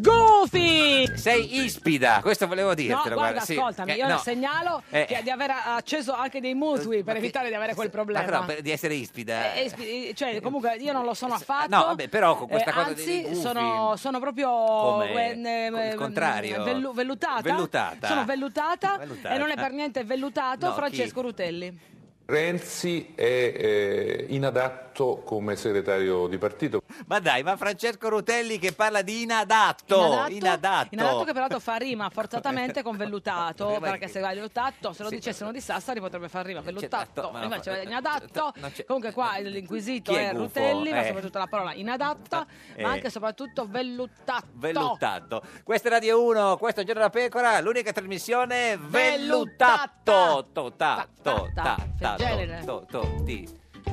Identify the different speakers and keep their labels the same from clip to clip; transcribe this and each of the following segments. Speaker 1: Goofy!
Speaker 2: Sei ispida, questo volevo
Speaker 1: No,
Speaker 2: dirtelo.
Speaker 1: guarda,
Speaker 2: sì.
Speaker 1: ascoltami,
Speaker 2: Eh,
Speaker 1: io
Speaker 2: no.
Speaker 1: segnalo
Speaker 2: Eh,
Speaker 1: che- di aver acceso anche dei mutui per evitare di avere quel
Speaker 2: ma però
Speaker 1: problema.
Speaker 2: per- di essere ispida.
Speaker 1: Eh, eh, cioè, comunque io non lo sono affatto. eh,
Speaker 2: no, vabbè, però con questa cosa dei-
Speaker 1: anzi,
Speaker 2: dei gufi-
Speaker 1: sono, sono proprio
Speaker 2: Come?
Speaker 1: eh,
Speaker 2: Co- il
Speaker 1: eh,
Speaker 2: contrario.
Speaker 1: vellu- vellutata.
Speaker 2: Vellutata.
Speaker 1: Sono vellutata,
Speaker 2: Vellutata.
Speaker 1: e non è per niente vellutato
Speaker 3: No, chi?
Speaker 1: Francesco Rutelli.
Speaker 3: Renzi è eh, inadatto come segretario di partito.
Speaker 2: Ma dai, ma Francesco Rutelli che parla di inadatto.
Speaker 1: Inadatto,
Speaker 2: Esatto.
Speaker 1: inadatto che peraltro fa rima forzatamente con vellutato,
Speaker 2: Come-
Speaker 1: perché se va vellutato, se lo
Speaker 2: Sì.
Speaker 1: dicessero di Sassari potrebbe far rima, vellutato,
Speaker 2: dato, ma-
Speaker 1: invece inadatto.
Speaker 2: no, c'è- eh,
Speaker 1: Comunque qua l'inquisito
Speaker 2: Chi è
Speaker 1: è
Speaker 2: gufo?
Speaker 1: Rutelli, ma
Speaker 2: Eh.
Speaker 1: soprattutto la parola inadatta,
Speaker 2: Eh.
Speaker 1: ma anche e soprattutto vellutato.
Speaker 2: Velluttato. Questa è Radio 1, questo è Giorno della Pecora, l'unica trasmissione velluttato. To, ta, to, ta, ta,
Speaker 1: Genere.
Speaker 2: to, to, to, ti.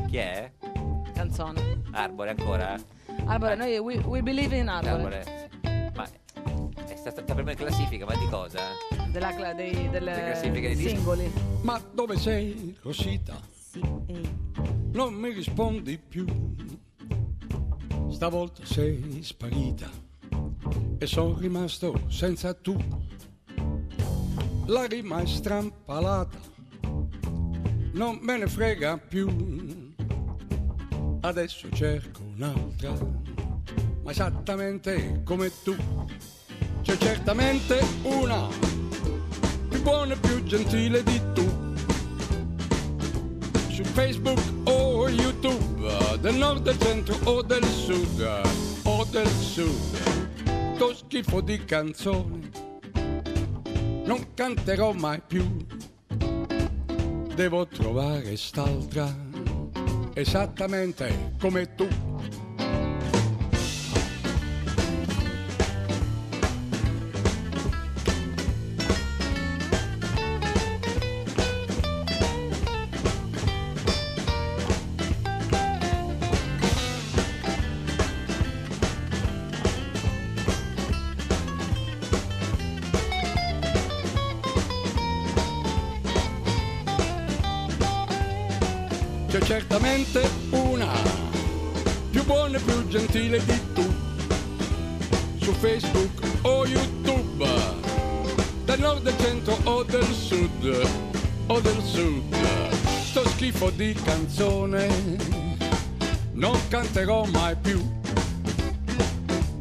Speaker 2: Chi è?
Speaker 1: Canzone.
Speaker 2: Arbore ancora?
Speaker 1: Arbore, noi we, we believe in Arbore.
Speaker 2: Arbore. Ma è stata la prima in classifica, ma di cosa?
Speaker 1: Della, cla- dei, delle
Speaker 2: classifiche di dischi.
Speaker 1: singoli. eh.
Speaker 4: Ma dove sei, Rosita? Sì. Non mi rispondi più. Stavolta sei sparita e sono rimasto senza tu. La rima è strampalata, non me ne frega più. Adesso cerco un'altra, ma esattamente come tu. C'è certamente una più buona e più gentile di tu. Su Facebook o YouTube, eh, del nord, del centro o del sud, eh, o del sud. To schifo di canzone, non canterò mai più. Devo trovare st'altra, esattamente come tu. C'è certamente una più buona e più gentile di tu su Facebook o YouTube del nord, del centro o del sud o del sud sto schifo di canzone non canterò mai più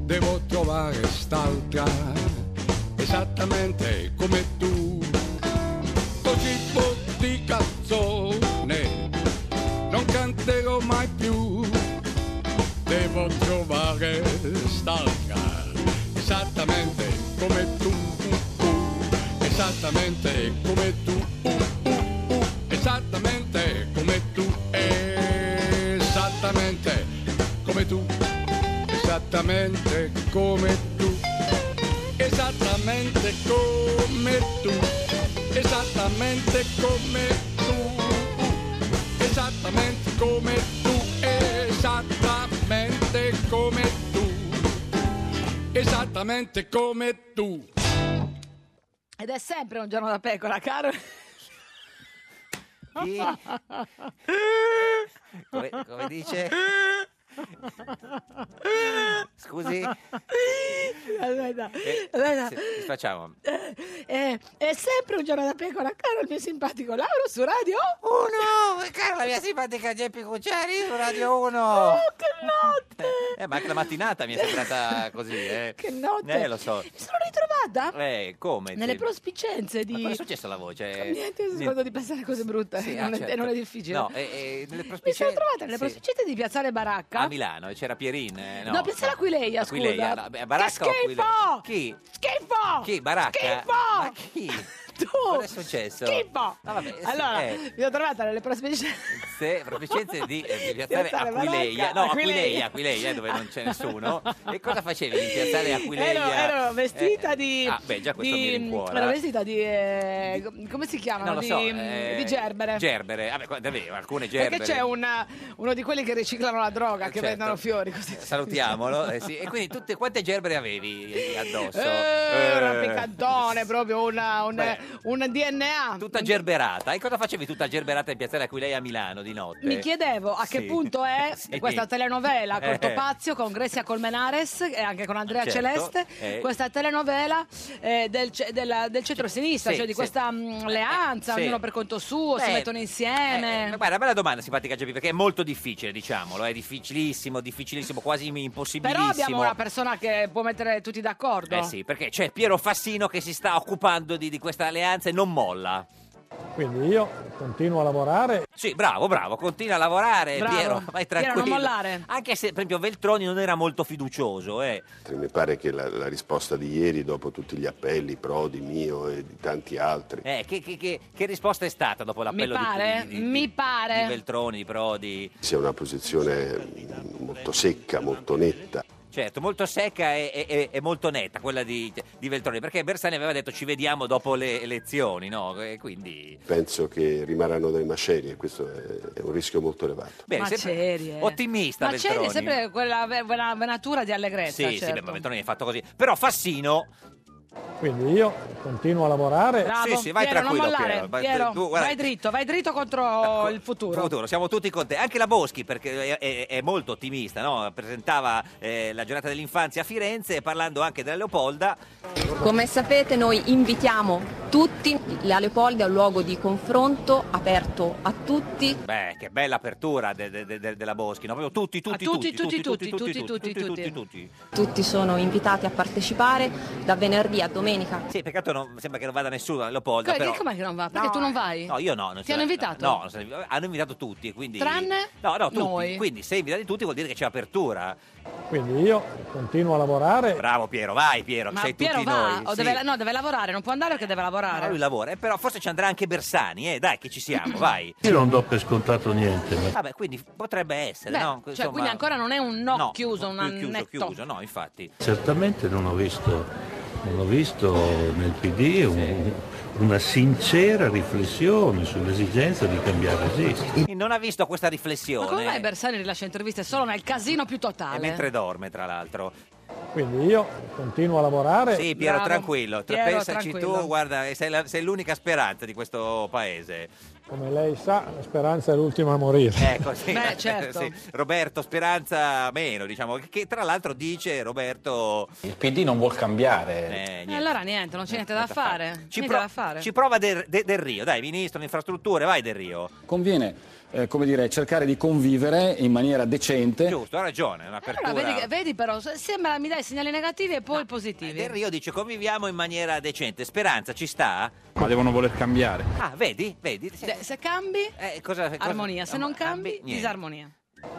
Speaker 4: devo trovare st'altra esattamente come tu sto schifo di canzone non canterò mai più. Devo trovare st'altra, esattamente come tu, esattamente come tu, esattamente come tu, esattamente come tu, esattamente come tu, esattamente come tu, esattamente come tu esattamente come tu, esattamente come tu, esattamente come tu.
Speaker 1: Ed è sempre un giorno da pecora, caro.
Speaker 2: Come, come dice? Scusi?
Speaker 1: Aspetta,
Speaker 2: Eh,
Speaker 1: aspetta.
Speaker 2: sì, facciamo.
Speaker 1: Eh, è sempre un giorno da pecora, caro il mio simpatico Lauro su Radio
Speaker 2: Uno, cara la mia simpatica Geppi Cucciari su Radio 1.
Speaker 1: Oh, che notte!
Speaker 2: Eh, ma anche la mattinata mi è sembrata così, eh.
Speaker 1: Che notte!
Speaker 2: Eh, lo so.
Speaker 1: Mi sono ritrovata
Speaker 2: Eh, come?
Speaker 1: nelle
Speaker 2: sì?
Speaker 1: prospiccenze
Speaker 2: Ma cosa è
Speaker 1: di... Eh,
Speaker 2: successo alla voce?
Speaker 1: Niente,
Speaker 2: Sì.
Speaker 1: scordo di pensare a cose brutte,
Speaker 2: Sì, ah,
Speaker 1: non, è,
Speaker 2: certo.
Speaker 1: non è difficile.
Speaker 2: No, eh, eh, nelle
Speaker 1: Mi sono
Speaker 2: prospiccenze-
Speaker 1: trovata nelle
Speaker 2: sì.
Speaker 1: prospiccenze di Piazzale Baracca.
Speaker 2: A Milano, c'era Pierin. eh, No,
Speaker 1: No, Piazzale Aquileia,
Speaker 2: Aquileia,
Speaker 1: scusa.
Speaker 2: no, beh, Baracca
Speaker 1: Che
Speaker 2: o Aquileia?
Speaker 1: schifo!
Speaker 2: Chi?
Speaker 1: Schifo!
Speaker 2: Chi? Baracca?
Speaker 1: Schifo!
Speaker 2: Ma chi?
Speaker 1: tu?
Speaker 2: Cosa è successo?
Speaker 1: Schifo!
Speaker 2: No, vabbè, sì,
Speaker 1: allora,
Speaker 2: eh.
Speaker 1: vi ho trovato nelle prospecie...
Speaker 2: Se proficienze di eh, piazzale
Speaker 1: Piazzale
Speaker 2: Aquileia,
Speaker 1: Baracca,
Speaker 2: no,
Speaker 1: Aquileia.
Speaker 2: Aquileia, Aquileia, dove non c'è nessuno. E cosa facevi in piazzale Aquileia?
Speaker 1: Ero, ero vestita
Speaker 2: Eh,
Speaker 1: di...
Speaker 2: Ah, beh, già questo
Speaker 1: di-
Speaker 2: mi rincuora.
Speaker 1: Ero vestita di... eh, com- come si chiamano?
Speaker 2: non lo
Speaker 1: di,
Speaker 2: so,
Speaker 1: mm,
Speaker 2: eh,
Speaker 1: di gerbere.
Speaker 2: Gerbere, vabbè, qua- davvero, alcune gerbere.
Speaker 1: Perché c'è una- uno di quelli che riciclano la droga, che
Speaker 2: Certo.
Speaker 1: vendono fiori. Così.
Speaker 2: Eh, Salutiamolo. eh, sì. E quindi tutte quante gerbere avevi eh, addosso?
Speaker 1: Eh, un
Speaker 2: Eh,
Speaker 1: rapicantone, proprio una, un,
Speaker 2: Beh.
Speaker 1: un DNA.
Speaker 2: Tutta gerberata. E cosa facevi tutta gerberata in piazzale Aquileia a Milano di notte?
Speaker 1: Mi chiedevo a che
Speaker 2: Sì.
Speaker 1: punto è
Speaker 2: Sì.
Speaker 1: questa
Speaker 2: Eh.
Speaker 1: telenovela con Topazio, con Grecia Colmenares e anche con Andrea
Speaker 2: Certo,
Speaker 1: Celeste,
Speaker 2: eh.
Speaker 1: questa telenovela eh, del, ce- della- del centro-sinistra,
Speaker 2: Sì,
Speaker 1: cioè di
Speaker 2: sì.
Speaker 1: questa mh, alleanza,
Speaker 2: Sì.
Speaker 1: ognuno per conto suo, si
Speaker 2: Beh,
Speaker 1: mettono insieme.
Speaker 2: Eh, ma guarda, bella domanda simpatica Geppi, perché è molto difficile, diciamolo, è difficilissimo, difficilissimo, quasi impossibilissimo.
Speaker 1: Però abbiamo una persona che può mettere tutti d'accordo.
Speaker 2: Eh sì, perché c'è Piero Fassino che si sta occupando di, di questa alleanza e non molla.
Speaker 5: Quindi io continuo a lavorare.
Speaker 2: Sì, bravo, bravo, continua a lavorare
Speaker 1: Bravo.
Speaker 2: Piero, vai
Speaker 1: Piero, non
Speaker 2: tranquillo.
Speaker 1: mollare.
Speaker 2: Anche se, per esempio, Veltroni non era molto fiducioso, eh.
Speaker 6: Cioè, Mi pare che la, la risposta di ieri, dopo tutti gli appelli, Prodi, mio e di tanti altri,
Speaker 2: Eh, che, che- che- che risposta è stata dopo
Speaker 1: Mi
Speaker 2: l'appello di-
Speaker 1: pare,
Speaker 2: di, di,
Speaker 1: mi
Speaker 2: di
Speaker 1: pare.
Speaker 2: Veltroni, di Prodi?
Speaker 6: sia una posizione mm, molto secca, molto netta.
Speaker 2: Certo, molto secca e, e- e- e molto netta quella di, di Veltroni, perché Bersani aveva detto ci vediamo dopo le elezioni, no? E quindi...
Speaker 6: Penso che rimarranno delle macerie, questo è, è un rischio molto elevato.
Speaker 2: Bene,
Speaker 1: Ma
Speaker 2: sempre
Speaker 1: serie.
Speaker 2: Ottimista
Speaker 1: eh. Ma
Speaker 2: Veltroni.
Speaker 1: c'è sempre quella, ve- quella venatura di
Speaker 2: Sì,
Speaker 1: allegrezza.
Speaker 2: sì,
Speaker 1: certo.
Speaker 2: beh, ma Veltroni è fatto così. Però Fassino...
Speaker 5: Quindi io continuo a lavorare.
Speaker 1: Bravo,
Speaker 2: Sì, sì, vai
Speaker 1: Piero, non
Speaker 2: tranquillo,
Speaker 1: mollare.
Speaker 2: Piero, vai-
Speaker 1: Piero,
Speaker 2: tu, guarda- Ecco,
Speaker 1: vai dritto, vai dritto contro
Speaker 2: Co-
Speaker 1: il futuro.
Speaker 2: siamo tutti con te. Anche la Boschi, perché è, è- è molto ottimista, no? presentava eh, la giornata dell'infanzia a Firenze, parlando anche della Leopolda.
Speaker 7: Come sapete noi invitiamo tutti, la Leopoldi è un luogo di confronto aperto a tutti.
Speaker 2: Beh, che bella apertura de- de- de- de- della Boschi, no? Proprio tutti, tutti,
Speaker 1: A tutti,
Speaker 2: tutti,
Speaker 1: tutti, tutti, tutti, tutti.
Speaker 2: tutti.
Speaker 7: Tutti sono invitati a partecipare da venerdì a domenica.
Speaker 2: Sì, peccato Certo, non, sembra che non vada nessuno alla Leopolda,
Speaker 1: Co-
Speaker 2: però...
Speaker 1: che- com'è che non va? Perché tu non vai?
Speaker 2: No, io no. non
Speaker 1: Ti
Speaker 2: sono-
Speaker 1: hanno invitato?
Speaker 2: No, non sono- hanno invitato tutti, quindi...
Speaker 1: Tranne
Speaker 2: No, no, tutti.
Speaker 1: noi.
Speaker 2: Quindi se invitati tutti vuol dire che c'è apertura.
Speaker 5: Quindi io continuo a lavorare.
Speaker 2: Bravo Piero, vai Piero,
Speaker 1: Ma
Speaker 2: sei
Speaker 1: Piero
Speaker 2: tutti
Speaker 1: va?
Speaker 2: noi.
Speaker 1: o
Speaker 2: sì.
Speaker 1: deve, no, deve lavorare, non può andare perché deve
Speaker 2: Ah,
Speaker 1: lavorare.
Speaker 2: lui lavora, eh, però forse ci andrà anche Bersani, eh, dai che ci siamo, vai.
Speaker 8: Io non do per scontato niente, ma
Speaker 2: Vabbè, quindi potrebbe essere,
Speaker 1: Beh,
Speaker 2: no?
Speaker 1: cioè, quindi ancora non è un no chiuso, un
Speaker 2: più chiuso,
Speaker 1: netto.
Speaker 2: chiuso, no, infatti.
Speaker 8: certamente non ho visto, non ho visto nel PD un- una sincera riflessione sull'esigenza di cambiare registro.
Speaker 2: Non ha visto questa
Speaker 1: Ma
Speaker 2: riflessione.
Speaker 1: come mai Bersani rilascia interviste solo nel casino più
Speaker 2: E
Speaker 1: totale?
Speaker 2: mentre dorme, tra l'altro.
Speaker 5: Quindi io continuo a lavorare.
Speaker 2: Sì, Piero,
Speaker 1: Bravo.
Speaker 2: tranquillo. tra-
Speaker 1: Piero,
Speaker 2: pensaci
Speaker 1: tranquillo.
Speaker 2: tu, guarda, eh, sei, la- sei l'unica speranza di questo paese.
Speaker 5: Come lei sa, la speranza è l'ultima a morire.
Speaker 2: Ecco, sì.
Speaker 1: Beh, certo.
Speaker 2: Sì. Roberto Speranza meno, diciamo, che- che tra l'altro dice Roberto...
Speaker 9: Il PD non vuol cambiare.
Speaker 2: eh,
Speaker 1: E
Speaker 2: niente.
Speaker 1: allora niente, non c'è niente da fare.
Speaker 2: Ci,
Speaker 1: niente
Speaker 2: pro-
Speaker 1: da fare.
Speaker 2: ci prova Del, De- Del Rio, dai, ministro, delle infrastrutture, vai Del Rio.
Speaker 9: Conviene, eh, come dire, cercare di convivere in maniera decente.
Speaker 2: Giusto, ha ragione, un'apertura.
Speaker 1: Allora, vedi, che- vedi però, se- sembra mi dai segnali negativi e poi positivi.
Speaker 2: Del Rio dice conviviamo in maniera decente. Speranza ci sta?
Speaker 9: Ma devono voler cambiare.
Speaker 2: Ah, vedi? Vedi?
Speaker 1: De- se cambi,
Speaker 2: Eh, cosa- cosa-
Speaker 1: armonia, se non
Speaker 2: Ah,
Speaker 1: cambi,
Speaker 2: beh, niente.
Speaker 1: disarmonia.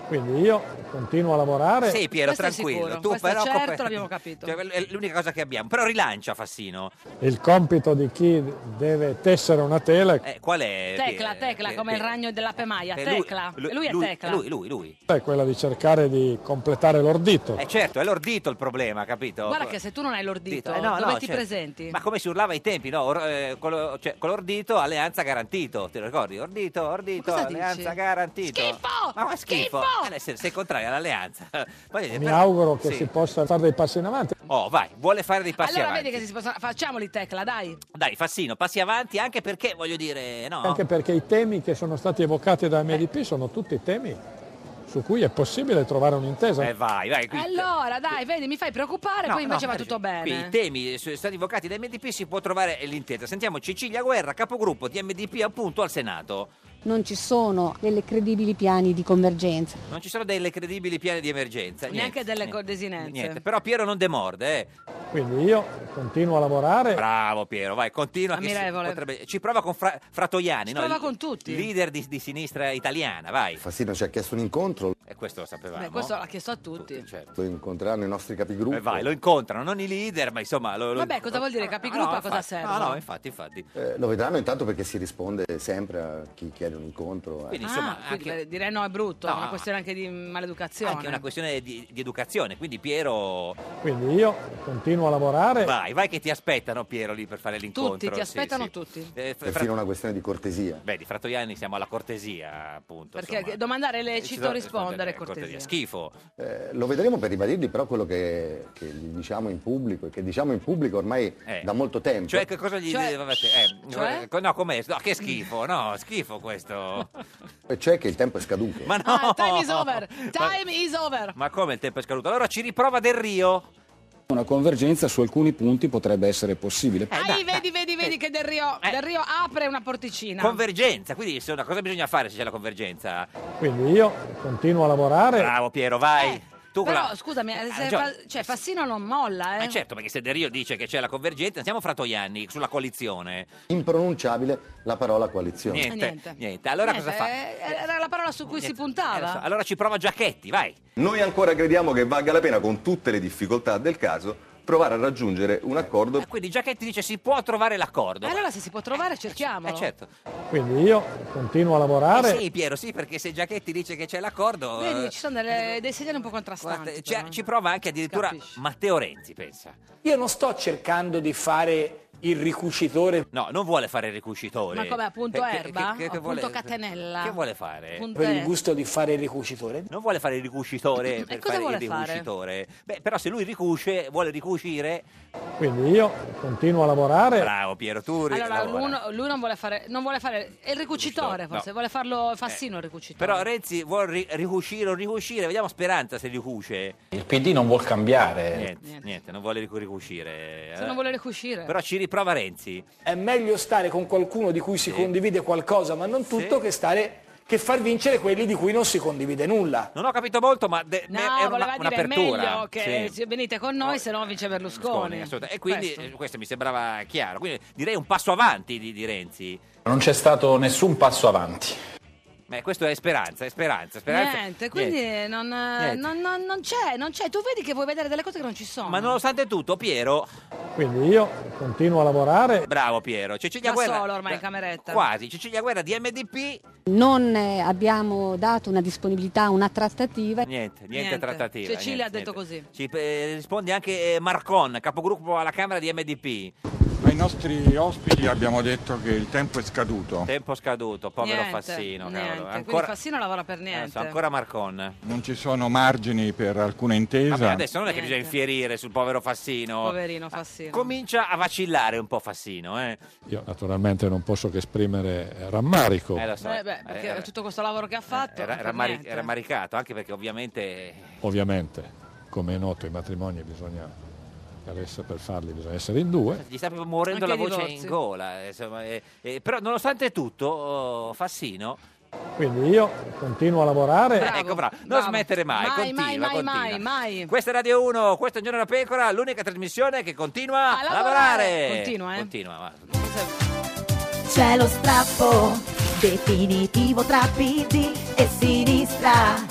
Speaker 5: Quindi io continuo a lavorare.
Speaker 2: Sì, Piero,
Speaker 1: Questo è
Speaker 2: tranquillo.
Speaker 1: sicuro,
Speaker 2: Tu
Speaker 1: questo
Speaker 2: però
Speaker 1: certo
Speaker 2: come-
Speaker 1: l'abbiamo capito.
Speaker 2: Cioè, è l'unica cosa che abbiamo. Però rilancia Fassino.
Speaker 5: Il compito di chi deve tessere una tela
Speaker 2: Eh, qual è?
Speaker 1: Tecla,
Speaker 2: Pier-
Speaker 1: tecla,
Speaker 2: Pier-
Speaker 1: come il
Speaker 2: Pier-
Speaker 1: ragno della Pemaia,
Speaker 2: Eh, lui-
Speaker 1: tecla. E lui è tecla.
Speaker 2: Lui, lui, lui.
Speaker 5: è quella di cercare di completare l'ordito.
Speaker 2: Eh certo, è l'ordito il problema, capito?
Speaker 1: Guarda che se tu non hai l'ordito,
Speaker 2: Eh, no,
Speaker 1: dove
Speaker 2: no,
Speaker 1: ti
Speaker 2: certo.
Speaker 1: presenti?
Speaker 2: Ma come si urlava ai tempi, no? Or- eh, con, lo- cioè, con l'ordito, alleanza garantito, ti ricordi? Ordito, ordito,
Speaker 1: cosa
Speaker 2: alleanza
Speaker 1: dici?
Speaker 2: garantito.
Speaker 1: Schifo!
Speaker 2: Ma, ma schifo!
Speaker 1: Schifo!
Speaker 2: Eh, se- sei contrario all'alleanza. Voglio dire,
Speaker 5: Mi
Speaker 2: però-
Speaker 5: auguro che
Speaker 2: sì.
Speaker 5: si possa fare dei passi in avanti.
Speaker 2: Oh, vai, vuole fare dei passi
Speaker 1: allora
Speaker 2: avanti.
Speaker 1: vedi che si possono... Facciamoli tecla, dai.
Speaker 2: Dai, Fassino, passi avanti anche perché, voglio dire, no?
Speaker 5: Anche perché i temi che sono stati evocati da MDP sono tutti temi su cui è possibile trovare un'intesa.
Speaker 2: Eh, vai, vai. qui-
Speaker 1: Allora, dai, vedi, mi fai preoccupare,
Speaker 2: No,
Speaker 1: poi invece
Speaker 2: no,
Speaker 1: va tutto
Speaker 2: qui
Speaker 1: bene.
Speaker 2: I temi sono stati evocati da MDP si può trovare l'intesa. Sentiamo Cecilia Guerra, capogruppo di MDP appunto al Senato.
Speaker 7: non ci sono delle credibili piani di convergenza.
Speaker 2: Non ci sono delle credibili piani di emergenza.
Speaker 1: Neanche
Speaker 2: niente,
Speaker 1: delle
Speaker 2: niente,
Speaker 1: codesinenze.
Speaker 2: Niente, però Piero non demorde, eh.
Speaker 5: Quindi io continuo a lavorare.
Speaker 2: Bravo Piero, vai, continua. che si-
Speaker 1: Ammirevole.
Speaker 2: potrebbe- ci prova con Fra- Fratoiani,
Speaker 1: Ci
Speaker 2: no?
Speaker 1: prova
Speaker 2: Il-
Speaker 1: con tutti.
Speaker 2: Leader di, di sinistra italiana, vai.
Speaker 10: Fassino ci ha chiesto un incontro,
Speaker 2: E questo lo sapevamo.
Speaker 1: Beh, questo l'ha chiesto a tutti.
Speaker 2: certo.
Speaker 10: lo incontreranno i nostri capigruppo.
Speaker 2: E vai, lo incontrano, non i leader, ma insomma... Lo, lo-
Speaker 1: Vabbè, cosa vuol dire capigruppo?
Speaker 2: No,
Speaker 1: a cosa
Speaker 2: infatti. Ah,
Speaker 1: serve?
Speaker 2: No, no, infatti, infatti.
Speaker 10: Eh, lo vedranno intanto perché si risponde sempre a chi chiede un incontro. eh.
Speaker 2: Quindi,
Speaker 1: Ah,
Speaker 2: insomma,
Speaker 1: quindi,
Speaker 2: anche-
Speaker 1: beh, direi no, è brutto, è
Speaker 2: No.
Speaker 1: una questione anche di maleducazione.
Speaker 2: Anche una questione di, di educazione, quindi Piero...
Speaker 5: Quindi io continuo a lavorare.
Speaker 2: Vai, vai che ti aspettano Piero lì per fare l'incontro.
Speaker 1: Tutti, ti
Speaker 2: sì,
Speaker 1: aspettano
Speaker 2: sì.
Speaker 1: tutti.
Speaker 2: Eh, fra-
Speaker 10: Perfino una questione di cortesia.
Speaker 2: Beh, di Fratoiani siamo alla cortesia, appunto.
Speaker 1: Perché
Speaker 2: insomma. eh,
Speaker 1: domandare è
Speaker 2: Ci
Speaker 1: lecito,
Speaker 2: sono-
Speaker 1: rispondere è
Speaker 2: cortesia.
Speaker 1: cortesia.
Speaker 2: Schifo.
Speaker 10: Eh, lo vedremo per ribadirgli però quello che, che gli diciamo in pubblico e che diciamo in pubblico ormai da molto tempo.
Speaker 2: Cioè, che cosa gli
Speaker 10: Cioè-
Speaker 2: vabbè, eh,
Speaker 10: Cioè?
Speaker 2: co- No, com'è? No, che schifo, no, schifo questo.
Speaker 10: E cioè che il tempo è scaduto.
Speaker 2: Ma no.
Speaker 1: Ah, time
Speaker 2: Oh,
Speaker 1: is over, time is over.
Speaker 2: Ma come il tempo è scaduto? Allora ci riprova Del Rio.
Speaker 11: Una convergenza su alcuni punti potrebbe essere
Speaker 2: Eh,
Speaker 11: possibile.
Speaker 1: Ahì, vedi, vedi, vedi che Del Rio, Del Rio apre una porticina.
Speaker 2: Convergenza, quindi se una cosa bisogna fare se c'è la convergenza.
Speaker 5: Quindi io continuo a lavorare.
Speaker 2: Bravo Piero, vai. tu con
Speaker 1: Eh, Però
Speaker 2: la-
Speaker 1: scusami, eh, se
Speaker 2: Gio-
Speaker 1: fa- cioè Fassino non molla, eh.
Speaker 2: Ma certo, perché se Del Rio dice che c'è la convergenza, siamo fra Toianni sulla coalizione.
Speaker 10: Impronunciabile la parola coalizione.
Speaker 2: Niente, niente. Allora
Speaker 1: Niente,
Speaker 2: cosa fa?
Speaker 1: eh, Era la parola su cui si
Speaker 2: Eh, lo so.
Speaker 1: puntava.
Speaker 2: Allora ci prova Giacchetti, vai.
Speaker 6: Noi ancora crediamo che valga la pena, con tutte le difficoltà del caso, provare a raggiungere un accordo.
Speaker 2: Ah, Quindi Giacchetti dice si può trovare l'accordo.
Speaker 1: Allora se si può trovare cerchiamolo.
Speaker 2: certo.
Speaker 5: Quindi io continuo a lavorare.
Speaker 2: Eh sì, Piero, sì, perché se Giacchetti dice che c'è l'accordo. eh,
Speaker 1: Vedi, ci sono eh. delle- dei segnali un po' contrastanti.
Speaker 2: guarda, ci, ci prova anche addirittura Matteo Renzi, pensa.
Speaker 9: Io non sto cercando di fare il ricucitore.
Speaker 2: No, non vuole fare il ricucitore.
Speaker 1: Ma come appunto
Speaker 2: Perché-
Speaker 1: erba?
Speaker 2: eh, che- che- che
Speaker 1: o
Speaker 2: vuole-
Speaker 1: punto catenella?
Speaker 2: Che vuole fare?
Speaker 1: Punto
Speaker 9: Per il
Speaker 1: S.
Speaker 9: gusto di fare il ricucitore.
Speaker 2: Non vuole fare il ricucitore
Speaker 1: E
Speaker 2: per
Speaker 1: cosa
Speaker 2: fare il
Speaker 1: vuole fare?
Speaker 2: ricucitore. Beh, però se lui ricuce, vuole ricucire.
Speaker 5: Quindi io continuo a lavorare.
Speaker 2: Bravo Piero, tu ri-
Speaker 1: Allora,
Speaker 2: lavora.
Speaker 1: l'uno- lui non vuole fare, non vuole fare è il
Speaker 2: No.
Speaker 1: ricucitore,
Speaker 2: Eh.
Speaker 1: forse, vuole farlo Fassino il ricucitore.
Speaker 2: Però Renzi vuole ri- ricucire o ricucire, vediamo Speranza se ricuce.
Speaker 9: Il PD non vuol cambiare.
Speaker 2: Niente, niente, non vuole ricu- ricucire. eh.
Speaker 1: se non vuole ricucire.
Speaker 2: Però ci riprova Renzi.
Speaker 9: È meglio stare con qualcuno di cui si condivide qualcosa, ma non tutto, che stare che far vincere quelli di cui non si condivide nulla.
Speaker 2: Non ho capito molto, ma de-
Speaker 1: No,
Speaker 2: de- era
Speaker 1: voleva
Speaker 2: una,
Speaker 1: dire è
Speaker 2: un'apertura.
Speaker 1: meglio che
Speaker 2: Sì. eh,
Speaker 1: se venite con noi, se no vince Berlusconi.
Speaker 2: Assolutamente. E quindi eh,
Speaker 1: Questo.
Speaker 2: questo. mi sembrava chiaro. Quindi direi un passo avanti di, di Renzi.
Speaker 9: Non c'è stato nessun passo avanti.
Speaker 2: Ma questo è speranza, è speranza, speranza.
Speaker 1: Niente, quindi Non,
Speaker 2: Niente.
Speaker 1: eh, non- non- non c'è, non c'è. Tu vedi che vuoi vedere delle cose che non ci sono.
Speaker 2: Ma nonostante tutto, Piero.
Speaker 5: Quindi io continuo a lavorare.
Speaker 2: Bravo Piero. Cecilia
Speaker 1: Da
Speaker 2: Guerra.
Speaker 1: solo ormai in
Speaker 2: da-
Speaker 1: cameretta.
Speaker 2: Quasi. Cecilia Guerra di MDP.
Speaker 7: Non eh, abbiamo dato una disponibilità, una trattativa.
Speaker 2: Niente, niente, trattativa.
Speaker 1: Cecilia ha
Speaker 2: niente,
Speaker 1: detto
Speaker 2: niente. Ci eh, risponde anche eh, Marcon, capogruppo alla Camera di MDP.
Speaker 12: Ai nostri ospiti abbiamo detto che il tempo è scaduto.
Speaker 2: Tempo scaduto, povero
Speaker 1: Niente,
Speaker 2: Fassino. cavolo.
Speaker 1: niente. Quindi
Speaker 12: Ancora-
Speaker 1: Fassino lavora per
Speaker 2: Eh, non
Speaker 1: niente.
Speaker 2: so, ancora Marcon.
Speaker 12: Non ci sono margini per alcuna intesa.
Speaker 2: Vabbè, adesso non è che bisogna infierire sul povero Fassino. Ah,
Speaker 1: Poverino Fassino.
Speaker 2: Comincia a vacillare un po' Fassino, eh.
Speaker 5: Io naturalmente non posso che esprimere rammarico.
Speaker 2: Eh, lo so.
Speaker 1: Eh, beh, perché
Speaker 2: Eh,
Speaker 1: tutto questo lavoro che ha fatto.
Speaker 2: Era,
Speaker 1: per
Speaker 2: era mari-
Speaker 1: niente.
Speaker 2: era maricato, anche perché ovviamente...
Speaker 5: Ovviamente, come è noto, i matrimoni bisogna per, essere- per farli bisogna essere in due.
Speaker 2: Gli sta proprio morendo
Speaker 1: Anche
Speaker 2: la
Speaker 1: i
Speaker 2: voce
Speaker 1: divorzi.
Speaker 2: in gola. insomma, eh, eh, però nonostante tutto, oh, Fassino...
Speaker 5: Quindi io continuo a lavorare.
Speaker 2: Eh, ecco, bravo. Non smettere mai,
Speaker 1: Mai,
Speaker 2: continua,
Speaker 1: mai, mai,
Speaker 2: continua.
Speaker 1: mai, mai.
Speaker 2: Questa è Radio 1, questo è Un Giorno da Pecora, l'unica trasmissione che continua
Speaker 1: A
Speaker 2: a
Speaker 1: lavorare.
Speaker 2: lavorare.
Speaker 1: Continua, eh.
Speaker 2: Continua, ma-
Speaker 13: C'è lo strappo definitivo tra PD e sinistra.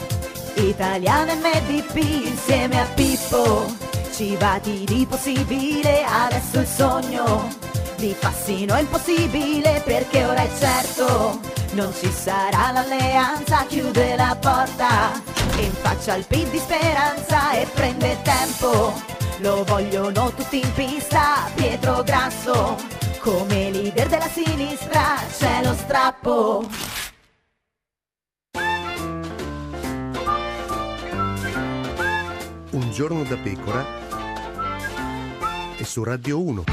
Speaker 13: Italiana MDP insieme a Pippo. Ci batti di possibile, adesso il sogno di Fassino è impossibile perché ora è certo. Non ci sarà l'alleanza, chiude la porta. In faccia al PD di speranza e prende tempo. Lo vogliono tutti in pista, Pietro Grasso. Come leader della sinistra c'è lo strappo.
Speaker 14: Un giorno da pecora e su Radio 1.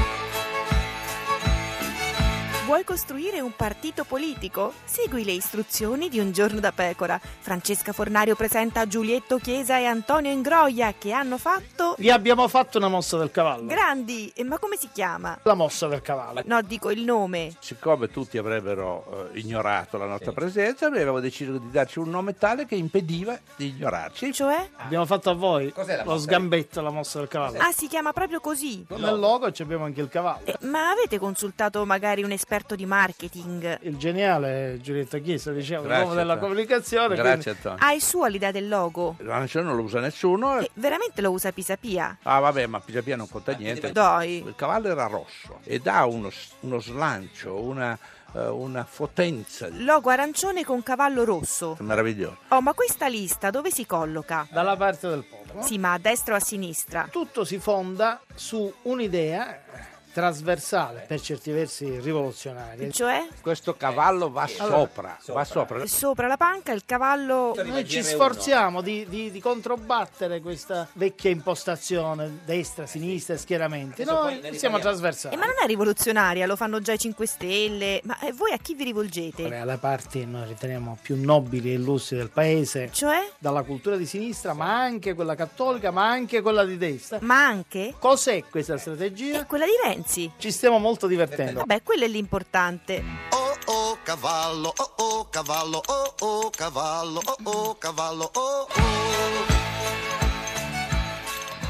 Speaker 15: Vuoi costruire un partito politico? Segui le istruzioni di Un giorno da pecora. Francesca Fornario presenta Giulietto Chiesa e Antonio Ingroia che hanno fatto
Speaker 16: Gli abbiamo fatto una mossa del cavallo.
Speaker 15: grandi. E Ma come si chiama?
Speaker 16: la mossa del cavallo.
Speaker 15: No, dico il nome.
Speaker 17: Siccome tutti avrebbero eh, ignorato la nostra presenza, noi avevamo deciso di darci un nome tale che impediva di ignorarci.
Speaker 15: Cioè?
Speaker 16: Abbiamo fatto a voi
Speaker 17: Cos'è la
Speaker 16: lo
Speaker 17: mossa?
Speaker 16: sgambetto, la mossa del cavallo.
Speaker 15: Ah, si chiama proprio così.
Speaker 16: Nel logo ci abbiamo anche il cavallo.
Speaker 15: Eh, ma avete consultato magari un esperto di marketing?
Speaker 16: Il geniale Giulietta Chiesa, diciamo,
Speaker 17: Grazie,
Speaker 16: l'uomo della
Speaker 17: Antonio.
Speaker 16: comunicazione.
Speaker 17: Grazie,
Speaker 16: quindi-
Speaker 17: Antonio.
Speaker 15: Ha il suo l'idea del logo?
Speaker 17: La nazione non lo usa nessuno.
Speaker 15: Eh, veramente lo usa Pisapia?
Speaker 17: Ah, vabbè, ma Pisa Pia non
Speaker 15: Ah,
Speaker 17: conta niente.
Speaker 15: Dai.
Speaker 17: Il cavallo era rosso ed ha uno, s- uno slancio, una, eh, una potenza
Speaker 15: Logo arancione con cavallo rosso.
Speaker 17: meravigliosa.
Speaker 15: Oh, ma questa lista dove si colloca?
Speaker 16: Dalla parte del popolo.
Speaker 15: Sì, ma a destra o a sinistra?
Speaker 16: Tutto si fonda su un'idea trasversale, per certi versi rivoluzionaria.
Speaker 15: Cioè?
Speaker 17: Questo cavallo va
Speaker 16: Allora,
Speaker 17: sopra, va sopra.
Speaker 15: Sopra la panca il cavallo...
Speaker 16: Noi ci sforziamo di, di- di controbattere questa vecchia impostazione destra, sinistra, schieramenti.
Speaker 15: Adesso poi
Speaker 16: Noi
Speaker 15: ne
Speaker 16: siamo
Speaker 15: riparliamo.
Speaker 16: trasversali.
Speaker 15: Eh, ma non è rivoluzionaria, lo fanno già i 5 Stelle. Ma eh, voi a chi vi rivolgete?
Speaker 16: Alla parte che noi riteniamo più nobili e illustri del paese,
Speaker 15: Cioè?
Speaker 16: dalla cultura di sinistra, ma anche quella cattolica, ma anche quella di destra.
Speaker 15: Ma anche?
Speaker 16: Cos'è questa strategia? È
Speaker 15: quella di Renzi.
Speaker 16: Ci stiamo molto divertendo.
Speaker 15: Vabbè, quello è l'importante.
Speaker 18: Oh oh cavallo, oh oh cavallo, oh oh cavallo, oh oh cavallo, oh oh.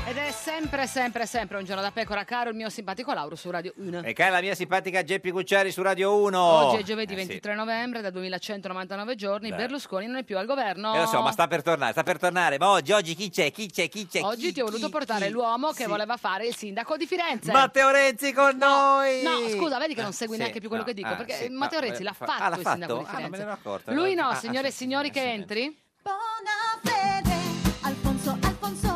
Speaker 1: Ed è sempre, sempre, sempre un giorno da pecora, caro il mio simpatico Lauro su Radio 1.
Speaker 2: E cara la mia simpatica Geppi Cucciari su Radio 1.
Speaker 1: Oggi è giovedì
Speaker 2: Eh, sì.
Speaker 1: 23 novembre, da 2199 giorni,
Speaker 2: Beh.
Speaker 1: Berlusconi non è più al governo.
Speaker 2: Eh, lo so, ma sta per tornare, sta per tornare. Ma oggi, oggi chi c'è? Chi c'è? Chi c'è?
Speaker 1: Oggi ti ho voluto portare l'uomo che voleva fare il sindaco di Firenze.
Speaker 2: Matteo Renzi con noi! Eh,
Speaker 1: No, scusa, vedi che non segui
Speaker 2: Sì,
Speaker 1: neanche più quello
Speaker 2: no,
Speaker 1: che dico,
Speaker 2: ah,
Speaker 1: perché
Speaker 2: sì,
Speaker 1: Matteo
Speaker 2: no,
Speaker 1: Renzi
Speaker 2: eh,
Speaker 1: l'ha
Speaker 2: fa-
Speaker 1: fatto
Speaker 2: ah, l'ha
Speaker 1: il
Speaker 2: fatto?
Speaker 1: sindaco di
Speaker 2: Ah, non me ne
Speaker 1: Firenze.
Speaker 2: ero accorto.
Speaker 1: Lui no,
Speaker 2: Ah, ah,
Speaker 1: signore e
Speaker 2: sì,
Speaker 1: signori che entri,
Speaker 15: Bonafede,
Speaker 18: Alfonso, Alfonso,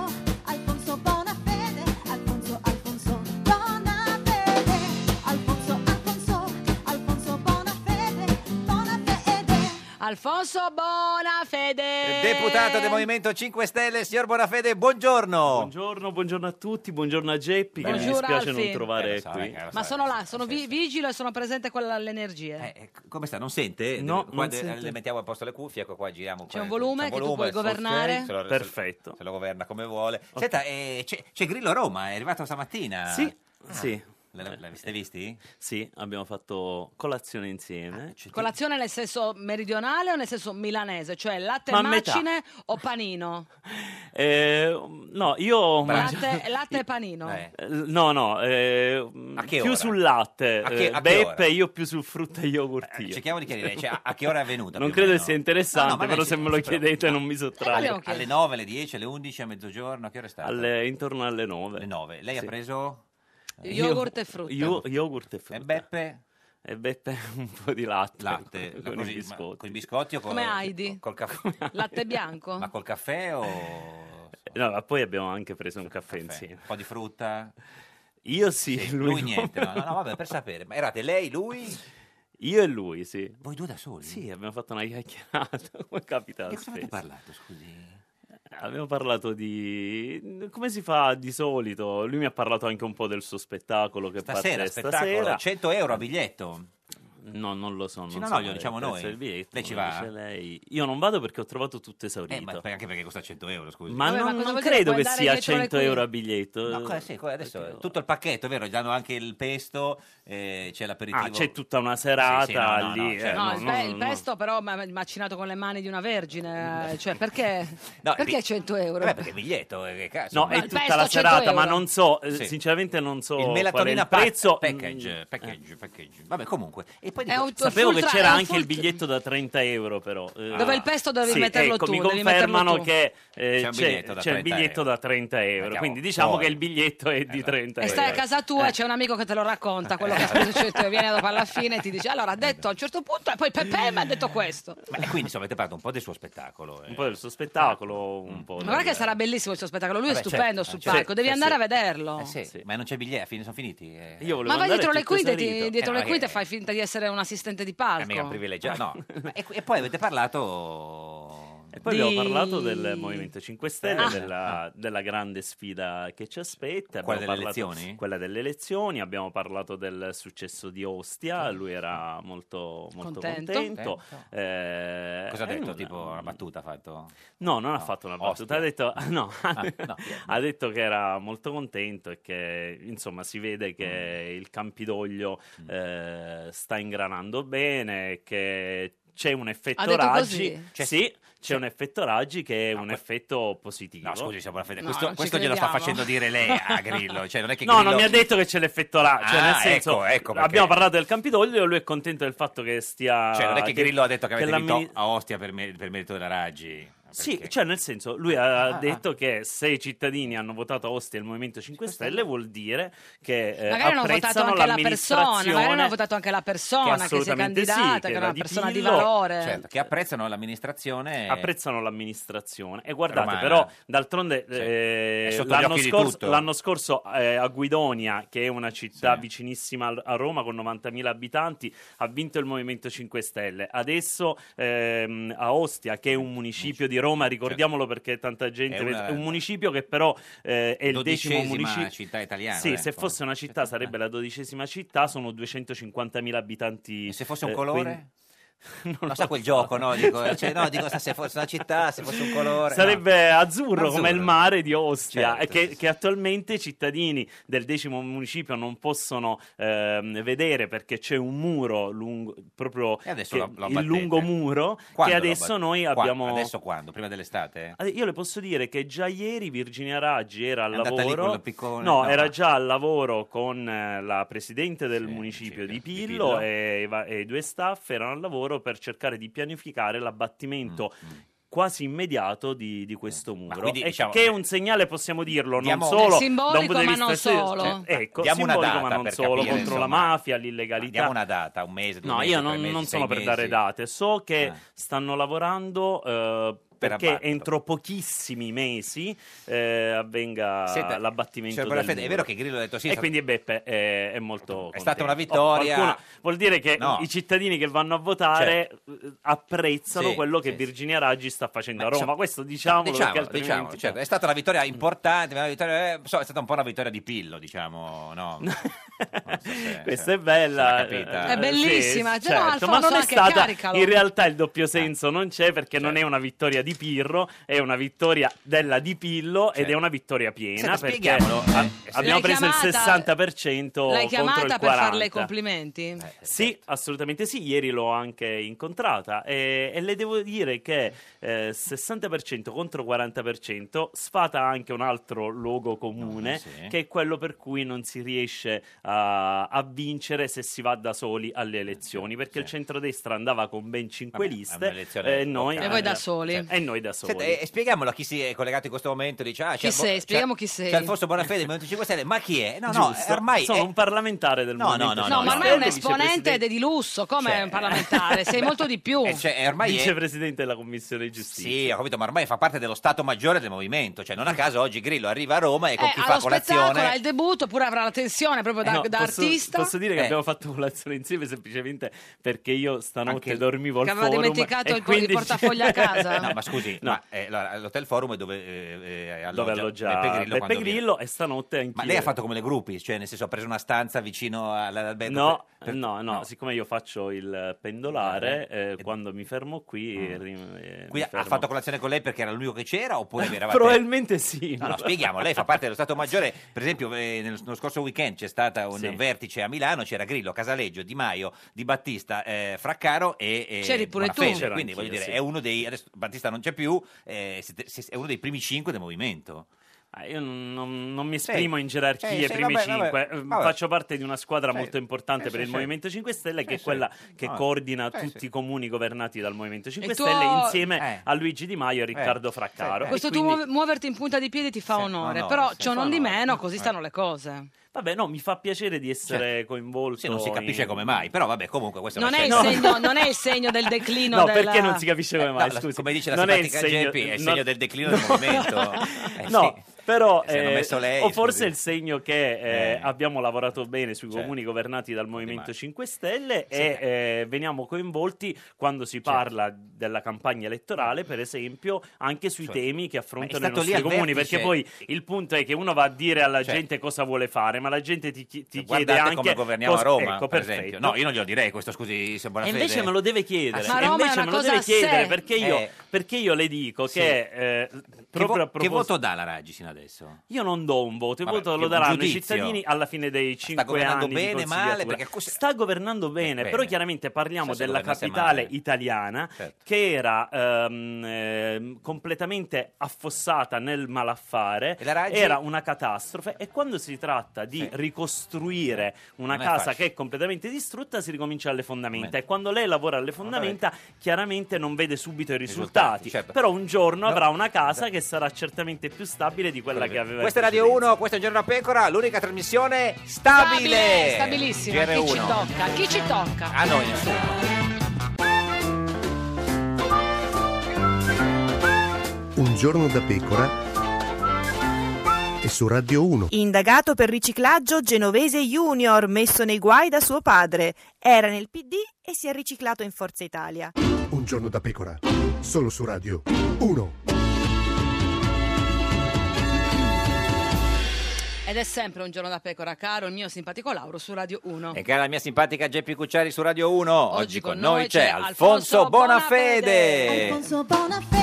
Speaker 18: Alfonso Bonafede, Alfonso, Alfonso Bonafede, Alfonso, Alfonso, Alfonso Bonafede, Bonafede.
Speaker 1: Alfonso Bonafede.
Speaker 2: Deputato
Speaker 1: Ehm,
Speaker 2: Eh, del Movimento 5 Stelle, signor Bonafede, buongiorno.
Speaker 19: Buongiorno, buongiorno a tutti, buongiorno a Geppi, che mi
Speaker 1: Buongiorno,
Speaker 19: dispiace
Speaker 1: Alfie.
Speaker 19: non trovare
Speaker 2: Eh,
Speaker 19: qui.
Speaker 1: Ma sono là, sono vi- vigilo e sono presente con la- l'energia.
Speaker 2: Come sta? Non sente?
Speaker 19: No,
Speaker 2: Qua
Speaker 19: non
Speaker 2: de-
Speaker 19: sente.
Speaker 2: le mettiamo a posto le cuffie, ecco qua giriamo.
Speaker 1: C'è
Speaker 2: qua-
Speaker 1: un volume che tu puoi
Speaker 2: se lo-
Speaker 1: governare.
Speaker 2: se lo- se-
Speaker 19: Perfetto.
Speaker 2: Se lo governa come vuole. Senta, eh, c'è, c'è Grillo a Roma, è arrivato stamattina.
Speaker 19: Sì,
Speaker 2: Ah.
Speaker 19: sì.
Speaker 2: Le- le avete visti? Ah,
Speaker 19: Sì, abbiamo fatto colazione insieme.
Speaker 1: Colazione nel senso meridionale o nel senso milanese? Cioè latte
Speaker 19: Ma
Speaker 1: e
Speaker 19: a metà.
Speaker 1: macine o panino?
Speaker 19: Eh, no, io ho mangiato-
Speaker 2: Esatto.
Speaker 1: Latte, latte e panino.
Speaker 19: Eh, No, no, eh,
Speaker 2: che
Speaker 19: più
Speaker 2: ora?
Speaker 19: sul latte,
Speaker 2: A che-
Speaker 19: eh,
Speaker 2: a che ora?
Speaker 19: Beppe e io più sul frutta e yogurt. io.
Speaker 2: cerchiamo di chiarire, cioè, a- a che ora è avvenuta,
Speaker 19: Non
Speaker 2: più o
Speaker 19: credo
Speaker 2: meno?
Speaker 19: sia interessante,
Speaker 2: No, no, ma
Speaker 19: però
Speaker 2: lei
Speaker 19: se
Speaker 2: si-
Speaker 19: me lo
Speaker 2: si preoccupa.
Speaker 19: chiedete non mi sottraggo.
Speaker 2: Alle 9, alle 10, alle 11, a mezzogiorno, a che ora è stato?
Speaker 19: Alle- intorno alle 9.
Speaker 2: Lei ha preso?
Speaker 1: Yogurt e frutta.
Speaker 19: Io- yogurt e frutta. E Beppe? E Beppe un po' di latte.
Speaker 2: Latte, ma
Speaker 19: con, i
Speaker 2: così, ma
Speaker 19: biscotti.
Speaker 2: con i biscotti o con
Speaker 1: Come Heidi?
Speaker 2: Col caffè.
Speaker 1: Latte bianco?
Speaker 2: oh, Ma col caffè o
Speaker 19: No, ma poi abbiamo anche preso un caffè insieme.
Speaker 2: un po' di frutta?
Speaker 19: Io sì, lui,
Speaker 2: Lui,
Speaker 19: no.
Speaker 2: niente, no, no, no, vabbè, per sapere. Ma erate lei, lui?
Speaker 19: Io e lui, sì.
Speaker 2: Voi due da soli?
Speaker 19: Sì, abbiamo fatto una chiacchierata, come capita
Speaker 2: Di cosa avete
Speaker 19: spesso.
Speaker 2: parlato, scusi?
Speaker 19: Abbiamo parlato di... come si fa di solito? Lui mi ha parlato anche un po' del suo spettacolo che
Speaker 2: Stasera,
Speaker 19: parte
Speaker 2: spettacolo,
Speaker 19: stasera.
Speaker 2: 100 euro a biglietto.
Speaker 19: No, non lo so. Non
Speaker 2: Sì, no,
Speaker 19: so
Speaker 2: no, glielo
Speaker 19: il
Speaker 2: diciamo
Speaker 19: prezzo
Speaker 2: noi.
Speaker 19: del biglietto,
Speaker 2: Lei ci
Speaker 19: lo
Speaker 2: va?
Speaker 19: dice lei. Io non vado perché ho trovato tutto esaurito.
Speaker 2: Eh, ma anche perché costa 100 euro, scusi.
Speaker 19: Ma
Speaker 2: Vabbè, ma
Speaker 19: non,
Speaker 2: cosa
Speaker 19: non
Speaker 2: vuol dire?
Speaker 19: credo
Speaker 2: Puoi
Speaker 19: che
Speaker 2: andare
Speaker 19: sia
Speaker 2: dietro le
Speaker 19: 100
Speaker 2: quinte.
Speaker 19: euro a biglietto.
Speaker 2: No, cosa- sì, cosa- adesso è tutto il pacchetto, vero? Gli danno anche il pesto, eh, c'è l'aperitivo.
Speaker 19: Ah, c'è tutta una serata
Speaker 2: Sì, sì, no, no,
Speaker 19: lì.
Speaker 2: no, cioè,
Speaker 19: eh,
Speaker 1: No,
Speaker 19: no,
Speaker 1: Ah, il,
Speaker 19: no,
Speaker 1: pe- il
Speaker 19: no.
Speaker 1: pesto però ma- macinato con le mani di una vergine. eh, Cioè, perché,
Speaker 19: No,
Speaker 1: perché
Speaker 19: pi-
Speaker 1: 100 euro?
Speaker 2: Vabbè, perché il biglietto, eh, che cazzo.
Speaker 19: No,
Speaker 2: ma-
Speaker 19: è
Speaker 1: il
Speaker 19: tutta
Speaker 1: pesto
Speaker 19: la
Speaker 1: 100
Speaker 19: serata, ma
Speaker 1: euro.
Speaker 19: non so, eh,
Speaker 2: Sì.
Speaker 19: sinceramente non so
Speaker 2: il
Speaker 19: qual è
Speaker 2: melatonina
Speaker 19: il
Speaker 2: pack-
Speaker 19: prezzo. Eh.
Speaker 2: package, package, package. Vabbè, comunque. E poi
Speaker 1: È
Speaker 2: dico-
Speaker 1: un-
Speaker 19: Sapevo
Speaker 1: full
Speaker 19: che
Speaker 1: tra-
Speaker 19: c'era
Speaker 1: è un
Speaker 19: anche
Speaker 1: full-
Speaker 19: il biglietto da 30 euro, però. eh.
Speaker 1: Dove il pesto dovevi
Speaker 19: Sì,
Speaker 1: metterlo
Speaker 19: ecco,
Speaker 1: tu,
Speaker 19: Mi
Speaker 1: devi
Speaker 19: confermano
Speaker 1: metterlo tu.
Speaker 19: che eh,
Speaker 2: C'è un
Speaker 19: c'è,
Speaker 2: biglietto da
Speaker 19: c'è il
Speaker 2: 30
Speaker 19: biglietto da 30 euro.
Speaker 2: Mettiamo
Speaker 19: Quindi diciamo
Speaker 2: fuori. Esatto.
Speaker 19: che il biglietto è di 30
Speaker 1: E
Speaker 19: euro.
Speaker 1: stai a casa tua, c'è un amico che te lo racconta quello
Speaker 2: Eh.
Speaker 1: che ha speso 100 euro. Viene dopo alla fine e ti dice: Allora, ha detto a un certo punto, e poi Pepe mi ha detto questo.
Speaker 2: Ma- e quindi insomma avete parlato un po' del suo spettacolo. eh.
Speaker 19: Un po' del suo spettacolo, un po'.
Speaker 1: Ma
Speaker 19: del-
Speaker 1: guarda che sarà bellissimo il suo spettacolo. Lui
Speaker 2: oh, Vabbè,
Speaker 1: è stupendo
Speaker 2: certo,
Speaker 1: sul
Speaker 2: certo.
Speaker 1: palco, devi
Speaker 2: Eh,
Speaker 1: andare
Speaker 2: sì.
Speaker 1: a vederlo.
Speaker 2: Eh sì, ma non c'è biglietto, fin- sono finiti. eh.
Speaker 1: Ma vai dietro le quinte, ti- dietro
Speaker 2: Eh,
Speaker 1: le
Speaker 2: ma che-
Speaker 1: quinte fai finta di essere un assistente
Speaker 2: è
Speaker 1: di
Speaker 2: mica
Speaker 1: palco.
Speaker 2: privilegiato, no. Ma- e, e poi avete parlato
Speaker 19: E poi
Speaker 1: Di-
Speaker 19: abbiamo parlato del Movimento 5 Stelle,
Speaker 1: Ah.
Speaker 19: della, della grande sfida che ci aspetta.
Speaker 2: Quella
Speaker 19: Abbiamo
Speaker 2: delle
Speaker 19: parlato-
Speaker 2: elezioni?
Speaker 19: Quella delle elezioni, abbiamo parlato del successo di Ostia, lui era molto, molto
Speaker 2: Contento.
Speaker 19: contento. Eh,
Speaker 2: Cosa ha
Speaker 19: e
Speaker 2: detto?
Speaker 19: nulla.
Speaker 2: Tipo una battuta ha fatto? Ah,
Speaker 19: No, non ha fatto una battuta, ha detto, no, ha detto che era molto contento e che insomma si vede
Speaker 2: Mm.
Speaker 19: che il Campidoglio eh, sta ingranando bene, che c'è un effetto
Speaker 1: Ha detto
Speaker 19: raggi.
Speaker 1: così?
Speaker 19: Cioè, sì, c'è un effetto raggi che è un effetto positivo. No, scusi,
Speaker 2: siamo alla fede. Ah,
Speaker 1: No,
Speaker 2: questo
Speaker 1: non ci
Speaker 2: questo glielo sta
Speaker 1: crediamo.
Speaker 2: facendo dire lei a Grillo. Cioè, non è che
Speaker 19: no,
Speaker 2: Grillo...
Speaker 19: non mi ha detto che c'è l'effetto raggi. Cioè,
Speaker 2: Ah,
Speaker 19: nel senso,
Speaker 2: ecco, ecco perché.
Speaker 19: abbiamo parlato del Campidoglio e lui è contento del fatto che stia.
Speaker 2: Cioè, non è che Grillo ha detto che avete
Speaker 19: l'amminist-
Speaker 2: vinto Ah, a Ostia per, mer- per merito della Raggi.
Speaker 19: Sì, cioè nel senso, lui
Speaker 1: Ah,
Speaker 19: ha detto che se i cittadini hanno votato a Ostia e il Movimento 5 Stelle vuol dire che eh,
Speaker 1: Magari hanno votato
Speaker 19: apprezzano
Speaker 1: anche la persona, magari hanno
Speaker 19: l'amministrazione
Speaker 1: votato anche la
Speaker 19: che
Speaker 1: persona che si è
Speaker 19: assolutamente sì,
Speaker 1: candidata, che
Speaker 19: che
Speaker 1: era
Speaker 19: era
Speaker 1: una
Speaker 19: di
Speaker 1: persona di
Speaker 19: Pillo.
Speaker 1: valore.
Speaker 19: Certo.
Speaker 2: Che apprezzano l'amministrazione.
Speaker 19: apprezzano l'amministrazione e guardate
Speaker 2: Romana.
Speaker 19: però d'altronde eh,
Speaker 2: È sotto gli
Speaker 19: l'anno,
Speaker 2: occhi di
Speaker 19: scorso,
Speaker 2: tutto.
Speaker 19: l'anno scorso, eh, a Guidonia che è una città vicinissima al- a Roma con 90.000 abitanti ha vinto il Movimento 5 Stelle adesso ehm, a Ostia che è un municipio di Roma ricordiamolo perché tanta gente
Speaker 2: È una-
Speaker 19: è un municipio che però eh, è il decimo
Speaker 2: Dodicesima
Speaker 19: municipio
Speaker 2: città italiana,
Speaker 19: sì
Speaker 2: eh,
Speaker 19: se
Speaker 2: poi.
Speaker 19: fosse una città sarebbe la dodicesima città sono 250.000 abitanti
Speaker 2: se fosse un
Speaker 19: eh,
Speaker 2: colore?
Speaker 19: quindi-
Speaker 2: Non sa quel gioco, no? Dico, cioè, no, dico se fosse una città, se fosse un colore. no.
Speaker 19: Sarebbe azzurro, come il
Speaker 2: Azzurro.
Speaker 19: mare di Ostia,
Speaker 2: Certo,
Speaker 19: e che, che attualmente i cittadini del decimo municipio non possono ehm, vedere perché c'è un muro lungo, proprio
Speaker 2: E adesso
Speaker 19: che-
Speaker 2: lo- lo
Speaker 19: il
Speaker 2: abbattete?
Speaker 19: Eh, lungo muro
Speaker 2: Quando
Speaker 19: che
Speaker 2: lo
Speaker 19: adesso
Speaker 2: abbat-
Speaker 19: noi
Speaker 2: Qua-
Speaker 19: abbiamo...
Speaker 2: adesso quando? Prima dell'estate?
Speaker 19: Ade- Io le posso dire che già ieri Virginia Raggi era al
Speaker 2: È andata lì
Speaker 19: lavoro.
Speaker 2: con la piccone-
Speaker 19: no,
Speaker 2: no,
Speaker 19: era
Speaker 2: no.
Speaker 19: già al lavoro con eh, la presidente del municipio di Pillo,
Speaker 2: Pillo.
Speaker 19: E, i va- e i due staff erano al lavoro per cercare di pianificare l'abbattimento.
Speaker 2: Mm,
Speaker 19: Quasi immediato di, di questo muro,
Speaker 2: quindi,
Speaker 19: E
Speaker 2: diciamo,
Speaker 19: che è un segnale, possiamo dirlo,
Speaker 2: diamo-
Speaker 19: non solo
Speaker 2: È
Speaker 1: simbolico,
Speaker 19: da un punto di
Speaker 1: ma
Speaker 19: vista
Speaker 1: non
Speaker 19: estetico,
Speaker 1: solo.
Speaker 19: cioè, ecco,
Speaker 2: Diamo una
Speaker 19: simbolico,
Speaker 2: data
Speaker 19: ma non
Speaker 2: per
Speaker 19: solo
Speaker 2: capire,
Speaker 19: contro la
Speaker 2: insomma.
Speaker 19: mafia, l'illegalità.
Speaker 2: Diamo una data, un mese, due
Speaker 19: No,
Speaker 2: mesi,
Speaker 19: io
Speaker 2: tre
Speaker 19: non,
Speaker 2: mesi,
Speaker 19: non
Speaker 2: sei
Speaker 19: sono per dare
Speaker 2: mesi.
Speaker 19: date, so che
Speaker 2: Eh.
Speaker 19: stanno lavorando eh, perché
Speaker 2: abbatterlo.
Speaker 19: entro pochissimi mesi eh, avvenga
Speaker 2: Senta,
Speaker 19: l'abbattimento
Speaker 2: signor
Speaker 19: del
Speaker 2: Bonafede, è
Speaker 19: muro.
Speaker 2: vero che Grillo ha detto sì,
Speaker 19: E
Speaker 2: sta-
Speaker 19: quindi Beppe è, è molto
Speaker 2: È stata
Speaker 19: contento.
Speaker 2: una vittoria.
Speaker 19: Oh, qualcuno- vuol dire che
Speaker 2: No. Certo.
Speaker 19: i cittadini che vanno a votare eh, apprezzano
Speaker 2: Sì,
Speaker 19: quello che Virginia Raggi sta facendo a Roma.
Speaker 2: diciamo-
Speaker 19: Questo diciamolo perché
Speaker 2: Diciamo,
Speaker 19: altrimenti...
Speaker 2: diciamo, certo, è stata una vittoria importante, una vittoria- eh, so, è stata un po' una vittoria di Pillo, diciamo, no? Non so se-
Speaker 19: Questa è bella,
Speaker 2: se l'ha capita.
Speaker 19: Eh,
Speaker 1: È bellissima,
Speaker 19: sì,
Speaker 1: cioè, no,
Speaker 19: certo, ma
Speaker 1: Alfonso,
Speaker 19: non è
Speaker 1: anche
Speaker 19: stata
Speaker 1: caricalo.
Speaker 19: in realtà il doppio
Speaker 1: Eh.
Speaker 19: senso non c'è perché non
Speaker 1: Certo.
Speaker 19: è una vittoria di Pirro, è una vittoria della Di Pillo ed è
Speaker 1: Certo.
Speaker 19: una vittoria piena
Speaker 2: Senta,
Speaker 19: perché
Speaker 2: spieghiamolo,
Speaker 19: a-
Speaker 2: eh,
Speaker 19: abbiamo
Speaker 1: L'hai
Speaker 19: preso il
Speaker 1: chiamata- L'hai
Speaker 19: 60% contro il Eh, cioè,
Speaker 1: chiamata
Speaker 19: 40%.
Speaker 1: per farle i complimenti?
Speaker 19: Sì, assolutamente sì, ieri l'ho anche incontrata e, e le devo dire che eh, 60% contro 40% sfata anche un altro luogo comune
Speaker 2: Ah, sì.
Speaker 19: che è quello per cui non si riesce a, a vincere se si va da soli alle elezioni perché il centrodestra andava con ben 5
Speaker 2: è
Speaker 19: liste
Speaker 2: un'elezione
Speaker 19: e eh, noi,
Speaker 2: locale. E voi da
Speaker 19: soli. E noi da soli.
Speaker 2: Senta, e, e spieghiamolo a chi si è collegato in questo momento. Dice, ah, c'è
Speaker 19: Chi sei?
Speaker 2: c'è-
Speaker 19: Spieghiamo chi sei.
Speaker 2: C'è Alfonso Cioè, Bonafede del Movimento 5 Stelle, ma chi è? No, no,
Speaker 19: Giusto,
Speaker 2: ormai
Speaker 19: sono
Speaker 2: è-
Speaker 19: un parlamentare del
Speaker 2: No,
Speaker 19: Movimento
Speaker 2: no, no,
Speaker 19: Cinque
Speaker 2: no,
Speaker 1: No, ma ormai è
Speaker 19: Stelle,
Speaker 1: un
Speaker 19: vicepresidente
Speaker 1: esponente ed è di lusso, come
Speaker 19: Cioè,
Speaker 1: un parlamentare, sei molto di più.
Speaker 2: eh, cioè, è ormai è-
Speaker 19: vicepresidente della Commissione Giustizia.
Speaker 2: Sì, ho capito, ma ormai fa parte dello Stato Maggiore del Movimento. Cioè, non a caso oggi Grillo arriva a Roma e
Speaker 19: Ecco,
Speaker 2: con
Speaker 1: Eh,
Speaker 2: chi fa
Speaker 1: allo spettacolo,
Speaker 2: colazione...
Speaker 1: al debutto, oppure avrà la tensione proprio da,
Speaker 19: Eh no,
Speaker 1: da
Speaker 19: posso,
Speaker 1: artista.
Speaker 19: posso dire che
Speaker 1: Eh.
Speaker 19: abbiamo fatto colazione insieme semplicemente perché io stanotte
Speaker 2: Anche-
Speaker 19: dormivo al
Speaker 1: Che aveva
Speaker 19: forum
Speaker 1: dimenticato
Speaker 19: e
Speaker 1: il po- il
Speaker 19: quindi-
Speaker 1: portafoglio a casa.
Speaker 2: No, ma scusi,
Speaker 19: No.
Speaker 2: ma, eh, allora, l'Hotel Forum è dove, eh, eh, alloggia,
Speaker 19: Dove alloggia
Speaker 2: Beppe Grillo.
Speaker 19: Beppe
Speaker 2: quando viene.
Speaker 19: Grillo e stanotte anch'io.
Speaker 2: Ma lei ha fatto come le gruppi, cioè nel senso ha preso una stanza vicino all'albergo?
Speaker 19: No,
Speaker 2: per- per-
Speaker 19: no, no, siccome io faccio il pendolare, eh, quando mi fermo qui... ri- eh, mi
Speaker 2: Quindi Ah. ha
Speaker 19: fermo.
Speaker 2: fatto colazione con lei perché era l'unico che c'era oppure vi eravate...
Speaker 19: Probabilmente sì.
Speaker 2: No, no, spieghiamo, lei fa parte dello Stato Maggiore, per esempio eh, nello, nello scorso weekend c'è stato un
Speaker 19: Sì.
Speaker 2: vertice a Milano, c'era Grillo, Casaleggio, Di Maio, Di Battista, eh, Fraccaro e... e
Speaker 1: C'eri pure tu.
Speaker 2: Bonafede.
Speaker 1: C'era
Speaker 2: Quindi
Speaker 1: anch'io,
Speaker 2: voglio dire,
Speaker 1: sì.
Speaker 2: è uno dei... Adesso Battista non c'è più, eh, siete- siete- è uno dei primi cinque del movimento.
Speaker 19: Ah, io non, non- non mi esprimo
Speaker 2: Sì.
Speaker 19: in gerarchie,
Speaker 2: Sì, sì,
Speaker 19: primi
Speaker 2: vabbè,
Speaker 19: cinque.
Speaker 2: vabbè,
Speaker 19: Eh,
Speaker 2: vabbè.
Speaker 19: Faccio parte di una squadra
Speaker 2: Sì.
Speaker 19: molto importante
Speaker 2: Sì,
Speaker 19: per
Speaker 2: sì,
Speaker 19: il
Speaker 2: sì.
Speaker 19: Movimento 5 Stelle, che
Speaker 2: Sì,
Speaker 19: è
Speaker 2: sì.
Speaker 19: quella che
Speaker 2: Vabbè.
Speaker 19: coordina
Speaker 2: Sì, eh.
Speaker 19: tutti
Speaker 2: sì.
Speaker 19: i comuni governati dal Movimento 5
Speaker 1: Il tuo-
Speaker 19: Stelle, insieme a Luigi Di Maio e Riccardo
Speaker 2: eh.
Speaker 19: Fraccaro. E
Speaker 1: Questo
Speaker 19: quindi-
Speaker 1: tuo muoverti in punta di piedi ti fa onore,
Speaker 19: onore,
Speaker 1: però
Speaker 19: sì,
Speaker 1: ciò
Speaker 19: fa
Speaker 1: non di
Speaker 19: onore.
Speaker 1: meno, così
Speaker 19: Eh.
Speaker 1: stanno le cose.
Speaker 19: Vabbè, no, mi fa piacere di essere coinvolto.
Speaker 2: Cioè, Sì, non si capisce
Speaker 19: in-
Speaker 2: come mai, però vabbè, comunque questo
Speaker 1: Non è, il segno, non è il segno del declino
Speaker 19: No,
Speaker 1: della...
Speaker 19: perché non si capisce come mai,
Speaker 2: no,
Speaker 19: scusi.
Speaker 2: come dice la
Speaker 19: Non è il
Speaker 2: simpatica
Speaker 19: segno-
Speaker 2: Geppi, è il
Speaker 19: non-
Speaker 2: segno del declino del movimento. Eh,
Speaker 19: no,
Speaker 2: sì.
Speaker 19: però
Speaker 2: Se hanno
Speaker 19: eh,
Speaker 2: messo lei,
Speaker 19: o forse
Speaker 2: scusi.
Speaker 19: il segno che eh,
Speaker 2: Eh.
Speaker 19: abbiamo lavorato bene sui
Speaker 2: Certo.
Speaker 19: comuni governati dal Movimento 5 Stelle
Speaker 2: Sì. Certo.
Speaker 19: e eh, veniamo coinvolti quando si parla della campagna elettorale, per esempio, anche sui
Speaker 2: Cioè,
Speaker 19: temi che
Speaker 2: ma
Speaker 19: affrontano
Speaker 2: è
Speaker 19: i
Speaker 2: stato lì
Speaker 19: nostri
Speaker 2: al
Speaker 19: comuni,
Speaker 2: vertice?
Speaker 19: perché poi il punto è che uno va a dire alla
Speaker 2: Cioè.
Speaker 19: gente cosa vuole fare, ma la gente ti, chi- ti chiede
Speaker 2: Guardate
Speaker 19: anche
Speaker 2: come governiamo a
Speaker 19: cosa-
Speaker 2: Roma,
Speaker 19: ecco,
Speaker 2: per
Speaker 19: perfetto.
Speaker 2: esempio. No, io non glielo direi questo, scusi, se buona
Speaker 19: E invece
Speaker 2: fede.
Speaker 19: me lo deve chiedere.
Speaker 2: Ah, sì.
Speaker 19: e invece me lo deve chiedere perché io,
Speaker 2: Eh,
Speaker 19: perché io le dico
Speaker 2: Sì.
Speaker 19: che, eh,
Speaker 2: che,
Speaker 19: proprio
Speaker 2: vo-
Speaker 19: a
Speaker 2: che
Speaker 19: proposito-
Speaker 2: voto dà la Raggi sino adesso?
Speaker 19: Io non do un voto, il
Speaker 2: Vabbè,
Speaker 19: voto
Speaker 2: che
Speaker 19: lo
Speaker 2: un
Speaker 19: daranno i
Speaker 2: giudizio.
Speaker 19: cittadini alla fine dei cinque
Speaker 2: governando
Speaker 19: anni.
Speaker 2: bene,
Speaker 19: di
Speaker 2: male,
Speaker 19: consigliatura.
Speaker 2: perché
Speaker 19: Ecco, Sta governando bene,
Speaker 2: Eh, bene.
Speaker 19: però chiaramente parliamo
Speaker 2: Cioè, se
Speaker 19: della
Speaker 2: governasse
Speaker 19: capitale
Speaker 2: male.
Speaker 19: italiana
Speaker 2: Certo.
Speaker 19: che era ehm, ehm, completamente affossata nel malaffare,
Speaker 2: Raggi?
Speaker 19: era una catastrofe e quando si tratta di ricostruire una
Speaker 2: Non è
Speaker 19: casa
Speaker 2: facile.
Speaker 19: che è completamente distrutta si ricomincia alle fondamenta e quando lei lavora alle fondamenta chiaramente non vede subito i risultati,
Speaker 2: certo.
Speaker 19: però un giorno avrà una casa che sarà certamente più stabile di quella che aveva
Speaker 2: Esatto. Questa è
Speaker 19: in
Speaker 2: Radio 1, questo è Un Giorno da Pecora, l'unica trasmissione stabile.
Speaker 1: Stabilissima. Chi ci
Speaker 2: GR1.
Speaker 1: tocca? Chi ci tocca?
Speaker 2: A noi nessuno.
Speaker 14: Un giorno da pecora e su Radio 1.
Speaker 15: Indagato per riciclaggio, Genovese Junior, messo nei guai da suo padre. Era nel PD e si è riciclato in Forza Italia.
Speaker 14: Un giorno da pecora, solo su Radio 1.
Speaker 1: Ed è sempre un giorno da pecora, caro il mio simpatico Lauro su Radio 1.
Speaker 2: E cara la mia simpatica Geppi Cucciari su Radio 1. Oggi, con, noi c'è
Speaker 1: Alfonso
Speaker 2: Alfonso Bonafede.
Speaker 13: Alfonso Bonafede.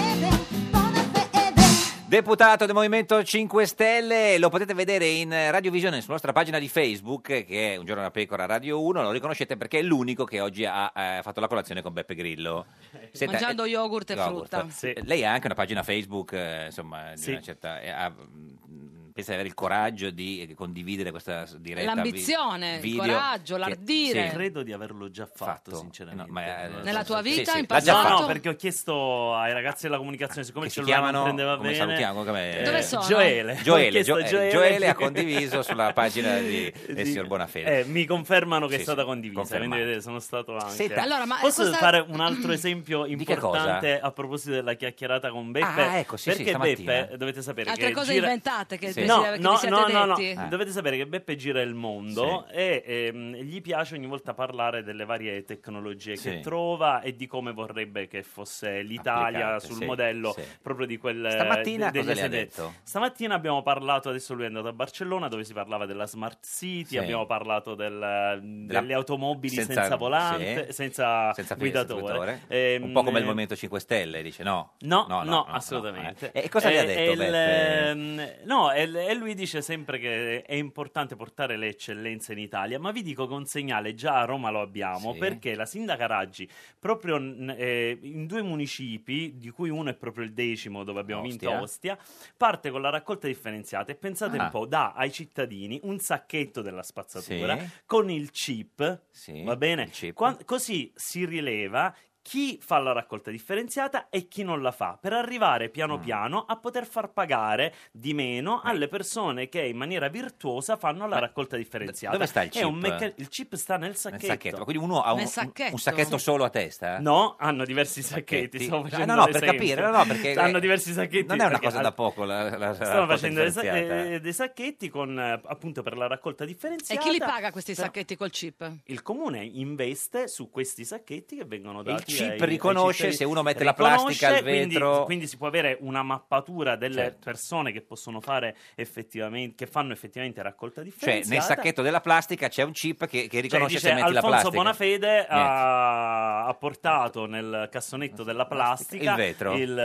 Speaker 2: Deputato del Movimento 5 Stelle, lo potete vedere in eh, radiovisione sulla nostra pagina di Facebook, eh, che è Un giorno da pecora Radio 1, lo riconoscete perché è l'unico che oggi ha eh, fatto la colazione con Beppe Grillo. Senta,
Speaker 1: Mangiando
Speaker 2: eh,
Speaker 1: yogurt e
Speaker 2: yogurt.
Speaker 1: frutta.
Speaker 2: Eh, Lei ha anche una pagina Facebook, eh, insomma, di
Speaker 19: Sì.
Speaker 2: una certa... eh, ha- mh, pensa di avere il coraggio di condividere questa s- diretta. vi-
Speaker 1: L'ambizione, il
Speaker 2: video
Speaker 1: coraggio,
Speaker 2: che-
Speaker 1: l'ardire.
Speaker 2: sì.
Speaker 19: Credo di averlo già fatto, sinceramente.
Speaker 2: eh,
Speaker 1: Nella tua vita, in
Speaker 19: No,
Speaker 1: passato?
Speaker 19: no, perché ho chiesto ai ragazzi della comunicazione, siccome il
Speaker 2: si
Speaker 19: cellulare non
Speaker 2: chiamano-
Speaker 19: prendeva
Speaker 2: come
Speaker 19: bene.
Speaker 2: salutiamo, come-
Speaker 19: eh,
Speaker 2: Dove sono?
Speaker 19: Gioele.
Speaker 2: Joele,
Speaker 19: Ho chiesto
Speaker 2: Gio-
Speaker 19: a
Speaker 2: eh, Joele ha condiviso sulla pagina di- del
Speaker 19: Sì.
Speaker 2: signor Bonafede.
Speaker 19: Eh, mi confermano che
Speaker 2: Sì,
Speaker 19: è stata
Speaker 2: sì,
Speaker 19: condivisa,
Speaker 2: confermato.
Speaker 19: quindi vedete, sono stato anche.
Speaker 2: Senta, allora, ma
Speaker 19: Posso
Speaker 2: questa-
Speaker 19: fare un altro esempio
Speaker 2: Di che cosa?
Speaker 19: importante a proposito della chiacchierata con Beppe?
Speaker 2: Ah, ecco, sì, sì,
Speaker 19: perché
Speaker 2: stamattina.
Speaker 19: Beppe, dovete sapere
Speaker 1: Altre
Speaker 19: che
Speaker 1: cose
Speaker 19: gira-
Speaker 1: inventate che, vi-
Speaker 19: No,
Speaker 1: che vi
Speaker 19: no,
Speaker 1: siete
Speaker 19: no, no, no.
Speaker 1: detti.
Speaker 2: Eh.
Speaker 19: Dovete sapere che Beppe gira il mondo e ehm, gli piace ogni volta parlare delle varie tecnologie
Speaker 2: Sì.
Speaker 19: che trova e di come vorrebbe che fosse l'Italia
Speaker 2: Applicate,
Speaker 19: sul
Speaker 2: sì,
Speaker 19: modello
Speaker 2: sì.
Speaker 19: proprio di quel eh,
Speaker 2: Stamattina
Speaker 19: de-
Speaker 2: cosa
Speaker 19: degli
Speaker 2: le ha
Speaker 19: sedenti.
Speaker 2: detto?
Speaker 19: Stamattina abbiamo parlato, adesso lui è andato a Barcellona dove si parlava della Smart City,
Speaker 2: Sì.
Speaker 19: abbiamo parlato del- delle automobili senza,
Speaker 2: senza-
Speaker 19: volante,
Speaker 2: sì.
Speaker 19: senza,
Speaker 2: senza
Speaker 19: Ah, guidatore.
Speaker 2: guidatore. un po' come il
Speaker 19: Ehm,
Speaker 2: Movimento 5 Stelle, dice no.
Speaker 19: No, no, assolutamente.
Speaker 2: eh. E cosa gli ha
Speaker 19: Eh,
Speaker 2: detto
Speaker 19: e il,
Speaker 2: Beppe?
Speaker 19: ehm, no, e l- e lui dice sempre che è importante portare le eccellenze in Italia, ma vi dico che un segnale già a Roma lo abbiamo
Speaker 2: Sì.
Speaker 19: perché la sindaca Raggi, proprio n- eh, in due municipi, di cui uno è proprio il decimo dove abbiamo vinto Ostia, parte con la raccolta differenziata e pensate
Speaker 2: Ah.
Speaker 19: un po', dà ai cittadini un sacchetto della spazzatura
Speaker 2: Sì.
Speaker 19: con il chip, va bene? Qua- così si rileva chi fa la raccolta differenziata e chi non la fa, per arrivare
Speaker 2: Mm.
Speaker 19: piano piano a poter far pagare di meno
Speaker 2: Eh.
Speaker 19: alle persone che in maniera virtuosa fanno la raccolta differenziata.
Speaker 2: dove sta il
Speaker 19: È
Speaker 2: chip?
Speaker 19: un mecca- il chip sta nel
Speaker 2: Nel
Speaker 19: sacchetto.
Speaker 2: sacchetto. Quindi uno ha un, un- un sacchetto solo a testa?
Speaker 19: No, hanno diversi sacchetti.
Speaker 2: Sacchetti.
Speaker 19: Stavo
Speaker 2: Ah,
Speaker 19: facendo
Speaker 2: no, no, per
Speaker 19: l'esempio.
Speaker 2: capire, no, no, perché- eh,
Speaker 19: hanno diversi sacchetti.
Speaker 2: Non è una
Speaker 19: perché
Speaker 2: cosa
Speaker 19: al-
Speaker 2: da poco la, la,
Speaker 19: Stanno facendo dei, sac-
Speaker 2: differenziata. Cioè,
Speaker 19: eh, dei sacchetti con eh, appunto per la raccolta
Speaker 1: E
Speaker 19: differenziata.
Speaker 1: chi li paga questi
Speaker 19: Però
Speaker 1: sacchetti col chip?
Speaker 19: Il comune investe su questi sacchetti che
Speaker 2: E
Speaker 19: vengono
Speaker 2: il
Speaker 19: dati.
Speaker 2: chip
Speaker 19: ai- ai
Speaker 2: riconosce
Speaker 19: cittadini.
Speaker 2: se uno mette la plastica, il
Speaker 19: quindi-
Speaker 2: vetro.
Speaker 19: Quindi, si può avere una mappatura delle
Speaker 2: Certo.
Speaker 19: persone che possono fare effettivamente, che fanno effettivamente raccolta
Speaker 2: Cioè,
Speaker 19: differenziata.
Speaker 2: nel sacchetto della plastica c'è un chip che, che
Speaker 19: Cioè,
Speaker 2: riconosce
Speaker 19: dice,
Speaker 2: se metti
Speaker 19: Alfonso
Speaker 2: la plastica.
Speaker 19: Bonafede
Speaker 2: Niente.
Speaker 19: ha, ha portato nel cassonetto della plastica
Speaker 2: Il vetro?
Speaker 19: il, eh,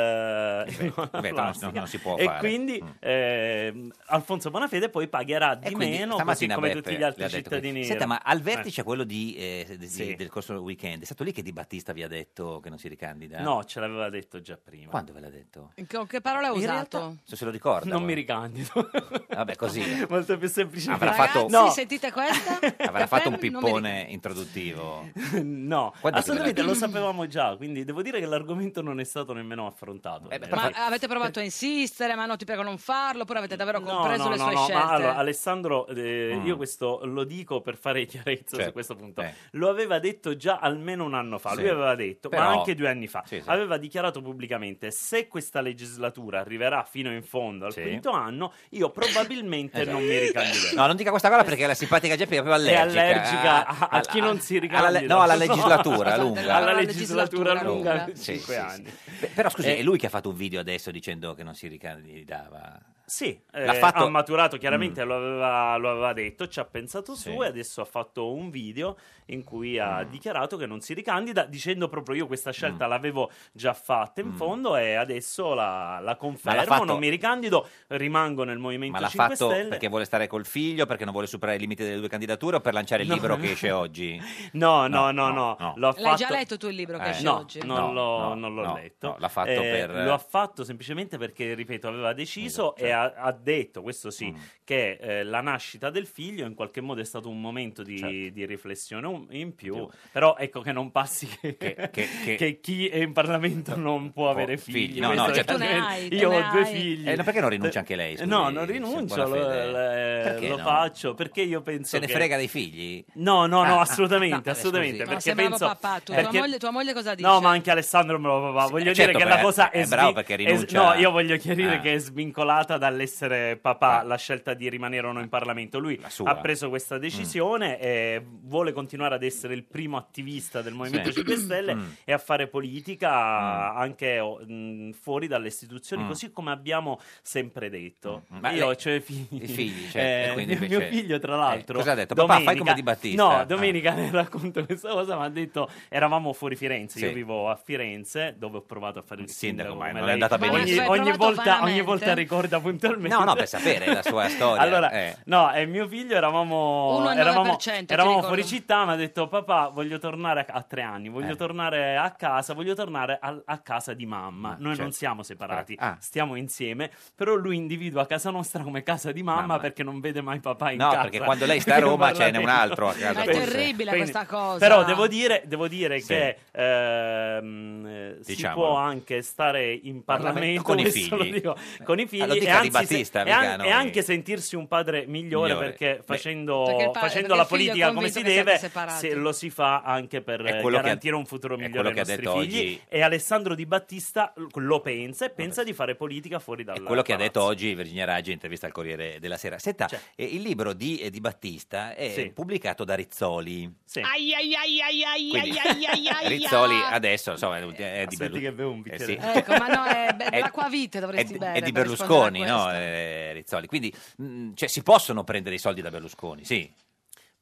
Speaker 19: la
Speaker 2: vetro non si-
Speaker 19: plastica.
Speaker 2: non si può
Speaker 19: e
Speaker 2: fare. Mm.
Speaker 19: quindi ehm, Alfonso Bonafede poi pagherà di
Speaker 2: Quindi
Speaker 19: meno così
Speaker 2: stamattina
Speaker 19: come
Speaker 2: Beppe
Speaker 19: tutti gli altri
Speaker 2: le ha detto
Speaker 19: cittadini
Speaker 2: così. Senta, ma al vertice
Speaker 19: Eh.
Speaker 2: quello di, eh, di-
Speaker 19: Sì.
Speaker 2: del corso weekend, è stato lì che Di Battista vi ha detto detto che non si ricandida?
Speaker 19: No, ce l'aveva detto già prima.
Speaker 2: Quando ve l'ha detto?
Speaker 1: Con che parola ha
Speaker 19: In
Speaker 1: usato?
Speaker 2: Se se lo ricorda.
Speaker 19: Non mi
Speaker 2: ricandido. Vabbè, così.
Speaker 19: Eh. Molto più semplice.
Speaker 2: Avrà
Speaker 1: Ragazzi,
Speaker 2: fatto,
Speaker 1: sentite questa?
Speaker 2: avrà fatto un
Speaker 1: Capello, non mi
Speaker 2: pippone introduttivo.
Speaker 19: No,
Speaker 2: Quando è che
Speaker 19: assolutamente
Speaker 2: ve
Speaker 19: lo
Speaker 2: l'ha-
Speaker 19: sapevamo già, quindi devo dire che l'argomento non è stato nemmeno affrontato.
Speaker 2: Eh
Speaker 1: Ma avete provato a insistere, ma no, ti prego non farlo, oppure avete davvero compreso le sue
Speaker 19: ma
Speaker 1: scelte?
Speaker 19: allora, Alessandro, eh,
Speaker 2: Mm.
Speaker 19: io questo lo dico per fare chiarezza
Speaker 2: Certo,
Speaker 19: su questo punto. Lo aveva detto già almeno un anno fa,
Speaker 2: Sì.
Speaker 19: lui aveva detto,
Speaker 2: Però-
Speaker 19: ma anche due anni fa,
Speaker 2: Sì, sì.
Speaker 19: aveva dichiarato pubblicamente se questa legislatura arriverà fino in fondo al
Speaker 2: Sì. Eh,
Speaker 19: quinto anno, io probabilmente non mi ricandiderò.
Speaker 2: No, non dica questa cosa perché la simpatica Geppi è proprio
Speaker 19: È
Speaker 2: allergica.
Speaker 19: allergica a- a chi non si ricandida.
Speaker 2: alla- no, alla
Speaker 19: No.
Speaker 2: legislatura
Speaker 19: Scusate,
Speaker 2: lunga.
Speaker 19: alla legislatura lunga,
Speaker 2: Sì,
Speaker 19: cinque
Speaker 2: sì,
Speaker 19: anni.
Speaker 2: sì. Beh, Però scusi,
Speaker 19: Eh,
Speaker 2: è lui che ha fatto un video adesso dicendo che non si ricandidava.
Speaker 19: Sì,
Speaker 2: L'ha
Speaker 19: eh,
Speaker 2: fatto-
Speaker 19: ha maturato chiaramente,
Speaker 2: Mm.
Speaker 19: lo, aveva, lo aveva detto, ci ha pensato
Speaker 2: Sì. Mm.
Speaker 19: su e adesso ha fatto un video in cui ha dichiarato che non si ricandida, dicendo proprio io questa scelta l'avevo già fatta in fondo e adesso la, la confermo,
Speaker 2: Mm. fatto-
Speaker 19: non mi ricandido, rimango nel Movimento
Speaker 2: Ma l'ha
Speaker 19: 5
Speaker 2: fatto
Speaker 19: Stelle.
Speaker 2: perché vuole stare col figlio, perché non vuole superare i limiti delle due candidature o per lanciare il
Speaker 19: No.
Speaker 2: libro che esce oggi?
Speaker 19: No, no, no, no, l'ho
Speaker 1: L'hai già
Speaker 19: fatto-
Speaker 1: letto tu il libro che
Speaker 2: Eh,
Speaker 1: esce
Speaker 19: no,
Speaker 1: oggi?
Speaker 19: non
Speaker 2: No,
Speaker 19: l'ho,
Speaker 2: no,
Speaker 19: non l'ho
Speaker 2: no,
Speaker 19: letto. Eh,
Speaker 2: no, l'ha fatto per- Esatto, cioè.
Speaker 19: Lo ha fatto semplicemente perché, ripeto, aveva deciso e ha, ha detto, questo
Speaker 2: Mm.
Speaker 19: sì, che eh, la nascita del figlio in qualche modo è stato un momento di,
Speaker 2: Certo.
Speaker 19: di riflessione un- in più. Però ecco che non passi che,
Speaker 2: che-
Speaker 19: che chi è in Parlamento non può avere figli.
Speaker 2: no, no,
Speaker 19: Questo
Speaker 2: certo.
Speaker 19: è- Io ho due figli.
Speaker 2: Eh, no, perché non rinuncia anche lei? scusi,
Speaker 19: no, non
Speaker 2: se
Speaker 19: rinuncio,
Speaker 2: buona
Speaker 19: lo,
Speaker 2: fede?
Speaker 19: le-
Speaker 2: Perché
Speaker 19: lo
Speaker 2: no?
Speaker 19: faccio perché io penso
Speaker 2: Se ne
Speaker 19: che-
Speaker 2: frega dei figli?
Speaker 19: No, no, no,
Speaker 2: Ah,
Speaker 19: assolutamente,
Speaker 2: ah, no,
Speaker 19: assolutamente,
Speaker 2: scusi.
Speaker 1: No,
Speaker 19: perché
Speaker 1: sei bravo
Speaker 19: penso
Speaker 1: papà, tu.
Speaker 19: perché-
Speaker 1: Tua, moglie, tua moglie cosa dice?
Speaker 19: No, ma anche Alessandro me lo papà. Voglio
Speaker 2: certo,
Speaker 19: dire che la
Speaker 2: beh,
Speaker 19: cosa è,
Speaker 2: è bravo
Speaker 19: svin-
Speaker 2: perché
Speaker 19: è-
Speaker 2: rinuncia-
Speaker 19: No, io voglio chiarire
Speaker 2: Ah.
Speaker 19: che è svincolata dall'essere papà la scelta di rimanere o no in Parlamento. Lui
Speaker 2: Ah. sua. Mm.
Speaker 19: ha preso questa decisione e vuole continuare ad essere il primo attivista del Movimento
Speaker 2: Sì.
Speaker 19: 5 Stelle
Speaker 2: Mm.
Speaker 19: e a fare politica anche oh, mh, fuori dalle istituzioni,
Speaker 2: Mm.
Speaker 19: così come abbiamo sempre detto.
Speaker 2: Ma
Speaker 19: io
Speaker 2: lei-
Speaker 19: ho cioè i figli.
Speaker 2: i figli, certo, e quindi
Speaker 19: mio,
Speaker 2: invece-
Speaker 19: mio figlio, tra
Speaker 2: Eh,
Speaker 19: l'altro,
Speaker 2: cosa ha detto? Papà, fai
Speaker 19: domenica-
Speaker 2: come Di Battista. Ah.
Speaker 19: No, domenica mi racconto questa cosa, ma ha detto eravamo fuori Firenze,
Speaker 2: Sì.
Speaker 19: io vivo a Firenze dove ho provato a fare il
Speaker 2: sindaco,
Speaker 19: sindaco,
Speaker 2: ma
Speaker 19: come
Speaker 2: non è
Speaker 19: lei.
Speaker 2: andata bene.
Speaker 19: Ogni,
Speaker 2: Ma tu hai
Speaker 19: ogni
Speaker 2: provato
Speaker 19: volta, ogni
Speaker 2: vanamente?
Speaker 19: volta ricorda puntualmente.
Speaker 2: No, no, per sapere la sua storia,
Speaker 19: allora,
Speaker 2: eh.
Speaker 19: no, e mio figlio eravamo,
Speaker 1: Uno al
Speaker 19: eravamo,
Speaker 1: 9%, ti
Speaker 19: eravamo
Speaker 1: ricordo.
Speaker 19: fuori città, mi ha detto papà voglio tornare a, a tre anni, voglio
Speaker 2: Eh.
Speaker 19: tornare a casa, voglio tornare a, a casa di mamma. Noi
Speaker 2: certo.
Speaker 19: non siamo separati,
Speaker 2: Ah.
Speaker 19: stiamo insieme, però lui individua casa nostra come casa di mamma, perché non vede mai papà in
Speaker 2: No,
Speaker 19: casa.
Speaker 2: perché quando lei sta a
Speaker 19: non
Speaker 2: Roma
Speaker 19: parla
Speaker 2: ce n'è un
Speaker 19: dentro.
Speaker 2: altro a casa
Speaker 1: Ma è
Speaker 2: forse.
Speaker 1: terribile
Speaker 19: Quindi-
Speaker 1: questa cosa.
Speaker 19: Però devo dire, devo dire
Speaker 2: Sì.
Speaker 19: che ehm, eh, si
Speaker 2: Diciamolo.
Speaker 19: può anche stare in
Speaker 2: Parlamento
Speaker 19: Parlamento
Speaker 2: con i
Speaker 19: questo lo
Speaker 2: figli.
Speaker 19: dico, con i figli
Speaker 2: lo dica
Speaker 19: e,
Speaker 2: Di
Speaker 19: anzi,
Speaker 2: Battista,
Speaker 19: se- e,
Speaker 2: mica
Speaker 19: an-
Speaker 2: noi.
Speaker 19: e anche sentirsi un padre migliore,
Speaker 2: Migliore.
Speaker 19: perché facendo,
Speaker 1: Perché il pa-
Speaker 19: facendo
Speaker 1: perché
Speaker 19: la
Speaker 1: il figlio è
Speaker 19: politica come si
Speaker 1: convinto che siate
Speaker 19: deve
Speaker 1: separati.
Speaker 19: se- lo si fa anche per
Speaker 2: È
Speaker 19: eh,
Speaker 2: quello che ha-
Speaker 19: garantire un futuro migliore
Speaker 2: quello
Speaker 19: ai
Speaker 2: che ha
Speaker 19: nostri
Speaker 2: detto
Speaker 19: figli
Speaker 2: oggi.
Speaker 19: e Alessandro Di Battista lo pensa e pensa di fare politica fuori dalla
Speaker 2: Quello che ha detto oggi Virginia Raggi in intervista al Corriere della Sera. Senta, eh, il libro di, eh, di Battista è
Speaker 19: Cioè. Sì.
Speaker 2: pubblicato da Rizzoli.
Speaker 1: Ah,
Speaker 20: Ai ai ai ai ai
Speaker 2: Quindi-
Speaker 20: ai ai ai
Speaker 2: Rizzoli adesso insomma, è, è di
Speaker 19: Aspetti che bevo un
Speaker 2: eh,
Speaker 19: bicchiere.
Speaker 2: sì.
Speaker 1: Ecco, ma no, è be-
Speaker 2: È-
Speaker 1: l'acquavite
Speaker 2: È,
Speaker 1: dovresti
Speaker 2: di-
Speaker 1: bere.
Speaker 2: è di
Speaker 1: per
Speaker 2: Berlusconi,
Speaker 1: rispondere a
Speaker 2: no? eh, Rizzoli. Quindi mh, cioè, si possono prendere i soldi da Berlusconi, sì.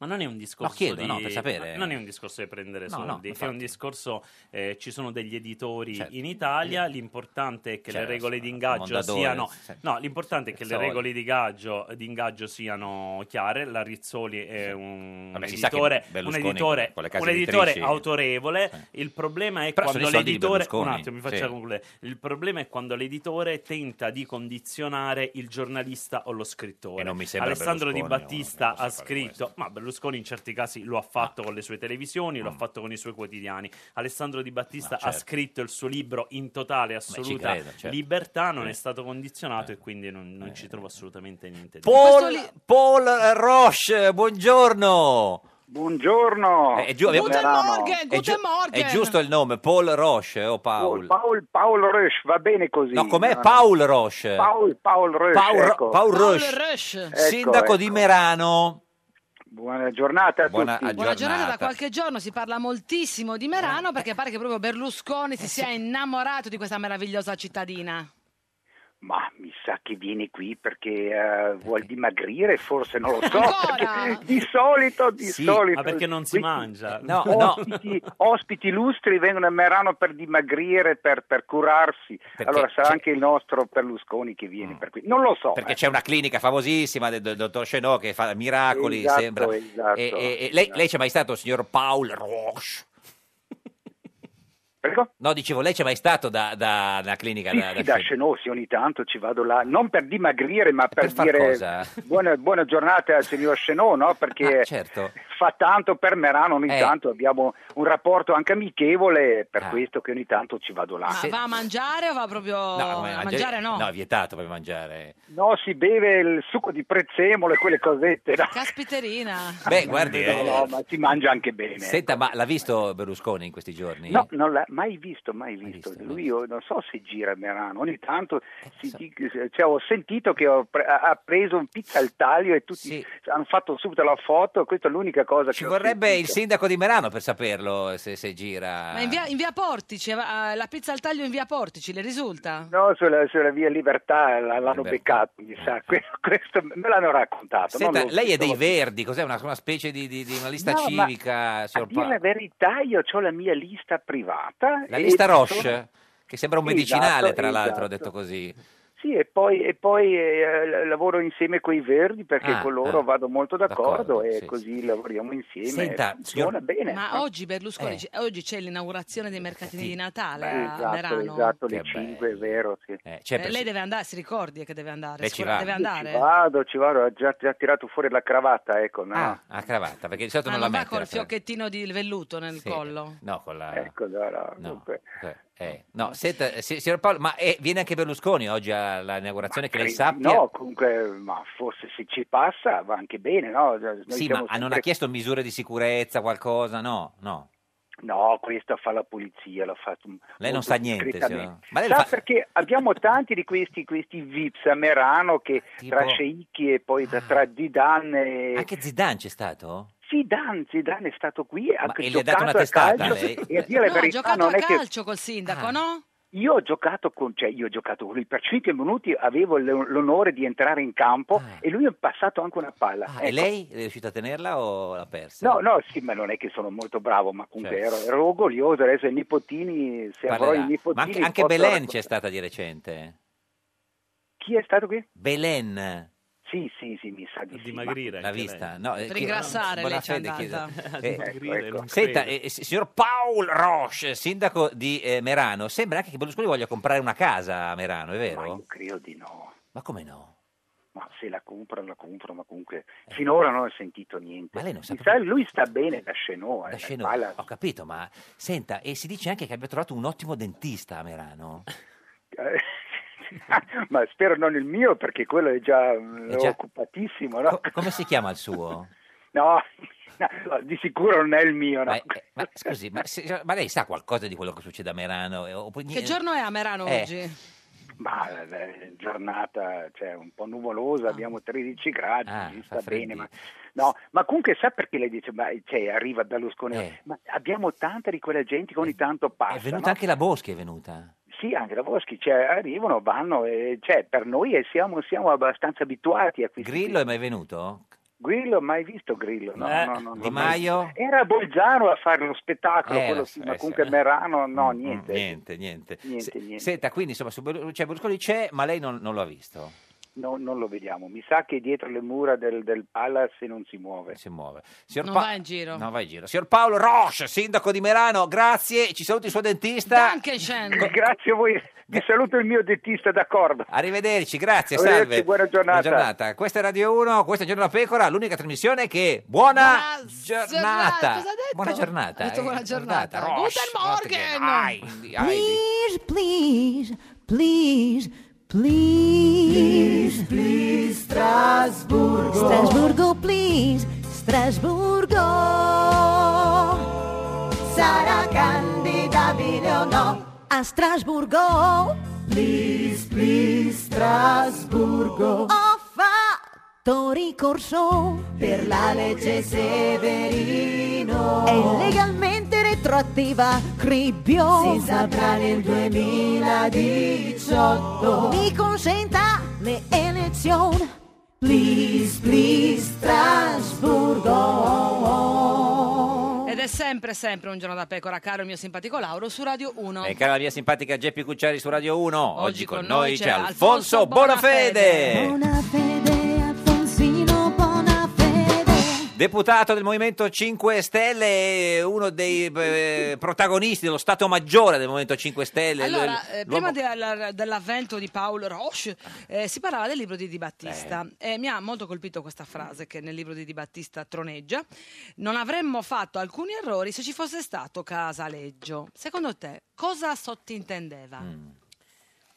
Speaker 19: Ma non è un discorso
Speaker 2: No, chiedo,
Speaker 19: di...
Speaker 2: no, per sapere.
Speaker 19: ma Non è un discorso di prendere
Speaker 2: No, no,
Speaker 19: soldi, è
Speaker 2: infatti.
Speaker 19: un discorso... eh, ci sono degli editori
Speaker 2: Certo.
Speaker 19: in Italia, l'importante è che
Speaker 2: Certo,
Speaker 19: le regole di
Speaker 2: Mondadori,
Speaker 19: ingaggio siano...
Speaker 2: sì.
Speaker 19: No, l'importante è che le
Speaker 2: Rizzoli.
Speaker 19: regole di ingaggio, di ingaggio siano chiare. La Rizzoli è un
Speaker 2: Vabbè, si sa che
Speaker 19: editore, un
Speaker 2: Berlusconi
Speaker 19: editore,
Speaker 2: con le case
Speaker 19: un editore
Speaker 2: editrici-
Speaker 19: autorevole. Il problema è
Speaker 2: Però sono
Speaker 19: quando
Speaker 2: i soldi di
Speaker 19: l'editore... Un
Speaker 2: Berlusconi,
Speaker 19: attimo, mi faccia
Speaker 2: sì.
Speaker 19: concludere. Il problema è quando l'editore tenta di condizionare il giornalista o lo scrittore.
Speaker 2: E non mi sembra
Speaker 19: Alessandro Di
Speaker 2: Berlusconi,
Speaker 19: Battista ha scritto, ma Berlusconi in certi casi lo ha
Speaker 2: Ah.
Speaker 19: fatto con le sue televisioni, lo ha fatto con i suoi quotidiani. Alessandro Di Battista
Speaker 2: Mm. Ma certo.
Speaker 19: ha scritto il suo libro in totale assoluta
Speaker 2: credo, certo.
Speaker 19: libertà, non
Speaker 2: Sì. Eh.
Speaker 19: è stato condizionato e quindi non, non ci trovo assolutamente niente. di-
Speaker 2: Paul, Paul Roche, buongiorno. Eh,
Speaker 21: Buongiorno.
Speaker 2: È, giu- abbiamo-
Speaker 21: Guten Morgen,
Speaker 2: è giu-
Speaker 21: Guten Morgen.
Speaker 2: è giusto il nome, Paul Roche o
Speaker 21: Paul,
Speaker 2: Paul?
Speaker 21: Paul, Paul Rush, va bene così.
Speaker 2: No, com'è?
Speaker 21: No,
Speaker 2: Paul Roche.
Speaker 21: Paul, Paul Rush.
Speaker 2: Paul, Ro-
Speaker 21: ecco.
Speaker 2: Paul Roche,
Speaker 21: Ecco,
Speaker 2: sindaco di
Speaker 21: ecco.
Speaker 2: Merano.
Speaker 21: Buona giornata a
Speaker 2: Buona
Speaker 21: tutti.
Speaker 1: Buona giornata, da qualche giorno si parla moltissimo di
Speaker 2: Eh.
Speaker 1: Merano perché pare che proprio Berlusconi si sia innamorato di questa meravigliosa cittadina.
Speaker 21: Ma mi sa che viene qui perché, eh, vuol dimagrire, forse non lo so.
Speaker 1: Ancora?
Speaker 21: perché Di solito, di
Speaker 19: Sì,
Speaker 21: solito.
Speaker 19: ma perché non si
Speaker 21: questi
Speaker 19: mangia?
Speaker 2: No, no.
Speaker 21: Ospiti, ospiti illustri vengono a Merano per dimagrire, per, per curarsi. allora sarà anche il nostro Berlusconi che viene per qui. Non lo so.
Speaker 2: Perché
Speaker 21: eh.
Speaker 2: c'è una clinica famosissima del, del dottor Chenot che fa miracoli,
Speaker 21: Esatto,
Speaker 2: sembra. E-
Speaker 21: esatto,
Speaker 2: e- e lei, lei c'è mai stato, signor Paul Roche?
Speaker 21: Prego?
Speaker 2: No, dicevo, lei c'è mai stato da, da, da clinica?
Speaker 21: Sì,
Speaker 2: da,
Speaker 21: sì, da Scenosi ogni tanto ci vado là, non per dimagrire, ma per,
Speaker 2: per far
Speaker 21: dire
Speaker 2: cosa?
Speaker 21: Buona, buona giornata al signor Scenò, no? Perché
Speaker 2: Ah, certo.
Speaker 21: fa tanto per Merano, ogni
Speaker 2: Eh.
Speaker 21: tanto abbiamo un rapporto anche amichevole, per
Speaker 2: Ah.
Speaker 21: questo che ogni tanto ci vado là.
Speaker 1: Ma va a mangiare o va proprio a
Speaker 2: come
Speaker 1: mangiare?
Speaker 2: mangiare-
Speaker 1: no.
Speaker 2: No, è vietato per mangiare.
Speaker 21: No, si beve il succo di prezzemolo e quelle cosette. no?
Speaker 1: Caspiterina.
Speaker 2: Beh, guardi,
Speaker 21: No,
Speaker 2: eh,
Speaker 21: no, ma si mangia anche bene. ecco.
Speaker 2: Senta, ma l'ha visto Berlusconi in questi giorni?
Speaker 21: No, non l'ha mai visto, mai visto. Lui io non so se gira a Merano, ogni tanto
Speaker 2: Eh,
Speaker 21: si dic- cioè, ho sentito che ho pre- ha preso un pizza al taglio e tutti hanno fatto subito la foto, questa è l'unica cosa
Speaker 2: Ci
Speaker 21: che ho
Speaker 2: vorrebbe il
Speaker 21: sentito.
Speaker 2: sindaco di Merano per saperlo se, se gira.
Speaker 1: Ma in via, in via Portici, eh, la pizza al taglio in via Portici, le risulta?
Speaker 21: No, sulla, sulla via Libertà la- l'hanno beccato, mi sa, Que- questo me l'hanno
Speaker 2: Eh.
Speaker 21: raccontato.
Speaker 2: Senta,
Speaker 21: non l'ho
Speaker 2: lei è
Speaker 21: visto.
Speaker 2: dei Verdi, cos'è una, una specie di, di- di una lista
Speaker 21: No, ma
Speaker 2: civica?
Speaker 21: A
Speaker 2: signor
Speaker 21: dire
Speaker 2: Pa-
Speaker 21: la verità, io ho la mia lista privata.
Speaker 2: La
Speaker 21: e
Speaker 2: lista
Speaker 21: sono-
Speaker 2: Roche, che sembra un
Speaker 21: Esatto,
Speaker 2: medicinale, tra l'altro,
Speaker 21: esatto.
Speaker 2: detto così.
Speaker 21: Sì, e poi, e poi eh, l- lavoro insieme con i Verdi perché
Speaker 2: Ah,
Speaker 21: con loro
Speaker 2: ah,
Speaker 21: vado molto d'accordo,
Speaker 2: d'accordo,
Speaker 21: e
Speaker 2: sì,
Speaker 21: così lavoriamo insieme.
Speaker 2: Senta,
Speaker 21: Funziona
Speaker 2: signor-
Speaker 21: bene.
Speaker 1: Ma oggi Berlusconi,
Speaker 21: Eh.
Speaker 1: c- oggi c'è l'inaugurazione dei mercatini di Natale
Speaker 21: Beh,
Speaker 1: a
Speaker 21: esatto,
Speaker 1: Merano.
Speaker 21: esatto, le
Speaker 2: Che
Speaker 21: 5 è vero. Sì.
Speaker 2: c'è
Speaker 1: Eh, lei deve andare, si ricordi che deve andare.
Speaker 2: Cioè, Lei ci
Speaker 1: sicura-
Speaker 2: va?
Speaker 1: Deve
Speaker 2: Io
Speaker 1: andare.
Speaker 21: Ci vado, ci vado, ho già, già tirato fuori la cravatta, ecco. No?
Speaker 2: Ah, a cravatta, perché di solito
Speaker 1: Ma
Speaker 2: non la
Speaker 1: non va
Speaker 2: mette.
Speaker 1: col
Speaker 2: la cravatta.
Speaker 1: fiocchettino di velluto nel
Speaker 2: Sì.
Speaker 1: collo.
Speaker 2: No, eh, con la...
Speaker 21: Ecco, no, no, comunque.
Speaker 2: Eh, no, senta, eh, si- signor Paolo, ma eh, viene anche Berlusconi oggi all'inaugurazione che lei
Speaker 21: Eh,
Speaker 2: sappia?
Speaker 21: No, comunque, ma forse se ci passa va anche bene, no? Noi
Speaker 2: sì, ma
Speaker 21: siamo
Speaker 2: ah, non
Speaker 21: sempre-
Speaker 2: ha chiesto misure di sicurezza, qualcosa? No, no.
Speaker 21: No, questa fa la polizia, l'ha fatto un-
Speaker 2: Lei non
Speaker 21: molto
Speaker 2: sa niente,
Speaker 21: discretamente.
Speaker 2: signora. Ma lei
Speaker 21: Sa
Speaker 2: lo fa-
Speaker 21: perché abbiamo tanti di questi, questi vips a Merano che
Speaker 2: Ah,
Speaker 21: tra Sceicchi e poi da- tra Zidane e...
Speaker 2: Anche Zidane c'è stato?
Speaker 21: Zidane, Zidane è stato qui, ha
Speaker 2: e
Speaker 21: giocato
Speaker 2: le ha dato una
Speaker 21: a
Speaker 2: testata,
Speaker 21: calcio,
Speaker 2: lei?
Speaker 21: e a dire la
Speaker 1: No, ha
Speaker 21: verità
Speaker 1: giocato
Speaker 21: ah, non
Speaker 1: a
Speaker 21: è che
Speaker 1: calcio col sindaco,
Speaker 2: Ah,
Speaker 1: no?
Speaker 21: io ho giocato con, cioè io ho giocato con lui per 5 minuti, avevo l- l'onore di entrare in campo e lui ha passato anche una palla.
Speaker 2: Ah, E
Speaker 21: Ecco.
Speaker 2: lei è riuscita a tenerla o l'ha persa?
Speaker 21: No, no, sì, ma non è che sono molto bravo, ma comunque
Speaker 2: Certo.
Speaker 21: ero, ero orgoglioso, adesso i nipotini, se avrò
Speaker 2: Parlerà.
Speaker 21: i nipotini...
Speaker 2: Ma anche, anche
Speaker 21: posso
Speaker 2: Belen
Speaker 21: raccontare.
Speaker 2: c'è stata di recente.
Speaker 21: Chi è stato qui?
Speaker 2: Belen.
Speaker 21: Sì, sì, sì, mi sa di sì.
Speaker 2: dimagrire. L'ha vista? No, eh,
Speaker 1: Per
Speaker 2: chi-
Speaker 1: ingrassare lei c'è
Speaker 2: Bonafede chiese-
Speaker 1: andata.
Speaker 2: Eh,
Speaker 21: dimagrire,
Speaker 2: ecco.
Speaker 21: non
Speaker 2: Senta,
Speaker 21: credo.
Speaker 2: eh, s- signor Paul Roche, sindaco di eh, Merano, sembra anche che Berlusconi voglia comprare una casa a Merano, è vero? Ma io
Speaker 21: credo di no.
Speaker 2: Ma come no?
Speaker 21: Ma se la compra, la compro, ma comunque finora non ho sentito niente.
Speaker 2: Eh. Ma lei non sa
Speaker 21: Mi sa, lui sta bene da Scenò. eh,
Speaker 2: Da Sceno-
Speaker 21: palla-
Speaker 2: Ho capito, ma senta, e si dice anche che abbia trovato un ottimo dentista a Merano.
Speaker 21: ma spero non il mio perché quello è già, mm,
Speaker 2: È già-
Speaker 21: occupatissimo, no?
Speaker 2: Come si chiama il suo?
Speaker 21: No, no, di sicuro non è il mio, no?
Speaker 2: Ma, eh, ma scusi, ma, se- ma lei sa qualcosa di quello che succede a Merano? Eh, oppure-
Speaker 1: Che giorno è a Merano
Speaker 2: Eh.
Speaker 1: oggi?
Speaker 21: Ma la- la giornata cioè, un po' nuvolosa,
Speaker 2: Ah.
Speaker 21: abbiamo 13 gradi, si sta bene. Ma, no, ma comunque sa perché lei dice, ma, cioè, arriva Berlusconi, ma abbiamo tanta di quella gente che ogni tanto passa.
Speaker 2: Eh. È venuta
Speaker 21: no?
Speaker 2: anche la Boschi, è venuta.
Speaker 21: Sì, anche la Boschi, cioè, arrivano, vanno, e, cioè, per noi eh, siamo, siamo abbastanza abituati a questi.
Speaker 2: Grillo è mai venuto?
Speaker 21: Grillo, mai visto Grillo? No,
Speaker 2: Eh,
Speaker 21: no, no,
Speaker 2: Di
Speaker 21: no.
Speaker 2: Maio?
Speaker 21: Era Bolzano a fare lo spettacolo,
Speaker 2: Eh,
Speaker 21: quello
Speaker 2: lo
Speaker 21: sì,
Speaker 2: so,
Speaker 21: ma
Speaker 2: eh,
Speaker 21: comunque
Speaker 2: sì.
Speaker 21: Merano no,
Speaker 2: Mm,
Speaker 21: niente.
Speaker 2: mm, Niente, niente.
Speaker 21: Niente,
Speaker 2: Se-
Speaker 21: niente.
Speaker 2: Senta, quindi insomma, su Berlu- cioè, Berlusconi c'è, ma lei non, non lo ha visto.
Speaker 21: No, non lo vediamo. Mi sa che dietro le mura del, del Palace non si muove.
Speaker 2: Si muove. Signor
Speaker 1: Non
Speaker 2: Pa-
Speaker 1: va in giro.
Speaker 2: No, vai in giro. Signor Paolo Roche, sindaco di Merano, grazie. Ci saluti il suo dentista.
Speaker 1: Anche Shen.
Speaker 21: Grazie a voi. Vi saluto il mio dentista d'accordo.
Speaker 2: Arrivederci, grazie,
Speaker 21: Arrivederci,
Speaker 2: salve.
Speaker 21: buona giornata.
Speaker 2: Buona giornata. Questa è Radio 1, questo è Giorno da Pecora, l'unica trasmissione che... Buona, giornata.
Speaker 1: Cosa ha detto?
Speaker 2: Buona giornata.
Speaker 1: Ha detto
Speaker 2: eh,
Speaker 1: buona giornata.
Speaker 2: Roche,
Speaker 1: Guten Morgen.
Speaker 2: Heidi, Heidi.
Speaker 13: Please, please, please, please.
Speaker 4: Please, Strasburgo.
Speaker 13: Strasburgo, please, Strasburgo. Sarà candidabile o no? A Strasburgo. Please, please, Strasburgo. Ho fatto ricorso per la legge Severino. È legalmente retroattiva, cribbio. Si saprà nel 2018. Mi consenta le elezioni. Please, please, Strasburgo.
Speaker 1: Ed è sempre, sempre un giorno da pecora, caro il mio simpatico Lauro, su Radio 1.
Speaker 2: E cara la mia simpatica Geppi Cucciari su Radio 1, oggi, con noi c'è
Speaker 1: Alfonso
Speaker 2: Alfonso Bonafede.
Speaker 13: Buona fede, Alfonsino, buona fede.
Speaker 2: Deputato del Movimento 5 Stelle, uno dei eh, protagonisti dello Stato Maggiore del Movimento 5 Stelle.
Speaker 1: Allora, eh,
Speaker 2: l'uomo-
Speaker 1: prima della- dell'avvento di Paolo Roche eh, si parlava del libro di Di Battista
Speaker 2: Eh.
Speaker 1: e mi ha molto colpito questa frase che nel libro di Di Battista troneggia non avremmo fatto alcuni errori se ci fosse stato Casaleggio. Secondo te cosa sottintendeva?
Speaker 2: Mm.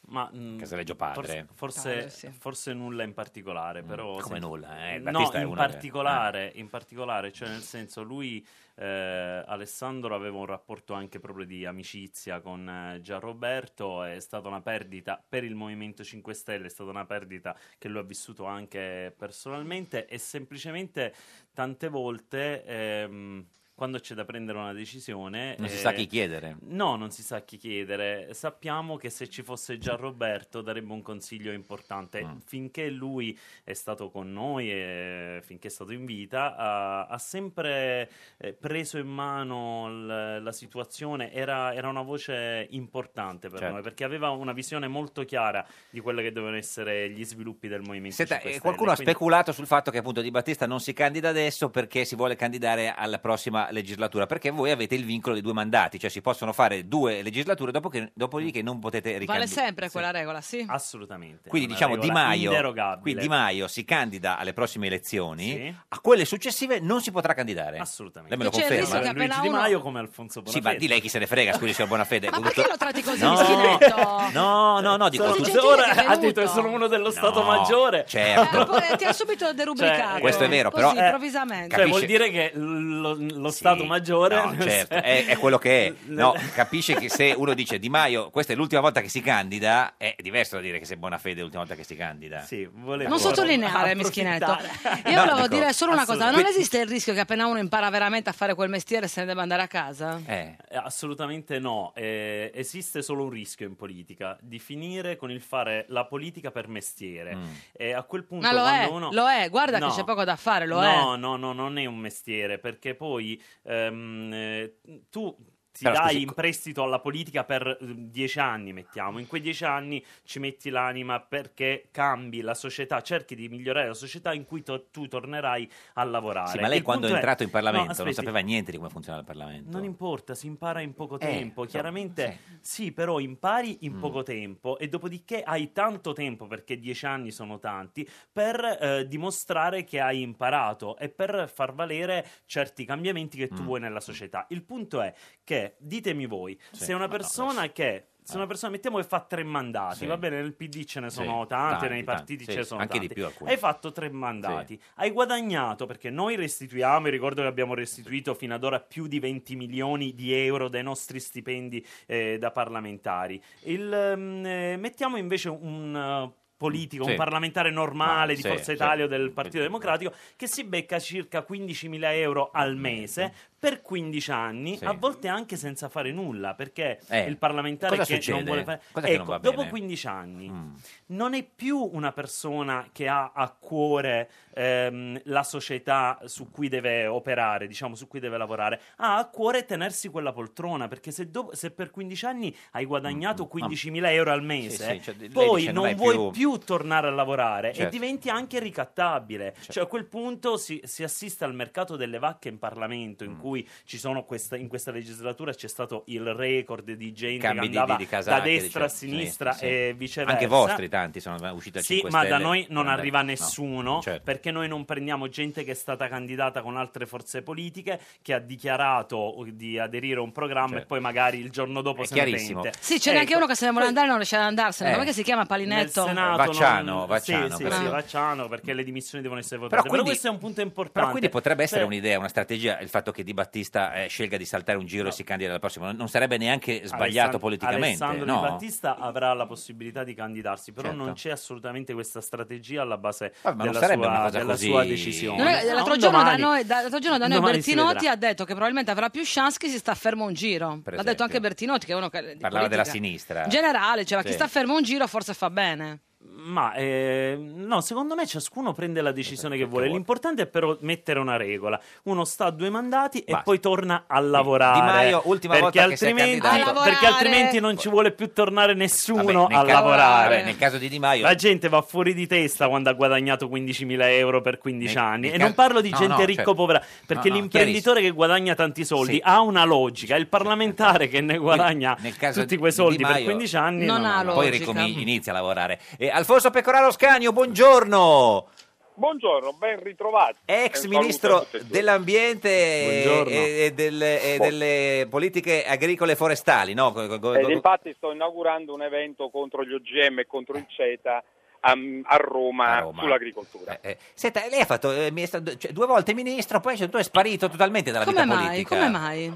Speaker 19: Ma, mm,
Speaker 2: Casaleggio padre.
Speaker 19: Forse,
Speaker 2: Padre,
Speaker 19: forse, forse nulla in particolare, però...
Speaker 2: come
Speaker 19: senti-
Speaker 2: nulla, eh,
Speaker 19: no,
Speaker 2: Battista è
Speaker 19: in
Speaker 2: uno che-
Speaker 19: particolare, in particolare, cioè nel senso lui, eh, Alessandro, aveva un rapporto anche proprio di amicizia con eh, Gianroberto, è stata una perdita per il Movimento 5 Stelle, è stata una perdita che lui ha vissuto anche personalmente e semplicemente tante volte... ehm, quando c'è da prendere una decisione
Speaker 2: Non si
Speaker 19: eh,
Speaker 2: sa chi chiedere.
Speaker 19: No, non si sa chi chiedere. Sappiamo che se ci fosse già Roberto darebbe un consiglio importante.
Speaker 2: Mm.
Speaker 19: Finché lui è stato con noi e finché è stato in vita, ha, ha sempre eh, preso in mano l- la situazione. Era, era una voce importante per
Speaker 2: Certo.
Speaker 19: noi perché aveva una visione molto chiara di quello che dovevano essere gli sviluppi del movimento.
Speaker 2: Senta,
Speaker 19: 5
Speaker 2: eh,
Speaker 19: Stelle.
Speaker 2: qualcuno ha
Speaker 19: Quindi-
Speaker 2: speculato sul fatto che appunto Di Battista non si candida adesso perché si vuole candidare alla prossima legislatura, perché voi avete il vincolo di due mandati, cioè si possono fare due legislature, dopo che- dopodiché non potete
Speaker 1: Vale
Speaker 2: ricandidare.
Speaker 1: sempre quella regola, sì?
Speaker 19: Assolutamente.
Speaker 2: Quindi
Speaker 19: Una
Speaker 2: diciamo Di
Speaker 19: regola
Speaker 2: Maio,
Speaker 19: inderogabile.
Speaker 2: quindi Di Maio si candida alle prossime elezioni,
Speaker 19: Sì.
Speaker 2: a quelle successive non si potrà candidare.
Speaker 19: Assolutamente.
Speaker 2: Lei me lo
Speaker 19: E c'è il
Speaker 2: conferma?
Speaker 19: rischio che Luigi appena Di uno- Maio come Alfonso
Speaker 2: Sì, ma
Speaker 19: Bonafede.
Speaker 2: di lei chi se ne frega, scusi signor Bonafede. Ma
Speaker 1: perché lo tratti così,
Speaker 2: No,
Speaker 1: mischinetto?
Speaker 2: no, no, no, dico
Speaker 19: Sono
Speaker 2: tutto-
Speaker 19: gentile che è
Speaker 2: Ora-
Speaker 19: Ha detto è solo uno dello Stato
Speaker 2: No,
Speaker 19: Maggiore.
Speaker 2: Certo.
Speaker 1: Oppure Ah, ti ha subito derubricato.
Speaker 2: questo è vero,
Speaker 1: così,
Speaker 2: però- eh,
Speaker 1: improvvisamente.
Speaker 2: Capisce-
Speaker 19: Cioè, vuol dire che lo, lo Stato Maggiore...
Speaker 2: No, certo, è, è quello che è. No, capisce che se uno dice Di Maio, questa è l'ultima volta che si candida, è diverso da dire che se Bonafede è l'ultima volta che si candida.
Speaker 19: Sì,
Speaker 1: Non sottolineare, mischinetto. Io volevo
Speaker 2: dico,
Speaker 1: dire solo una cosa:
Speaker 2: ecco,
Speaker 1: non
Speaker 2: assolutamente.
Speaker 1: esiste il rischio che appena uno impara veramente a fare quel mestiere se ne debba andare a casa?
Speaker 19: Eh, Assolutamente no. Eh, esiste solo un rischio in politica, di finire con il fare la politica per mestiere.
Speaker 2: Mm.
Speaker 19: E a quel punto
Speaker 1: Ma lo
Speaker 19: quando
Speaker 1: è,
Speaker 19: uno...
Speaker 1: lo è, guarda
Speaker 19: No.
Speaker 1: che c'è poco da fare, lo è.
Speaker 19: no, no, no, non è un mestiere, perché poi ehm, eh, tu ti
Speaker 2: Però,
Speaker 19: dai
Speaker 2: scusi,
Speaker 19: in prestito alla politica per eh, dieci anni, mettiamo. In quei dieci anni ci metti l'anima perché cambi la società, cerchi di migliorare la società in cui to- tu tornerai a lavorare.
Speaker 2: Sì, ma lei
Speaker 19: Il
Speaker 2: quando è
Speaker 19: punto
Speaker 2: entrato in Parlamento
Speaker 19: No,
Speaker 2: non
Speaker 19: aspetti,
Speaker 2: sapeva niente di come funzionava il Parlamento.
Speaker 19: non importa, si impara in poco
Speaker 2: Certo. Eh,
Speaker 19: tempo.
Speaker 2: insomma, Mm.
Speaker 19: Chiaramente sì. però impari in poco tempo e dopodiché hai tanto tempo, perché dieci anni sono tanti, per eh, dimostrare che hai imparato e per far valere certi cambiamenti che
Speaker 2: Mm.
Speaker 19: tu vuoi nella società. Il punto è che, ditemi voi,
Speaker 2: Sì,
Speaker 19: se una
Speaker 2: ma no, Eh.
Speaker 19: persona che... Se una persona, mettiamo che fa tre mandati,
Speaker 2: Sì.
Speaker 19: va bene, nel PD ce ne
Speaker 2: Sì,
Speaker 19: sono tanti,
Speaker 2: tanti,
Speaker 19: nei
Speaker 2: tanti,
Speaker 19: partiti
Speaker 2: sì,
Speaker 19: ce ne sono
Speaker 2: anche di
Speaker 19: tanti.
Speaker 2: più alcuni.
Speaker 19: Hai fatto tre mandati, hai guadagnato perché noi restituiamo, e ricordo che abbiamo restituito fino ad ora più di 20 milioni di euro dai nostri stipendi eh, da parlamentari. Il, ehm, eh, mettiamo invece un eh, politico,
Speaker 2: Sì.
Speaker 19: un parlamentare normale di
Speaker 2: Sì,
Speaker 19: Forza
Speaker 2: sì.
Speaker 19: Italia o del Partito Democratico che si becca circa 15.000 euro al mese per 15 anni,
Speaker 2: Sì.
Speaker 19: a volte anche senza fare nulla perché
Speaker 2: Eh,
Speaker 19: il parlamentare
Speaker 2: cosa
Speaker 19: che
Speaker 2: succede?
Speaker 19: non vuole fare...
Speaker 2: Cosa che non
Speaker 19: ecco,
Speaker 2: va
Speaker 19: dopo
Speaker 2: bene?
Speaker 19: 15 anni
Speaker 2: Mm.
Speaker 19: non è più una persona che ha a cuore ehm, la società su cui deve operare, diciamo, su cui deve lavorare, ha a cuore tenersi quella poltrona, perché se, dopo- se per 15 anni hai guadagnato 15.000 euro al mese,
Speaker 2: Mm, sì, cioè, lei
Speaker 19: poi
Speaker 2: dice, non
Speaker 19: non
Speaker 2: è
Speaker 19: vuoi
Speaker 2: più-
Speaker 19: più più tornare a lavorare e
Speaker 2: Certo.
Speaker 19: diventi anche ricattabile. Cioè, a quel punto si, si assiste al mercato delle vacche in Parlamento,
Speaker 2: Mm.
Speaker 19: in cui ci sono questa, in questa legislatura c'è stato il record di gente
Speaker 2: Cambi
Speaker 19: che
Speaker 2: di-
Speaker 19: andava
Speaker 2: di- di casacche,
Speaker 19: da destra
Speaker 2: diciamo,
Speaker 19: a sinistra
Speaker 2: sì, sì.
Speaker 19: e viceversa.
Speaker 2: Anche vostri tanti sono usciti al
Speaker 19: Sì,
Speaker 2: 5
Speaker 19: ma da
Speaker 2: Stelle.
Speaker 19: noi non
Speaker 2: Eh,
Speaker 19: arriva
Speaker 2: no. certo.
Speaker 19: nessuno perché noi non prendiamo gente che è stata candidata con altre forze politiche che ha dichiarato di aderire a un programma
Speaker 2: Certo.
Speaker 19: e poi magari il giorno dopo
Speaker 2: È
Speaker 19: se ne
Speaker 2: chiarissimo.
Speaker 19: pente.
Speaker 1: Sì, c'è neanche
Speaker 19: Ecco,
Speaker 1: uno che se ne vuole andare e non riesce ad andarsene.
Speaker 19: Eh.
Speaker 1: Com'è che si chiama Palinetto?
Speaker 19: nel Senato
Speaker 2: Vacciano,
Speaker 19: non-
Speaker 2: Vacciano,
Speaker 19: sì, sì,
Speaker 2: per
Speaker 19: sì,
Speaker 2: esempio.
Speaker 19: Vacciano, perché le dimissioni devono essere votate
Speaker 2: Però
Speaker 19: però,
Speaker 2: quindi-
Speaker 19: questo è un punto importante
Speaker 2: Però quindi potrebbe essere
Speaker 19: Cioè,
Speaker 2: un'idea, una strategia, il fatto che Di Battista eh, scelga di saltare un giro e si candida alla prossima. Non- Non sarebbe neanche sbagliato
Speaker 19: Alessand-
Speaker 2: politicamente,
Speaker 19: Alessandro
Speaker 2: no?
Speaker 19: Di Battista avrà la possibilità di candidarsi però
Speaker 2: Certo.
Speaker 19: non c'è assolutamente questa strategia alla base
Speaker 2: Vabbè, ma non
Speaker 19: della,
Speaker 2: sarebbe
Speaker 19: sua,
Speaker 2: una cosa
Speaker 19: della
Speaker 2: così-
Speaker 19: sua decisione
Speaker 1: Non è-
Speaker 19: No,
Speaker 1: l'altro,
Speaker 19: un
Speaker 1: giorno da
Speaker 19: domani.
Speaker 1: noi, da- l'altro giorno da noi
Speaker 19: Domani si
Speaker 1: Bertinotti
Speaker 19: vedrà.
Speaker 1: ha detto che probabilmente avrà più chance chi si sta fermo un giro.
Speaker 2: Per
Speaker 1: L'ha
Speaker 2: esempio.
Speaker 1: detto anche Bertinotti, che è uno che. di
Speaker 2: Parlava della
Speaker 1: politica.
Speaker 2: sinistra.
Speaker 1: In generale, cioè, diceva
Speaker 2: Sì.
Speaker 1: chi sta fermo un giro forse fa bene.
Speaker 19: Ma eh, no, secondo me ciascuno prende la decisione che vuole.
Speaker 2: vuole.
Speaker 19: L'importante è però mettere una regola. Uno sta a due mandati e
Speaker 2: Basta.
Speaker 19: poi torna a lavorare.
Speaker 2: Di Maio, ultima
Speaker 19: perché
Speaker 2: volta che sei
Speaker 19: altrimenti,
Speaker 2: candidato. A lavorare!
Speaker 19: Perché altrimenti non ci vuole più tornare nessuno
Speaker 2: Vabbè,
Speaker 19: a
Speaker 2: nel ca-
Speaker 19: lavorare.
Speaker 2: vabbè, nel caso di Di Maio
Speaker 19: La gente va fuori di testa quando ha guadagnato 15.000 euro per 15 anni.
Speaker 2: nel
Speaker 19: E
Speaker 2: ca-
Speaker 19: non parlo di
Speaker 2: no,
Speaker 19: gente
Speaker 2: no,
Speaker 19: ricco
Speaker 2: certo.
Speaker 19: povera, perché
Speaker 2: No, no,
Speaker 19: l'imprenditore che guadagna tanti soldi
Speaker 2: Sì.
Speaker 19: ha una logica. Il parlamentare che ne guadagna tutti quei soldi
Speaker 2: Di
Speaker 19: per
Speaker 2: Maio
Speaker 19: 15 anni
Speaker 1: non ha
Speaker 2: poi
Speaker 1: logica.
Speaker 2: ricomin- inizia a lavorare. Eh, Alfonso Pecoraro Scanio, buongiorno.
Speaker 22: Buongiorno, ben ritrovati.
Speaker 2: Ex ministro dell'ambiente e,
Speaker 22: Buongiorno.
Speaker 2: e- e del- e delle politiche agricole e forestali, no? Go- go- go-
Speaker 22: Ed infatti sto inaugurando un evento contro gli OGM e contro il CETA a, a Roma, Eh, sull'agricoltura.
Speaker 2: Senta, lei ha fatto eh, mi è stato- cioè, due volte ministro, poi cioè, tu è sparito totalmente dalla
Speaker 1: Come
Speaker 2: vita
Speaker 1: mai?
Speaker 19: Eh.
Speaker 2: politica.
Speaker 1: Come mai?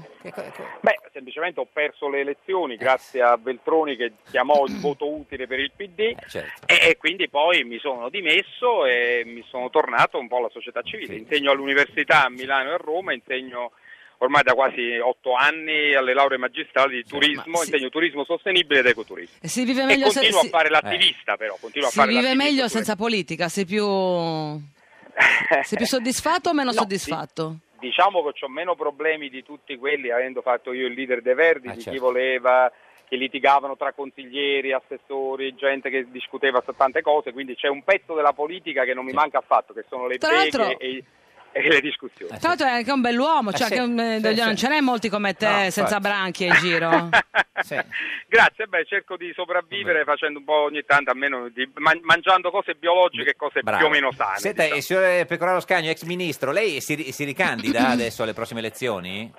Speaker 22: Beh, semplicemente ho perso le elezioni grazie a Veltroni che chiamò il voto utile per il PD
Speaker 2: certo.
Speaker 22: e, e quindi poi mi sono dimesso e mi sono tornato un po' alla società civile. Insegno all'università a Milano e a Roma, insegno ormai da quasi otto anni alle lauree magistrali di turismo, insegno turismo sostenibile ed ecoturismo.
Speaker 1: E si vive
Speaker 22: E
Speaker 1: meglio se
Speaker 22: continuo a
Speaker 1: si, Eh.
Speaker 19: Eh.
Speaker 22: fare l'attivista, però. Continuo a
Speaker 1: si
Speaker 22: fare
Speaker 1: vive
Speaker 22: l'attivista.
Speaker 1: meglio senza politica, sei più sei più soddisfatto o meno soddisfatto?
Speaker 22: Diciamo che ho meno problemi di tutti quelli, avendo fatto io il leader dei Verdi,
Speaker 2: Ah,
Speaker 22: di chi
Speaker 2: certo.
Speaker 22: voleva, che litigavano tra consiglieri, assessori, gente che discuteva su tante cose. Quindi c'è un pezzo della politica che non mi manca affatto, che sono le
Speaker 1: Tra
Speaker 22: beghe
Speaker 1: l'altro-
Speaker 22: e, e le
Speaker 2: Eh, certo.
Speaker 22: discussioni.
Speaker 1: Tra l'altro è anche un bell'uomo,
Speaker 22: Eh,
Speaker 1: cioè
Speaker 22: sì,
Speaker 1: che, eh,
Speaker 22: sì,
Speaker 1: voglio dire,
Speaker 22: sì.
Speaker 1: non ce n'è molti come te
Speaker 22: No,
Speaker 1: senza
Speaker 22: infatti.
Speaker 1: branchie in giro.
Speaker 22: Grazie, beh, cerco di sopravvivere facendo un po' ogni tanto, almeno di- man- mangiando cose biologiche e cose
Speaker 2: Bravo.
Speaker 22: più o meno sane. diciamo.
Speaker 2: Senta, e signor Pecoraro Scagno, ex ministro, lei si, ri- si ricandida adesso alle prossime elezioni?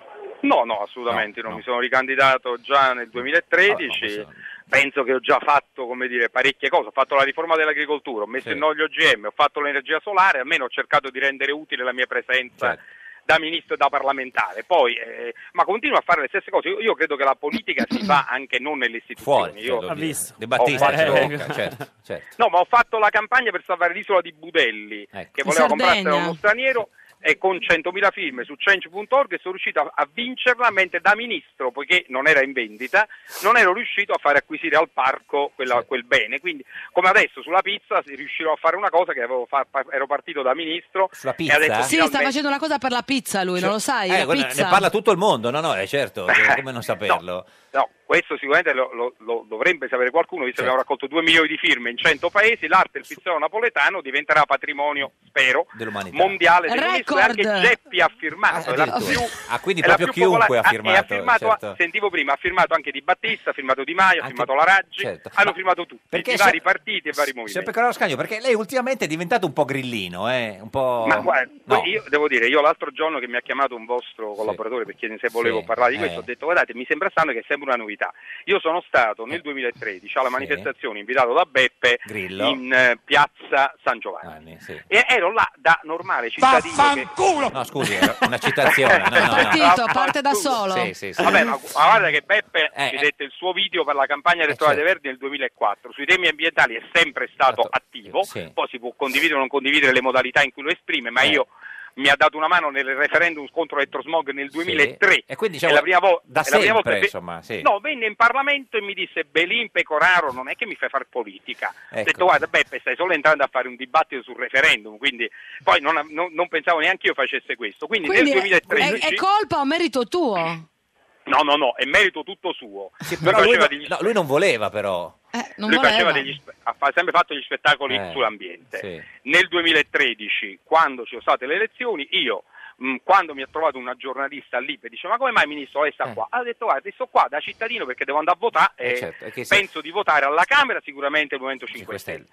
Speaker 22: No, no, assolutamente
Speaker 2: No, Mm. Ah,
Speaker 22: non
Speaker 2: no.
Speaker 22: mi sono ricandidato già nel 2013. Penso che ho già fatto come dire, parecchie cose. Ho fatto la riforma dell'agricoltura, ho messo
Speaker 2: Sì.
Speaker 22: in no gli OGM, ho fatto l'energia solare. Almeno ho cercato di rendere utile la mia presenza
Speaker 2: Certo.
Speaker 22: da ministro e da parlamentare. Poi, eh, ma continuo a fare le stesse cose. Io, io credo che la politica si fa anche non nelle istituzioni.
Speaker 2: Fuori,
Speaker 22: Io Oh,
Speaker 2: cioè, voglio dire. De
Speaker 22: ho
Speaker 2: Battista,
Speaker 22: fatto-
Speaker 2: cioè, certo,
Speaker 22: eh.
Speaker 2: certo. Ecco.
Speaker 22: No, ma ho fatto la campagna per salvare l'isola di Budelli, che voleva
Speaker 2: In Sardegna.
Speaker 22: comprarla uno straniero e con 100.000 firme su change.org sono riuscito a, a vincerla, mentre da ministro, poiché non era in vendita, non ero riuscito a fare acquisire al parco quella- quel bene. Quindi, come adesso sulla pizza, si- riuscirò a fare una cosa che avevo fa- pa- ero partito da ministro.
Speaker 2: Sulla
Speaker 22: E
Speaker 2: pizza?
Speaker 22: adesso
Speaker 2: Sì,
Speaker 1: Sì, sta
Speaker 22: finalmente-
Speaker 1: facendo una cosa per la pizza lui, non lo sai,
Speaker 2: Eh,
Speaker 1: Ah, la
Speaker 2: guarda,
Speaker 1: pizza.
Speaker 2: Ne parla tutto il mondo, no, no, eh, certo, come non saperlo.
Speaker 22: No, questo sicuramente lo, lo- lo dovrebbe sapere qualcuno, visto
Speaker 2: Certo.
Speaker 22: che abbiamo raccolto 2 milioni di firme in 100 paesi, l'arte del pizzone napoletano diventerà patrimonio, spero,
Speaker 2: Dell'umanità.
Speaker 22: mondiale dell'UNESCO e
Speaker 1: Record!
Speaker 22: anche Geppi ha firmato. è la più-
Speaker 2: Ah, quindi
Speaker 22: è la
Speaker 2: proprio
Speaker 22: più
Speaker 2: chiunque ha
Speaker 22: popolare- ah, e
Speaker 2: firmato.
Speaker 22: firmato-
Speaker 2: certo.
Speaker 22: sentivo prima, ha firmato anche Di Battista, ha firmato Di Maio, ha firmato la Raggi,
Speaker 2: certo.
Speaker 22: hanno firmato tutti,
Speaker 2: perché
Speaker 22: i
Speaker 2: se-
Speaker 22: vari partiti e i vari movimenti.
Speaker 2: Signor Pecoraro Scagno, perché lei ultimamente è diventato un po' grillino, eh? un po'...
Speaker 22: Ma guarda,
Speaker 2: No.
Speaker 22: io devo dire, io l'altro giorno che mi ha chiamato un vostro collaboratore per chiedere se volevo
Speaker 2: Sì,
Speaker 22: parlare di
Speaker 2: eh.
Speaker 22: questo, ho detto guardate, mi sembra strano che è sempre una novità. Io sono stato
Speaker 2: Eh.
Speaker 22: nel 2013 alla manifestazione invitato da Beppe
Speaker 2: Grillo.
Speaker 22: in eh, piazza San Giovanni.
Speaker 2: sì.
Speaker 22: E ero là da normale cittadino che...
Speaker 2: No, scusi, era una citazione. No, no, no.
Speaker 1: Partito, parte da solo.
Speaker 2: Sì, sì, sì.
Speaker 22: Vabbè, ma gu- ma guarda che
Speaker 2: Eh,
Speaker 22: Beppe
Speaker 2: certo.
Speaker 22: vedete il suo video per la campagna elettorale dei Verdi nel 2004 sui temi ambientali è sempre stato attivo,
Speaker 2: sì. Eh.
Speaker 22: poi si può condividere o non condividere le modalità in cui lo esprime, ma io mi ha dato una mano nel referendum contro l'elettrosmog nel 2003.
Speaker 2: E quindi, diciamo,
Speaker 22: È la prima vo-
Speaker 2: da
Speaker 22: è la prima volta
Speaker 2: sempre,
Speaker 22: che-
Speaker 2: insomma, sì.
Speaker 22: No, venne in Parlamento e mi disse Belin Pecoraro non è che mi fai fare politica. Ho
Speaker 2: Ecco.
Speaker 22: detto guarda Beppe stai solo entrando a fare un dibattito sul referendum, quindi poi non, non- non pensavo neanche io facesse questo. Quindi,
Speaker 1: Quindi
Speaker 22: nel
Speaker 1: è,
Speaker 22: 2013
Speaker 1: è- è colpa o merito tuo?
Speaker 22: No, no, no, è merito tutto suo. Lui
Speaker 2: Però lui,
Speaker 22: faceva
Speaker 2: no-
Speaker 22: degli
Speaker 2: no, lui non voleva però.
Speaker 1: Eh, non
Speaker 22: lui faceva
Speaker 1: voleva.
Speaker 22: degli spe- ha fa- sempre fatto gli spettacoli
Speaker 2: Eh,
Speaker 22: sull'ambiente.
Speaker 2: sì.
Speaker 22: Nel 2013, quando ci sono state le elezioni, io, mh, quando mi ha trovato una giornalista lì per dice ma come mai ministro lei sta qua? Ha detto guarda, io sto qua da cittadino perché devo andare a votare e
Speaker 2: Eh, certo, e che se-
Speaker 22: penso di votare alla Camera sicuramente il Movimento 5 Stelle.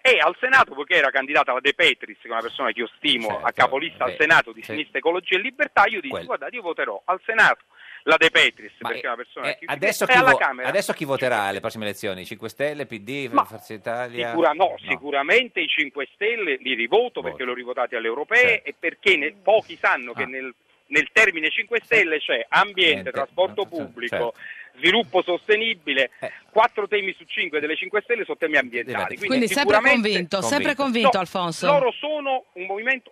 Speaker 22: E al Senato, poiché era candidata la De Petris, che è una persona che io stimo, a capolista al
Speaker 2: Certo, beh,
Speaker 22: Senato di
Speaker 2: sì.
Speaker 22: Sinistra Ecologia e Libertà, io dissi,
Speaker 2: Quello.
Speaker 22: guardate, io voterò al Senato la De Petris,
Speaker 2: Ma eh,
Speaker 22: perché è una persona che
Speaker 2: Adesso
Speaker 22: e
Speaker 2: chi,
Speaker 22: alla
Speaker 2: vo-
Speaker 22: Camera.
Speaker 2: adesso chi voterà alle prossime elezioni? 5 Stelle, PD, Forza Italia?
Speaker 22: Sicura- no, sicuramente i 5 Stelle li rivoto perché li ho rivotati alle europee e perché ne- pochi sanno che nel, nel termine 5 Stelle c'è ambiente, trasporto pubblico, sviluppo sostenibile, quattro temi su cinque delle 5 Stelle sono temi ambientali. Quindi,
Speaker 1: Quindi sempre
Speaker 22: sicuramente-
Speaker 1: convinto, sempre convinto
Speaker 22: No,
Speaker 1: Alfonso.
Speaker 22: Loro sono un movimento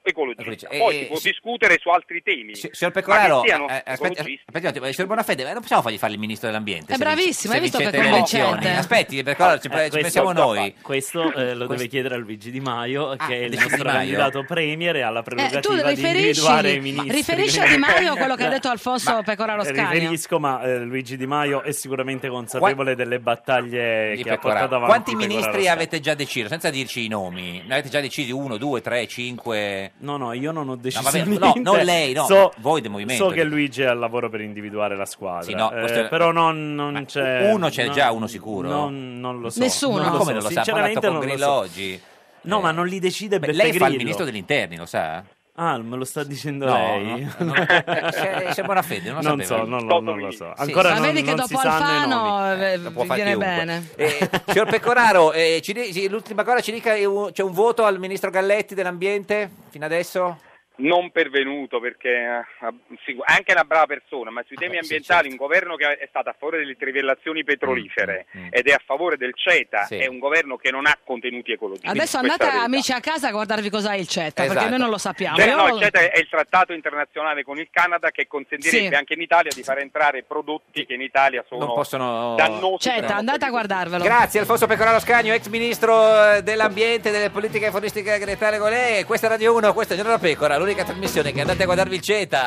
Speaker 2: Ecologista.
Speaker 22: ecologista, poi
Speaker 2: E-
Speaker 22: si può
Speaker 2: si-
Speaker 22: discutere su altri temi,
Speaker 2: Signor
Speaker 22: ma
Speaker 2: Pecoraro,
Speaker 22: che siano
Speaker 2: eh, aspetti,
Speaker 22: ecologisti.
Speaker 2: aspetti un attimo, eh, signor Bonafede, ma non possiamo fargli fare il ministro dell'ambiente.
Speaker 1: È
Speaker 2: se vince-
Speaker 1: bravissimo,
Speaker 2: se
Speaker 1: hai visto Cioè.
Speaker 2: vincete
Speaker 1: che
Speaker 2: le
Speaker 1: convincente?
Speaker 2: elezioni. Aspetti, Pecoraro, ci,
Speaker 19: Eh,
Speaker 2: pre- ci
Speaker 19: questo-
Speaker 2: pensiamo noi.
Speaker 19: Questo eh, lo
Speaker 2: Questo- Ah,
Speaker 19: deve chiedere a Luigi Di Maio, che è il
Speaker 2: Luigi Di
Speaker 19: nostro
Speaker 2: Maio.
Speaker 19: candidato premier e ha la
Speaker 1: Eh, tu
Speaker 19: prerogativa di
Speaker 1: riferisci,
Speaker 19: individuare i ministri.
Speaker 1: riferisci a Di Maio quello che ha detto Alfonso Pecoraro
Speaker 19: Eh,
Speaker 1: Scania.
Speaker 19: Riferisco, ma eh, Luigi Di Maio è sicuramente consapevole delle battaglie che Eh, ha
Speaker 2: Pecoraro.
Speaker 19: portato avanti.
Speaker 2: Quanti
Speaker 19: Pecoraro
Speaker 2: ministri
Speaker 19: Scania.
Speaker 2: avete già deciso, senza dirci i nomi? Ne avete già decisi uno, due, tre, cinque?
Speaker 19: No, no, io non ho deciso
Speaker 2: no,
Speaker 19: niente.
Speaker 2: non lei, no,
Speaker 19: So-
Speaker 2: voi del movimento.
Speaker 19: So che Luigi è al lavoro per individuare la squadra,
Speaker 2: Sì, no,
Speaker 19: eh,
Speaker 2: questo è-
Speaker 19: però non, non
Speaker 2: Ma
Speaker 19: c'è.
Speaker 2: uno c'è
Speaker 19: no,
Speaker 2: già, uno sicuro?
Speaker 19: Non, non lo so.
Speaker 2: Nessuno.
Speaker 19: Non lo
Speaker 2: Come
Speaker 19: so,
Speaker 2: non lo sa? Ha
Speaker 19: Sinceramente,
Speaker 2: parlato con
Speaker 19: non lo
Speaker 2: Grillo
Speaker 19: so.
Speaker 2: oggi.
Speaker 19: No, ma non li decide
Speaker 2: Beh,
Speaker 19: Beppe
Speaker 2: lei fa il
Speaker 19: Grillo.
Speaker 2: ministro degli interni, lo sa?
Speaker 19: Ah, me lo sta dicendo
Speaker 2: No,
Speaker 19: lei.
Speaker 2: no, no. C'è- c'è buona fede, non lo sapevo.
Speaker 19: so, non, lo- non lo so. Ancora
Speaker 1: Ma
Speaker 19: non,
Speaker 1: vedi che
Speaker 19: non si
Speaker 1: dopo
Speaker 19: sanno i nomi.
Speaker 1: Alfano eh,
Speaker 2: lo può fare
Speaker 1: viene
Speaker 2: chiunque. Eh,
Speaker 1: bene.
Speaker 2: Signor Pecoraro, eh, ci di- sì, l'ultima cosa ci dica, eh, un- c'è un voto al ministro Galletti dell'ambiente fino adesso?
Speaker 22: non pervenuto perché eh, sicu- è anche una brava persona, ma
Speaker 2: Ah,
Speaker 22: sui temi ambientali
Speaker 2: certo.
Speaker 22: un governo che è stato a favore delle trivellazioni petrolifere
Speaker 2: Mm,
Speaker 22: ed è a favore del CETA
Speaker 2: Sì.
Speaker 22: è un governo che non ha contenuti ecologici. Questa
Speaker 1: Adesso andate
Speaker 22: è la verità.
Speaker 1: amici a casa a guardarvi cos'è il CETA,
Speaker 22: Esatto.
Speaker 1: perché noi non lo sappiamo.
Speaker 22: Cioè,
Speaker 1: Io-
Speaker 22: no, il CETA è il trattato internazionale con il Canada che consentirebbe
Speaker 1: Sì.
Speaker 22: anche in Italia di far entrare prodotti che in Italia sono
Speaker 2: Non possono-
Speaker 22: dannosi. per
Speaker 1: CETA,
Speaker 22: la
Speaker 1: Certo, andate a guardarvelo.
Speaker 2: Grazie Alfonso Pecoraro Scagno, ex ministro eh, dell'ambiente, delle politiche faunistiche e agretarie con lei. Questa è Radio 1, questa è Giorno da Pecora, l'unica trasmissione che andate a guardarvi il CETA.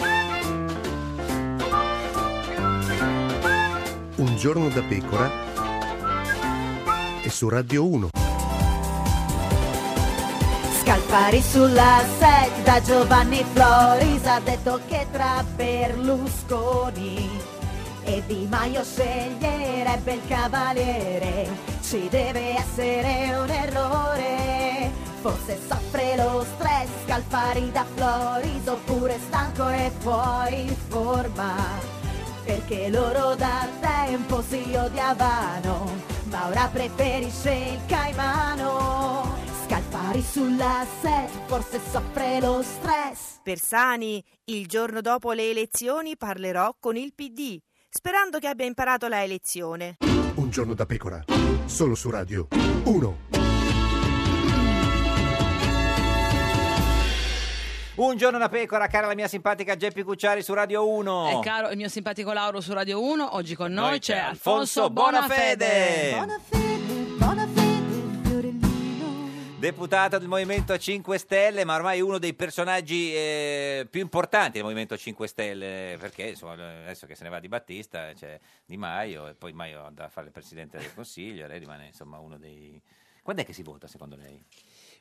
Speaker 14: Un giorno da pecora e su Radio 1.
Speaker 13: Scalpari sulla setta, Giovanni Floris ha detto che tra Berlusconi e Di Maio sceglierebbe il cavaliere. Ci deve essere un errore, forse soffre lo stress, Scalpari da Floris oppure è stanco e fuori forma. Perché loro da tempo si odiavano, ma ora preferisce il caimano. Scalpari sulla set, forse soffre lo stress.
Speaker 15: Persani, il giorno dopo le elezioni parlerò con il PD, sperando che abbia imparato la elezione.
Speaker 14: Un giorno da pecora, solo su Radio 1.
Speaker 2: Un giorno da pecora, cara la mia simpatica Geppi Cucciari su Radio 1.
Speaker 1: E Eh, caro il mio simpatico Lauro su Radio 1, oggi con noi,
Speaker 2: Noi
Speaker 1: c'è
Speaker 2: c'è
Speaker 1: Alfonso
Speaker 2: Alfonso
Speaker 1: Bonafede.
Speaker 2: Bonafede.
Speaker 13: Buonafede,
Speaker 2: Deputato del Movimento 5 Stelle, ma ormai uno dei personaggi eh, più importanti del Movimento 5 Stelle, perché insomma, adesso che se ne va di Battista c'è Di Maio e poi Di Maio andrà a fare il Presidente del Consiglio e lei rimane insomma uno dei... Quando è che si vota secondo lei?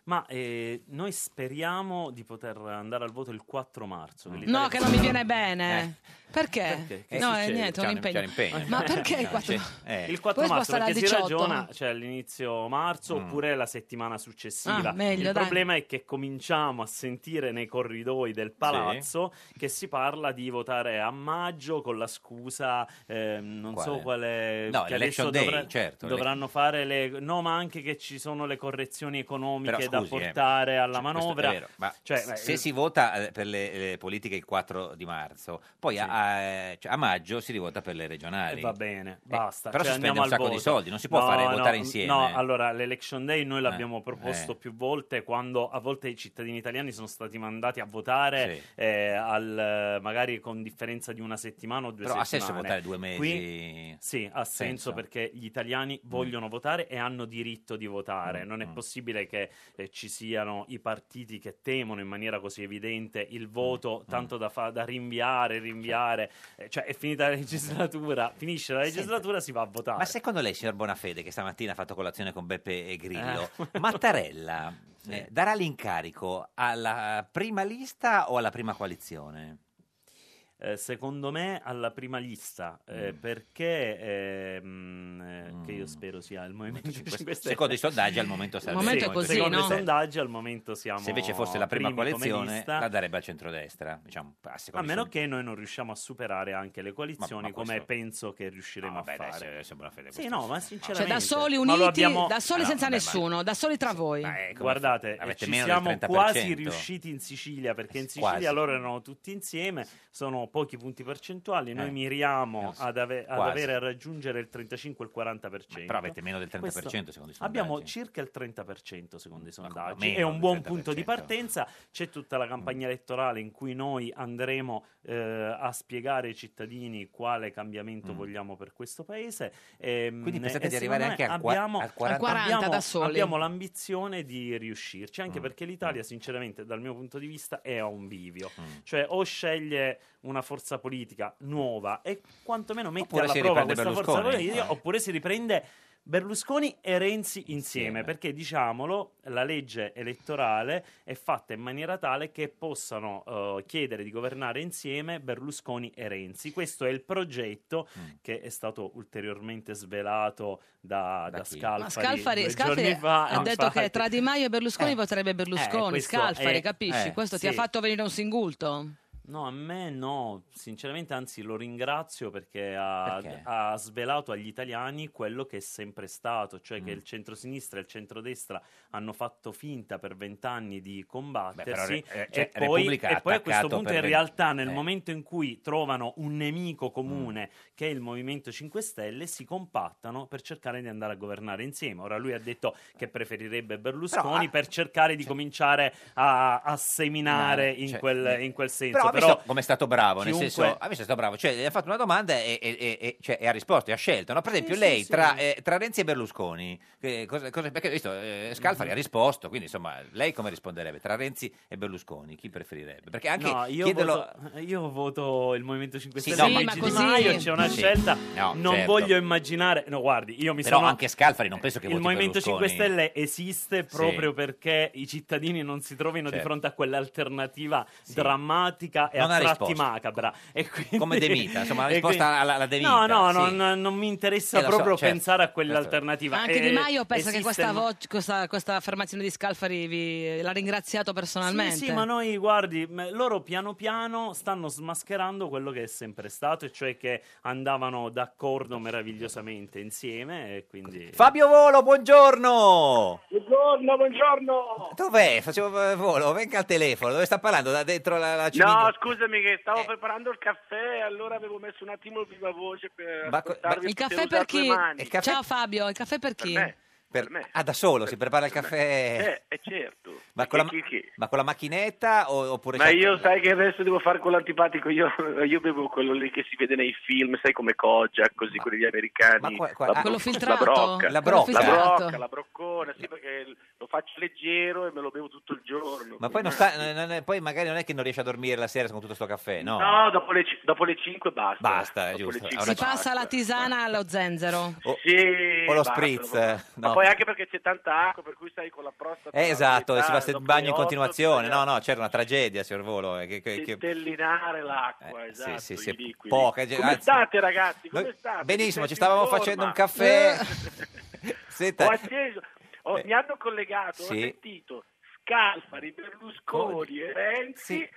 Speaker 19: Ma eh, noi speriamo di poter andare al voto il 4 marzo.
Speaker 1: No, che non mi viene
Speaker 2: Eh.
Speaker 1: bene.
Speaker 19: Eh. Perché?
Speaker 1: Perché?
Speaker 19: Che
Speaker 1: No, è
Speaker 19: succede?
Speaker 1: niente, un
Speaker 19: C'è un-
Speaker 1: impegno.
Speaker 19: c'è un impegno.
Speaker 1: Ma perché il
Speaker 19: No,
Speaker 1: 4
Speaker 19: c'è-
Speaker 1: Eh.
Speaker 19: Il 4
Speaker 1: Puoi
Speaker 19: marzo
Speaker 1: spostare al
Speaker 19: perché si
Speaker 1: 18?
Speaker 19: ragiona cioè all'inizio
Speaker 2: Mm.
Speaker 19: marzo oppure la settimana successiva.
Speaker 1: Ah, meglio,
Speaker 19: il
Speaker 1: dai.
Speaker 19: problema è che cominciamo a sentire nei corridoi del palazzo che si parla di votare a maggio con la scusa ehm, non so
Speaker 2: Quale?
Speaker 19: quale
Speaker 2: No,
Speaker 19: che
Speaker 2: l'election
Speaker 19: adesso
Speaker 2: day,
Speaker 19: dovrà-
Speaker 2: certo,
Speaker 19: dovranno fare le no, ma anche che ci sono le correzioni economiche
Speaker 2: Però,
Speaker 19: da
Speaker 2: scusi, eh,
Speaker 19: portare alla
Speaker 2: Questo
Speaker 19: manovra.
Speaker 2: è vero, ma
Speaker 19: Cioè,
Speaker 2: se-
Speaker 19: eh,
Speaker 2: se si vota eh, per le, le politiche il 4 di marzo, poi a, a- cioè, a maggio si rivota per le regionali.
Speaker 19: E va bene,
Speaker 2: Eh,
Speaker 19: basta.
Speaker 2: però
Speaker 19: cioè,
Speaker 2: si spende
Speaker 19: andiamo
Speaker 2: un
Speaker 19: al
Speaker 2: sacco di
Speaker 19: voto.
Speaker 2: soldi, non si può
Speaker 19: No,
Speaker 2: fare
Speaker 19: no,
Speaker 2: votare insieme.
Speaker 19: No, allora l'election day noi l'abbiamo proposto
Speaker 2: eh.
Speaker 19: più volte quando a volte i cittadini italiani sono stati mandati a votare
Speaker 2: Sì.
Speaker 19: eh, al, magari con differenza di una settimana o due
Speaker 2: Però ha senso
Speaker 19: settimane.
Speaker 2: votare due mesi?
Speaker 19: Qui- sì, ha senso,
Speaker 2: Senso?
Speaker 19: perché gli italiani
Speaker 2: Mm.
Speaker 19: vogliono votare e hanno diritto di votare. Non è possibile che eh, ci siano i partiti che temono in maniera così evidente
Speaker 2: Mm,
Speaker 19: il voto, tanto da, fa- da rinviare, rinviare. Eh, cioè, è finita la legislatura, finisce la legislatura, si va a votare.
Speaker 2: Ma secondo lei, signor Bonafede, che stamattina ha fatto colazione con Beppe e Grillo, Mattarella eh, darà l'incarico alla prima lista o alla prima coalizione?
Speaker 19: Eh, secondo me alla prima lista eh,
Speaker 2: Mm.
Speaker 19: perché ehm, eh, che io spero sia il Movimento 5 Stelle
Speaker 2: Secondo i sondaggi al momento sarebbe
Speaker 19: Sì,
Speaker 2: il Movimento
Speaker 19: secondo
Speaker 2: 5
Speaker 19: i
Speaker 2: Stelle.
Speaker 19: sondaggi al momento siamo
Speaker 2: Se invece fosse la prima
Speaker 19: primi come
Speaker 2: coalizione,
Speaker 19: lista.
Speaker 2: la darebbe al centrodestra. Diciamo, a
Speaker 19: a
Speaker 2: seconda di
Speaker 19: meno
Speaker 2: sondaggi.
Speaker 19: che noi non riusciamo a superare anche le coalizioni
Speaker 2: Ma- ma
Speaker 19: come
Speaker 2: questo- Ah,
Speaker 19: penso che riusciremo a fare sì Eh, no ma sinceramente
Speaker 1: Cioè, da soli
Speaker 19: Ma lo
Speaker 1: uniti,
Speaker 19: abbiamo-
Speaker 1: da soli
Speaker 19: Ah, no,
Speaker 1: senza
Speaker 19: vabbè, ma-
Speaker 1: nessuno, da soli tra voi.
Speaker 19: Guardate, eh,
Speaker 2: Avete
Speaker 19: ci
Speaker 2: meno del
Speaker 19: siamo
Speaker 2: 30%.
Speaker 19: quasi riusciti in Sicilia perché in Sicilia
Speaker 2: Quasi.
Speaker 19: loro erano tutti insieme, sono pochi punti percentuali, noi
Speaker 2: Eh.
Speaker 19: miriamo diciamo, ad, ave- ad
Speaker 2: Quasi.
Speaker 19: avere a raggiungere il 35 il 40%.
Speaker 2: Però avete meno del 30% secondo i sondaggi.
Speaker 19: Abbiamo circa il 30% secondo i sondaggi.
Speaker 2: meno
Speaker 19: È un
Speaker 2: del
Speaker 19: buon punto
Speaker 2: 30%.
Speaker 19: di partenza. C'è tutta la
Speaker 2: Mm.
Speaker 19: campagna elettorale in cui noi andremo eh, a spiegare ai cittadini quale cambiamento vogliamo per questo paese. Ehm,
Speaker 2: Mm. Quindi pensate
Speaker 19: e
Speaker 2: di
Speaker 19: secondo
Speaker 2: arrivare
Speaker 19: me
Speaker 2: anche al qua-
Speaker 19: abbiamo,
Speaker 2: al 40? Al 40
Speaker 19: abbiamo-
Speaker 2: da soli.
Speaker 19: Abbiamo l'ambizione di riuscirci, anche
Speaker 2: Mm. Mm.
Speaker 19: perché l'Italia, sinceramente, dal mio punto di vista, è a un bivio. Cioè, o sceglie una forza politica nuova e quantomeno mette
Speaker 2: Oppure
Speaker 19: alla
Speaker 2: si
Speaker 19: prova
Speaker 2: riprende
Speaker 19: questa forza
Speaker 2: Berlusconi.
Speaker 19: politica,
Speaker 2: Eh.
Speaker 19: oppure si riprende Berlusconi e Renzi insieme, perché diciamolo, la legge elettorale è fatta in maniera tale che possano eh, chiedere di governare insieme Berlusconi e Renzi. Questo è il progetto
Speaker 2: Mm.
Speaker 19: che è stato ulteriormente svelato da, da Scalfari.
Speaker 1: Ma Scalfari,
Speaker 19: due
Speaker 1: Scalfari
Speaker 19: giorni fa,
Speaker 1: ha detto
Speaker 19: infatti.
Speaker 1: che tra Di Maio e Berlusconi voterebbe Berlusconi.
Speaker 19: eh, questo
Speaker 1: Scalfari,
Speaker 19: è-
Speaker 1: capisci?
Speaker 19: eh,
Speaker 1: questo ti
Speaker 19: sì.
Speaker 1: ha fatto venire un singulto.
Speaker 19: No, a me no, sinceramente, anzi lo ringrazio perché ha,
Speaker 2: Perché?
Speaker 19: ha svelato agli italiani quello che è sempre stato, cioè
Speaker 2: Mm.
Speaker 19: che il centrosinistra e il centrodestra hanno fatto finta per vent'anni di combattersi
Speaker 2: Beh, però Re- eh,
Speaker 19: e,
Speaker 2: cioè,
Speaker 19: poi,
Speaker 2: Repubblica ha
Speaker 19: e poi a questo
Speaker 2: attaccato
Speaker 19: punto
Speaker 2: per
Speaker 19: in
Speaker 2: ve-
Speaker 19: realtà nel
Speaker 2: eh. Mm.
Speaker 19: momento in cui trovano un nemico comune che è il Movimento 5 Stelle si compattano per cercare di andare a governare insieme. Ora lui ha detto che preferirebbe Berlusconi
Speaker 2: ha-
Speaker 19: per cercare di cominciare a, a seminare in,
Speaker 2: Cioè,
Speaker 19: quel, in quel senso.
Speaker 2: Però, ha
Speaker 19: Però-
Speaker 2: visto come è stato bravo,
Speaker 19: chiunque-
Speaker 2: nel senso, ha visto è stato bravo, cioè gli ha fatto una domanda e, e- e- e- cioè, e ha risposto, e ha scelto, no? Per esempio
Speaker 19: Sì, sì,
Speaker 2: lei
Speaker 19: sì.
Speaker 2: Tra, eh, tra Renzi e Berlusconi, che cosa- cosa- perché visto, eh, Scalfari
Speaker 19: Mhm.
Speaker 2: ha risposto, quindi insomma lei come risponderebbe? Tra Renzi e Berlusconi, chi preferirebbe? Perché anche
Speaker 19: No, io,
Speaker 2: chiederlo...
Speaker 19: voto, io voto il Movimento 5
Speaker 2: Sì,
Speaker 19: Stelle.
Speaker 2: no, ma
Speaker 19: Luigi
Speaker 2: così-
Speaker 19: Di Maio c'è una
Speaker 2: Sì.
Speaker 19: scelta.
Speaker 2: No,
Speaker 19: non
Speaker 2: certo.
Speaker 19: voglio immaginare. No, guardi, io mi
Speaker 2: Però
Speaker 19: sono.
Speaker 2: anche Scalfari non penso che
Speaker 19: il
Speaker 2: voti
Speaker 19: Movimento 5
Speaker 2: Berlusconi.
Speaker 19: Stelle esiste proprio perché i cittadini non si trovino di
Speaker 2: Certo.
Speaker 19: fronte a quell'alternativa drammatica e
Speaker 2: Non ha
Speaker 19: a tratti
Speaker 2: risposto.
Speaker 19: macabra. E quindi-
Speaker 2: Come De Mita, insomma, la
Speaker 19: e
Speaker 2: risposta
Speaker 19: quindi-
Speaker 2: alla- alla De
Speaker 19: No,
Speaker 2: Mita,
Speaker 19: no,
Speaker 2: sì.
Speaker 19: non, non mi interessa
Speaker 2: Eh, lo so,
Speaker 19: proprio
Speaker 2: certo.
Speaker 19: pensare a
Speaker 1: Ma
Speaker 19: quell'alternativa.
Speaker 1: anche Di
Speaker 19: Eh,
Speaker 1: Maio pensa che
Speaker 19: esiste-
Speaker 1: questa, vo- questa- questa affermazione di Scalfari vi- l'ha ringraziato personalmente.
Speaker 19: Sì, sì, ma noi, guardi, m- loro piano piano stanno smascherando quello che è sempre stato, e cioè che andavano d'accordo meravigliosamente insieme. E quindi...
Speaker 2: Fabio Volo, buongiorno!
Speaker 23: Buongiorno, buongiorno.
Speaker 2: Dov'è? Facevo eh, volo, venga al telefono, dove sta parlando? Da dentro la, la
Speaker 23: No,
Speaker 2: ciminiera?
Speaker 23: scusami che stavo
Speaker 2: Eh.
Speaker 23: preparando il caffè e allora avevo messo un attimo il viva voce per
Speaker 2: Ma co-
Speaker 23: ascoltarvi
Speaker 2: ma-
Speaker 1: Il
Speaker 23: poter
Speaker 1: caffè
Speaker 23: usare
Speaker 1: per
Speaker 23: le
Speaker 1: chi?
Speaker 23: mani.
Speaker 2: Il caffè-
Speaker 1: Ciao Fabio, il caffè per chi?
Speaker 2: Per- Ah, da solo si prepara il
Speaker 23: Eh,
Speaker 2: caffè.
Speaker 23: eh, certo.
Speaker 2: Ma con, la, ma con la macchinetta o- oppure...
Speaker 23: Ma
Speaker 2: c'è-
Speaker 23: io sai che adesso devo fare quello antipatico, io, io bevo quello lì che si vede nei film, sai come Kojak, così quelli americani.
Speaker 2: qua-
Speaker 23: la,
Speaker 2: ah, quello
Speaker 23: bro-
Speaker 2: filtrato?
Speaker 23: La brocca.
Speaker 2: La brocca.
Speaker 23: La
Speaker 2: filtrato.
Speaker 23: brocca, la broccona, sì perché lo faccio leggero e me lo bevo tutto il giorno.
Speaker 2: Ma poi, non sta- non- non è- poi magari non è che non riesce a dormire la sera con tutto sto caffè, no?
Speaker 23: No, dopo le, ci- dopo le 5 basta.
Speaker 2: Basta, è
Speaker 23: Dopo
Speaker 2: giusto.
Speaker 23: le
Speaker 2: È
Speaker 1: Si
Speaker 2: una-
Speaker 1: passa la tisana allo zenzero.
Speaker 2: o,
Speaker 23: Sì,
Speaker 2: o lo
Speaker 23: basta,
Speaker 2: spritz. eh,
Speaker 23: dopo- Ma
Speaker 2: no.
Speaker 23: poi anche perché c'è tanta acqua, per cui stai con la prostata.
Speaker 2: Eh, esatto, e si va
Speaker 23: dopo
Speaker 2: a
Speaker 23: le
Speaker 2: bagno in
Speaker 23: otto,
Speaker 2: continuazione. No, no, c'era una tragedia, signor Volo. eh, che- che- che-
Speaker 23: Stellinare l'acqua,
Speaker 2: Eh, sì,
Speaker 23: esatto.
Speaker 2: sì,
Speaker 23: i
Speaker 2: sì,
Speaker 23: liquidi.
Speaker 2: poca-
Speaker 23: Come
Speaker 2: anzi-
Speaker 23: state, ragazzi? Come
Speaker 2: Noi-
Speaker 23: state?
Speaker 2: benissimo,
Speaker 23: Mi
Speaker 2: ci
Speaker 23: sento in
Speaker 2: stavamo
Speaker 23: forma. Eh,
Speaker 2: facendo un caffè.
Speaker 23: Ho
Speaker 2: Senta,
Speaker 23: acceso, ho- mi hanno collegato,
Speaker 2: sì.
Speaker 23: ho sentito Scalfari, Berlusconi e Renzi.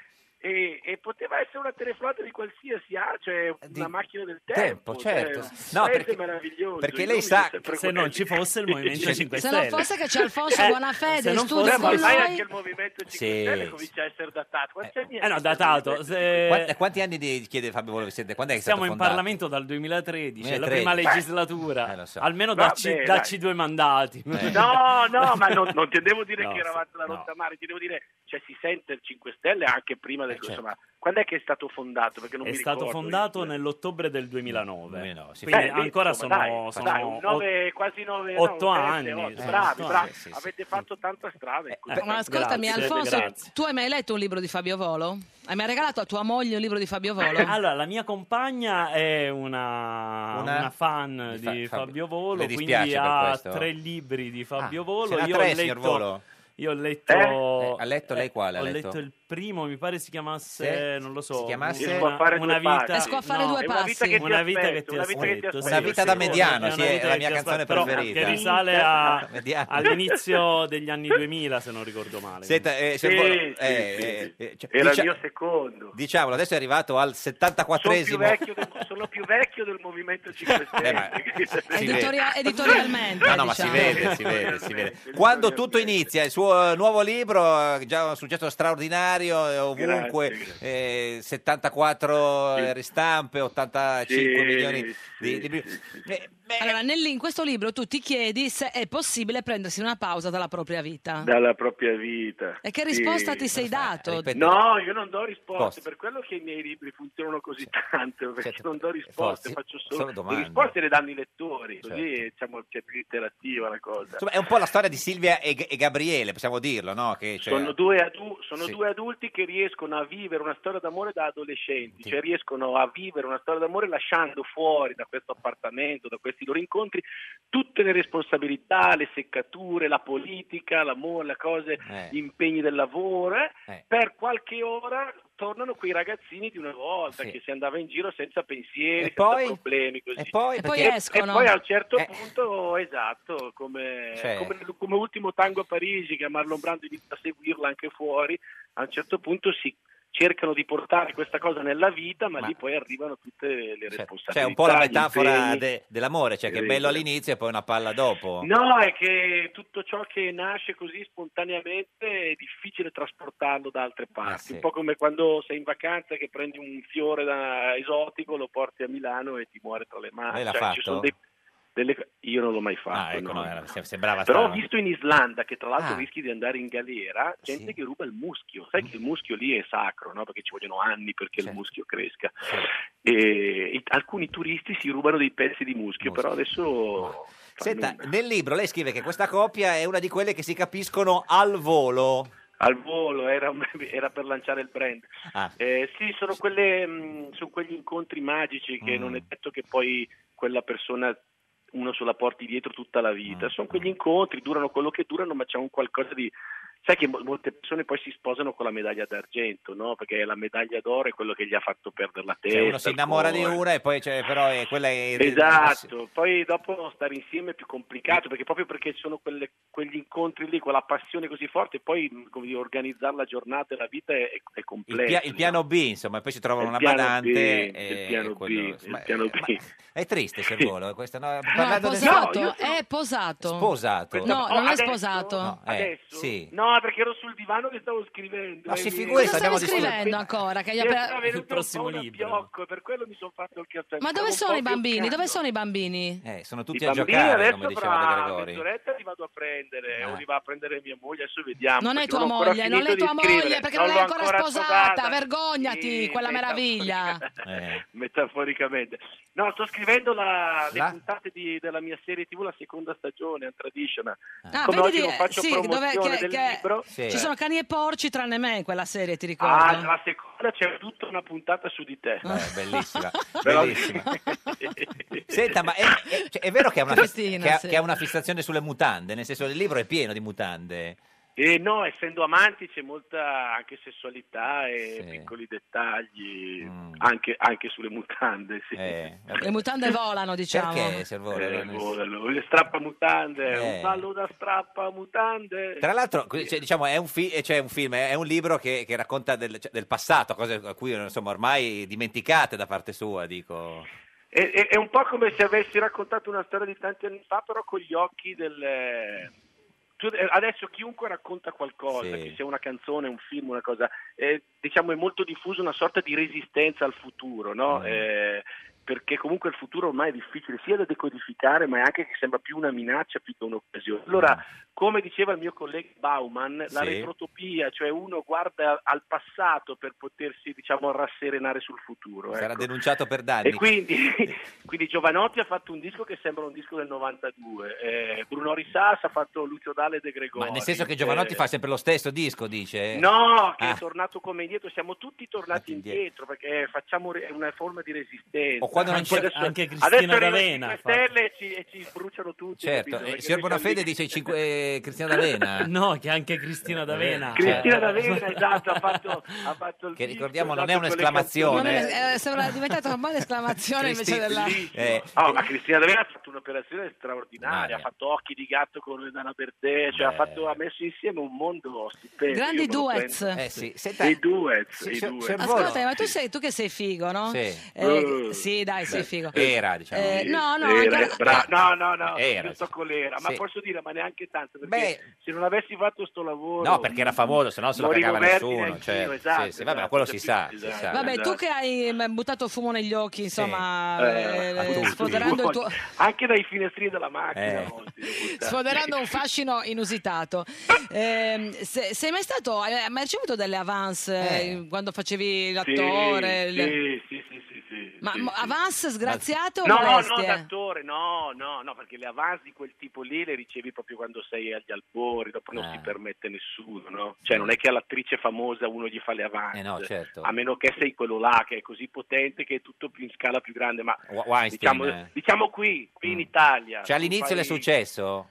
Speaker 23: E, e poteva essere una telefonata di qualsiasi a, cioè una macchina del tempo,
Speaker 2: tempo, certo.
Speaker 23: cioè,
Speaker 2: No,
Speaker 23: paese
Speaker 2: perché-
Speaker 23: meraviglioso.
Speaker 2: perché
Speaker 23: Io
Speaker 2: lei
Speaker 23: mi
Speaker 2: sa
Speaker 23: sempre
Speaker 2: che- Cioè,
Speaker 19: Se
Speaker 23: quelli-
Speaker 19: non ci fosse il Movimento 5
Speaker 1: Se
Speaker 19: Stelle.
Speaker 1: non fosse che c'è
Speaker 23: Eh,
Speaker 1: Alfonso Buonafede
Speaker 19: se
Speaker 1: in
Speaker 19: non
Speaker 1: studio
Speaker 19: fosse-
Speaker 1: con
Speaker 23: Sai
Speaker 1: noi-
Speaker 23: anche il Movimento 5 Stelle comincia a essere datato. cioè, Quanti anni è
Speaker 19: Eh no,
Speaker 23: che-
Speaker 19: datato. se-
Speaker 2: quanti, eh, quanti anni di, chiede Fabio Volo che siete? Quando è che
Speaker 19: Siamo
Speaker 2: è
Speaker 19: in
Speaker 2: stato fondato?
Speaker 19: Parlamento dal 2013, è la
Speaker 2: 2013.
Speaker 19: prima
Speaker 2: Beh.
Speaker 19: legislatura.
Speaker 2: so.
Speaker 19: Almeno
Speaker 2: Vabbè,
Speaker 19: dacci,
Speaker 2: dai.
Speaker 19: dacci due mandati.
Speaker 23: No, no, ma non, non ti devo dire
Speaker 19: No,
Speaker 23: che eravate la
Speaker 19: no.
Speaker 23: rotta mare, ti devo dire, cioè si sente il 5 Stelle anche prima
Speaker 2: Eh, certo.
Speaker 23: del... Insomma, quando è che è stato fondato? Perché non
Speaker 19: È
Speaker 23: mi
Speaker 19: stato
Speaker 23: ricordo.
Speaker 19: fondato nell'ottobre del 2009.
Speaker 2: sì.
Speaker 19: Quindi
Speaker 2: Eh,
Speaker 19: ancora
Speaker 23: insomma,
Speaker 19: sono,
Speaker 23: dai, dai,
Speaker 19: sono
Speaker 23: un nove- quasi 9
Speaker 19: otto anni. Eh,
Speaker 23: bravi,
Speaker 19: otto
Speaker 23: bravi.
Speaker 19: anni, sì, Eh, sì.
Speaker 23: Avete fatto tanta strada. in questo-
Speaker 1: Ma ascoltami,
Speaker 19: Grazie,
Speaker 1: Alfonso,
Speaker 19: grazie.
Speaker 1: tu hai mai letto un libro di Fabio Volo? Hai mai regalato a tua moglie un libro di Fabio
Speaker 2: Eh,
Speaker 1: Volo?
Speaker 19: Allora, la mia compagna è una,
Speaker 2: Una-
Speaker 19: una fan
Speaker 2: di Fa- Fabio-
Speaker 19: di Fabio Volo,
Speaker 2: le dispiace
Speaker 19: quindi
Speaker 2: per
Speaker 19: ha
Speaker 2: questo?
Speaker 19: tre libri di Fabio
Speaker 2: Ah,
Speaker 19: Volo.
Speaker 2: ce n'ha
Speaker 19: Io
Speaker 2: tre,
Speaker 19: ho
Speaker 2: signor
Speaker 19: letto,
Speaker 2: Volo?
Speaker 19: Io ho letto...
Speaker 2: Eh? Ha letto lei quale ha
Speaker 19: Ho
Speaker 2: letto?
Speaker 19: letto il primo, mi pare si chiamasse,
Speaker 2: Sì.
Speaker 19: non lo so,
Speaker 2: Si chiamasse-
Speaker 19: una-
Speaker 2: Si può fare due
Speaker 19: una vita...
Speaker 2: passi. Si può fare due
Speaker 19: è una vita
Speaker 2: passi.
Speaker 19: che ti
Speaker 2: Una
Speaker 19: aspetto,
Speaker 2: vita che ti
Speaker 19: una vita che ti
Speaker 2: aspetto.
Speaker 19: aspetto,
Speaker 2: Una vita da
Speaker 19: sì,
Speaker 2: mediano,
Speaker 19: una
Speaker 2: sì, è
Speaker 19: vita
Speaker 2: la
Speaker 19: che
Speaker 2: mia
Speaker 19: ti
Speaker 2: canzone
Speaker 19: aspetto, però
Speaker 2: preferita.
Speaker 19: Che risale a-
Speaker 2: Mediano.
Speaker 19: all'inizio degli anni 2000, se non ricordo male.
Speaker 2: Senta, eh, signor
Speaker 19: Sì,
Speaker 2: Volo,
Speaker 19: sì,
Speaker 2: eh,
Speaker 19: sì,
Speaker 2: eh,
Speaker 19: sì.
Speaker 2: cioè,
Speaker 19: Era il
Speaker 2: dicia-
Speaker 19: mio
Speaker 23: secondo.
Speaker 2: Diciamolo, adesso è arrivato al 74esimo.
Speaker 23: Sono più, vecchio del, sono più vecchio del Movimento 5 Stelle.
Speaker 2: Eh, ma- si vede.
Speaker 1: Editoria- editorialmente.
Speaker 2: Ah, No, no, ma si
Speaker 1: diciamo.
Speaker 2: vede, si vede, si vede. Quando tutto inizia, il suo tuo eh, nuovo libro, eh, già un successo straordinario, eh, ovunque,
Speaker 24: Grazie,
Speaker 2: eh, 74 eh, ristampe, 85
Speaker 24: Sì,
Speaker 2: milioni di
Speaker 24: sì,
Speaker 2: libri. Eh,
Speaker 1: Allora, nel- in questo libro tu ti chiedi se è possibile prendersi una pausa dalla propria vita.
Speaker 23: dalla propria vita.
Speaker 1: E che risposta
Speaker 23: Sì.
Speaker 1: ti sei dato?
Speaker 23: No, io non do risposte,
Speaker 1: Posto.
Speaker 23: per quello che i miei libri funzionano così tanto, perché non do risposte,
Speaker 2: Certo. Eh, forse-
Speaker 23: faccio
Speaker 2: solo
Speaker 23: solo,
Speaker 2: domande.
Speaker 23: le risposte le danno i lettori, così
Speaker 2: Certo.
Speaker 23: diciamo che è più interattiva la cosa.
Speaker 2: Insomma, è un po' la storia di Silvia e, e Gabriele, possiamo dirlo, no? Che, cioè-
Speaker 23: sono due, adu- sono
Speaker 2: Sì.
Speaker 23: due adulti che riescono a vivere una storia d'amore da adolescenti, cioè riescono a vivere una storia d'amore lasciando fuori da questo appartamento, da questi loro incontri, tutte le responsabilità, le seccature, la politica, l'amore, le cose,
Speaker 24: Eh.
Speaker 23: gli impegni del lavoro. eh.
Speaker 2: Eh.
Speaker 23: Per qualche ora tornano quei ragazzini di una volta che si andava in giro senza pensieri, senza
Speaker 2: poi?
Speaker 23: problemi. Così.
Speaker 2: E poi? E poi
Speaker 23: E-
Speaker 2: escono.
Speaker 23: E poi a un certo
Speaker 2: Eh.
Speaker 23: punto, esatto, come,
Speaker 2: Cioè.
Speaker 23: come come ultimo tango a Parigi che Marlon Brando inizia a seguirla anche fuori, a un certo punto si cercano di portare questa cosa nella vita, ma,
Speaker 2: Ma-
Speaker 23: lì poi arrivano tutte le
Speaker 2: cioè,
Speaker 23: responsabilità.
Speaker 2: cioè, un po' la
Speaker 23: gli
Speaker 2: metafora
Speaker 23: impegni.
Speaker 2: de- dell'amore, cioè che è bello all'inizio e poi una palla dopo.
Speaker 23: No, è che tutto ciò che nasce così spontaneamente è difficile trasportarlo da altre parti,
Speaker 2: Ah, sì.
Speaker 23: un po' come quando sei in vacanza che prendi un fiore da esotico, lo porti a Milano e ti muore tra le mani.
Speaker 2: Lei l'ha
Speaker 23: Cioè, ci sono
Speaker 2: fatto?
Speaker 23: dei- delle- Io non l'ho mai fatto.
Speaker 2: ecco,
Speaker 23: no.
Speaker 2: no, era- se- sembrava
Speaker 23: Però ho
Speaker 2: strano.
Speaker 23: visto in Islanda che tra l'altro
Speaker 2: Ah.
Speaker 23: rischi di andare in galera gente che ruba il muschio. Sai che il muschio lì è sacro, no? perché ci vogliono anni perché il muschio cresca. E i- alcuni turisti si rubano dei pezzi di muschio, però adesso...
Speaker 2: Senta,
Speaker 23: fanno un-
Speaker 2: nel libro lei scrive che questa coppia è una di quelle che si capiscono al volo.
Speaker 23: Al volo, era, un- era per lanciare il brand.
Speaker 2: Ah.
Speaker 23: Eh, sì, sono, quelle, mh, sono quegli incontri magici che
Speaker 2: Mm.
Speaker 23: non è detto che poi quella persona uno se la porti dietro tutta la vita.
Speaker 2: Mm.
Speaker 23: Sono quegli incontri, durano quello che durano, ma c'è un qualcosa di... Sai che mo- molte persone poi si sposano con la medaglia d'argento, no? Perché la medaglia d'oro è quello che gli ha fatto perdere la testa.
Speaker 2: Cioè, uno si
Speaker 23: il
Speaker 2: innamora di
Speaker 23: cuore.
Speaker 2: una e poi cioè, però è quella è
Speaker 23: Esatto, poi dopo stare insieme è più complicato perché proprio perché ci sono quelle- quegli incontri lì, quella passione così forte, poi mh, come dire, organizzare la giornata e la vita è, è
Speaker 2: il,
Speaker 23: complesso.
Speaker 2: pia- il piano B, insomma, e poi si
Speaker 23: Il
Speaker 2: trovano una
Speaker 23: piano
Speaker 2: badante
Speaker 23: B,
Speaker 2: e
Speaker 23: il piano B,
Speaker 2: quello-
Speaker 23: il
Speaker 2: insomma,
Speaker 23: piano
Speaker 2: eh,
Speaker 23: B.
Speaker 2: ma è triste se il volo, eh, questo, no, parlando
Speaker 1: Ah,
Speaker 2: del-
Speaker 1: No, posato, è posato.
Speaker 2: Sposato.
Speaker 1: No,
Speaker 2: Oh,
Speaker 1: non è
Speaker 2: adesso-
Speaker 1: sposato.
Speaker 2: eh, sì.
Speaker 23: No, perché ero sul divano che stavo scrivendo.
Speaker 2: Ma
Speaker 23: eh,
Speaker 2: si
Speaker 23: mi-
Speaker 2: figuri,
Speaker 1: Cosa
Speaker 2: Andiamo
Speaker 1: stavi
Speaker 2: a discutere.
Speaker 1: scrivendo ancora? Che gli
Speaker 23: mi
Speaker 1: ha
Speaker 23: era
Speaker 1: pre-
Speaker 23: venuto un po' da Piocco, e per quello mi sono fatto il caffè.
Speaker 1: Ma dove sono i bambini? Dove sono i bambini?
Speaker 2: Eh, sono tutti
Speaker 23: I
Speaker 2: a
Speaker 23: bambini
Speaker 2: giocare,
Speaker 23: adesso
Speaker 2: come diceva
Speaker 23: fra
Speaker 2: De Gregori.
Speaker 23: mezz'oretta li vado a prendere,
Speaker 2: Ah.
Speaker 23: o li va a prendere mia moglie, adesso vediamo.
Speaker 1: Non è
Speaker 23: perché
Speaker 1: tua
Speaker 23: ho ancora
Speaker 1: moglie, non
Speaker 23: finito
Speaker 1: è
Speaker 23: di
Speaker 1: tua moglie
Speaker 23: scrivere.
Speaker 1: perché
Speaker 23: Non
Speaker 1: non l'hai
Speaker 23: l'ho
Speaker 1: ancora sposata. Vergognati,
Speaker 23: Sì,
Speaker 1: quella meraviglia.
Speaker 2: Eh.
Speaker 23: metaforicamente. No, sto scrivendo la- le
Speaker 1: La-
Speaker 23: puntate di- della mia serie TV, la seconda stagione, Untraditional.
Speaker 1: Ah,
Speaker 23: Come
Speaker 1: vedi
Speaker 23: oggi
Speaker 1: di-
Speaker 23: non faccio
Speaker 1: sì,
Speaker 23: promozione
Speaker 1: dov'è che-
Speaker 23: del
Speaker 1: che-
Speaker 23: libro.
Speaker 1: Ci sono cani e porci tranne me in quella serie, ti ricordo.
Speaker 23: Ah, la seconda c'è tutta una puntata su di te.
Speaker 2: Eh, bellissima,
Speaker 23: Però-
Speaker 2: bellissima. Senta, ma è, è- cioè, è vero che ha, una fis-
Speaker 1: Cristina,
Speaker 2: che ha-
Speaker 1: sì.
Speaker 2: che ha una fissazione sulle mutande? Nel senso, il libro è pieno di mutande.
Speaker 23: E no, essendo amanti c'è molta anche sessualità e piccoli dettagli,
Speaker 2: Mm.
Speaker 23: anche, anche sulle mutande. Sì.
Speaker 1: Le mutande volano, diciamo.
Speaker 2: Eh, Perché se vuole?
Speaker 23: Eh, volano, le strappamutande,
Speaker 2: Eh.
Speaker 23: un ballo da strappamutande.
Speaker 2: Tra l'altro, que- cioè, diciamo, è un, fi- eh, cioè, un film, è un libro che, che racconta del, cioè, del passato, cose a cui insomma, ormai dimenticate da parte sua, dico.
Speaker 23: È, è- è un po' come se avessi raccontato una storia di tanti anni fa, però con gli occhi del... tu- eh, Adesso chiunque racconta qualcosa,
Speaker 2: Sì.
Speaker 23: che sia una canzone, un film, una cosa, eh, diciamo è molto diffuso una sorta di resistenza al futuro, no?
Speaker 2: Mm.
Speaker 23: Eh, perché comunque il futuro ormai è difficile sia da decodificare, ma è anche che sembra più una minaccia più che un'occasione. Allora, come diceva il mio collega Bauman, la
Speaker 2: Mm. Sì.
Speaker 23: retrotopia, cioè uno guarda al passato per potersi, diciamo, rasserenare sul futuro.
Speaker 2: Sarà
Speaker 23: ecco.
Speaker 2: denunciato per danni.
Speaker 23: E quindi, quindi Giovanotti ha fatto un disco che sembra un disco del 92, eh, Bruno Risas ha fatto Lucio Dale e De Gregori.
Speaker 2: Ma nel senso che Giovanotti
Speaker 23: Eh,
Speaker 2: fa sempre lo stesso disco, dice?
Speaker 23: No, che
Speaker 2: Ah,
Speaker 23: è tornato come indietro, siamo tutti tornati indietro, perché eh, facciamo re- una forma di resistenza.
Speaker 2: O quando non
Speaker 23: Anche
Speaker 2: c'è-
Speaker 23: adesso-
Speaker 2: anche
Speaker 23: adesso
Speaker 2: Cristina
Speaker 23: arrivano i
Speaker 2: D'Avena,
Speaker 23: Cinque Stelle e ci, e ci bruciano tutti.
Speaker 2: certo.
Speaker 23: capito?
Speaker 2: Eh,
Speaker 23: Perché
Speaker 2: signor
Speaker 23: noi siamo
Speaker 2: Bonafede
Speaker 23: lì.
Speaker 2: dice i cinque- eh, Cristina D'Avena.
Speaker 19: No, che anche Cristina D'Avena.
Speaker 2: Cristina
Speaker 19: Eh.
Speaker 23: D'Avena, esatto, ha fatto, ha fatto il
Speaker 2: Che
Speaker 23: disco,
Speaker 2: ricordiamo
Speaker 23: esatto,
Speaker 2: non
Speaker 23: con
Speaker 2: è
Speaker 23: le
Speaker 1: Non
Speaker 2: un'esclamazione.
Speaker 1: è- eh, sembra diventata una buona esclamazione invece
Speaker 2: Cristi-
Speaker 1: della...
Speaker 2: Eh,
Speaker 23: Oh, ma Cristina D'Avena ha fatto un'operazione straordinaria, ha fatto occhi di gatto con Dana Bertè, cioè ha, fatto- ha messo insieme un mondo stupendo.
Speaker 1: Grandi
Speaker 23: io me lo
Speaker 1: duets.
Speaker 23: prendo.
Speaker 2: Eh sì, senta-
Speaker 23: I duets,
Speaker 2: Sì,
Speaker 23: i
Speaker 2: signor-
Speaker 23: duets.
Speaker 2: signor Volo,
Speaker 1: Ascolta, ma tu sei tu che sei figo, no?
Speaker 2: Sì.
Speaker 1: Eh, sì, dai, sì, figo.
Speaker 2: Era, diciamo.
Speaker 1: Eh, no, no,
Speaker 23: Era,
Speaker 1: anche-
Speaker 23: bra- no, no, no,
Speaker 2: Era,
Speaker 23: io sto con l'era, ma
Speaker 2: Sì.
Speaker 23: posso dire, ma neanche tanto, perché
Speaker 2: Beh.
Speaker 23: se non avessi fatto sto lavoro...
Speaker 2: No, perché era famoso, se no se lo
Speaker 23: morivo
Speaker 2: cagava
Speaker 23: vergine
Speaker 2: nessuno.
Speaker 23: anch'io,
Speaker 2: Certo.
Speaker 23: esatto,
Speaker 2: sì, sì, vabbè, ma
Speaker 23: esatto,
Speaker 2: quello si sa.
Speaker 23: capito?
Speaker 2: si sa.
Speaker 23: Esatto.
Speaker 1: Vabbè, tu che hai eh, buttato fumo negli occhi, insomma, eh,
Speaker 23: a tutti.
Speaker 1: sfoderando, il tuo-
Speaker 23: Anche dai finestrini della macchina.
Speaker 2: Eh.
Speaker 23: molti li ho buttati.
Speaker 1: sfoderando un fascino inusitato. Ehm, se- sei mai stato, hai hai mai ricevuto delle avance eh, quando facevi
Speaker 23: Sì,
Speaker 1: l'attore?
Speaker 23: sì,
Speaker 1: il-
Speaker 23: sì, sì, sì, sì,
Speaker 1: Ma
Speaker 23: sì,
Speaker 1: mo-
Speaker 23: sì.
Speaker 1: avance sgraziate o
Speaker 23: No, no, no,
Speaker 1: molestie?
Speaker 23: d'attore, no, no, no, perché le avance di quel tipo lì le ricevi proprio quando sei agli albori, dopo non
Speaker 2: Ah.
Speaker 23: si permette nessuno, no? Cioè non è che all'attrice famosa uno gli fa le avance,
Speaker 2: Eh no, certo.
Speaker 23: a meno che sei quello là che è così potente che è tutto più in scala più grande, ma
Speaker 2: Wa- Weinstein,
Speaker 23: diciamo,
Speaker 2: eh.
Speaker 23: diciamo qui, qui in Italia.
Speaker 2: Cioè all'inizio le è
Speaker 23: Fai-
Speaker 2: successo?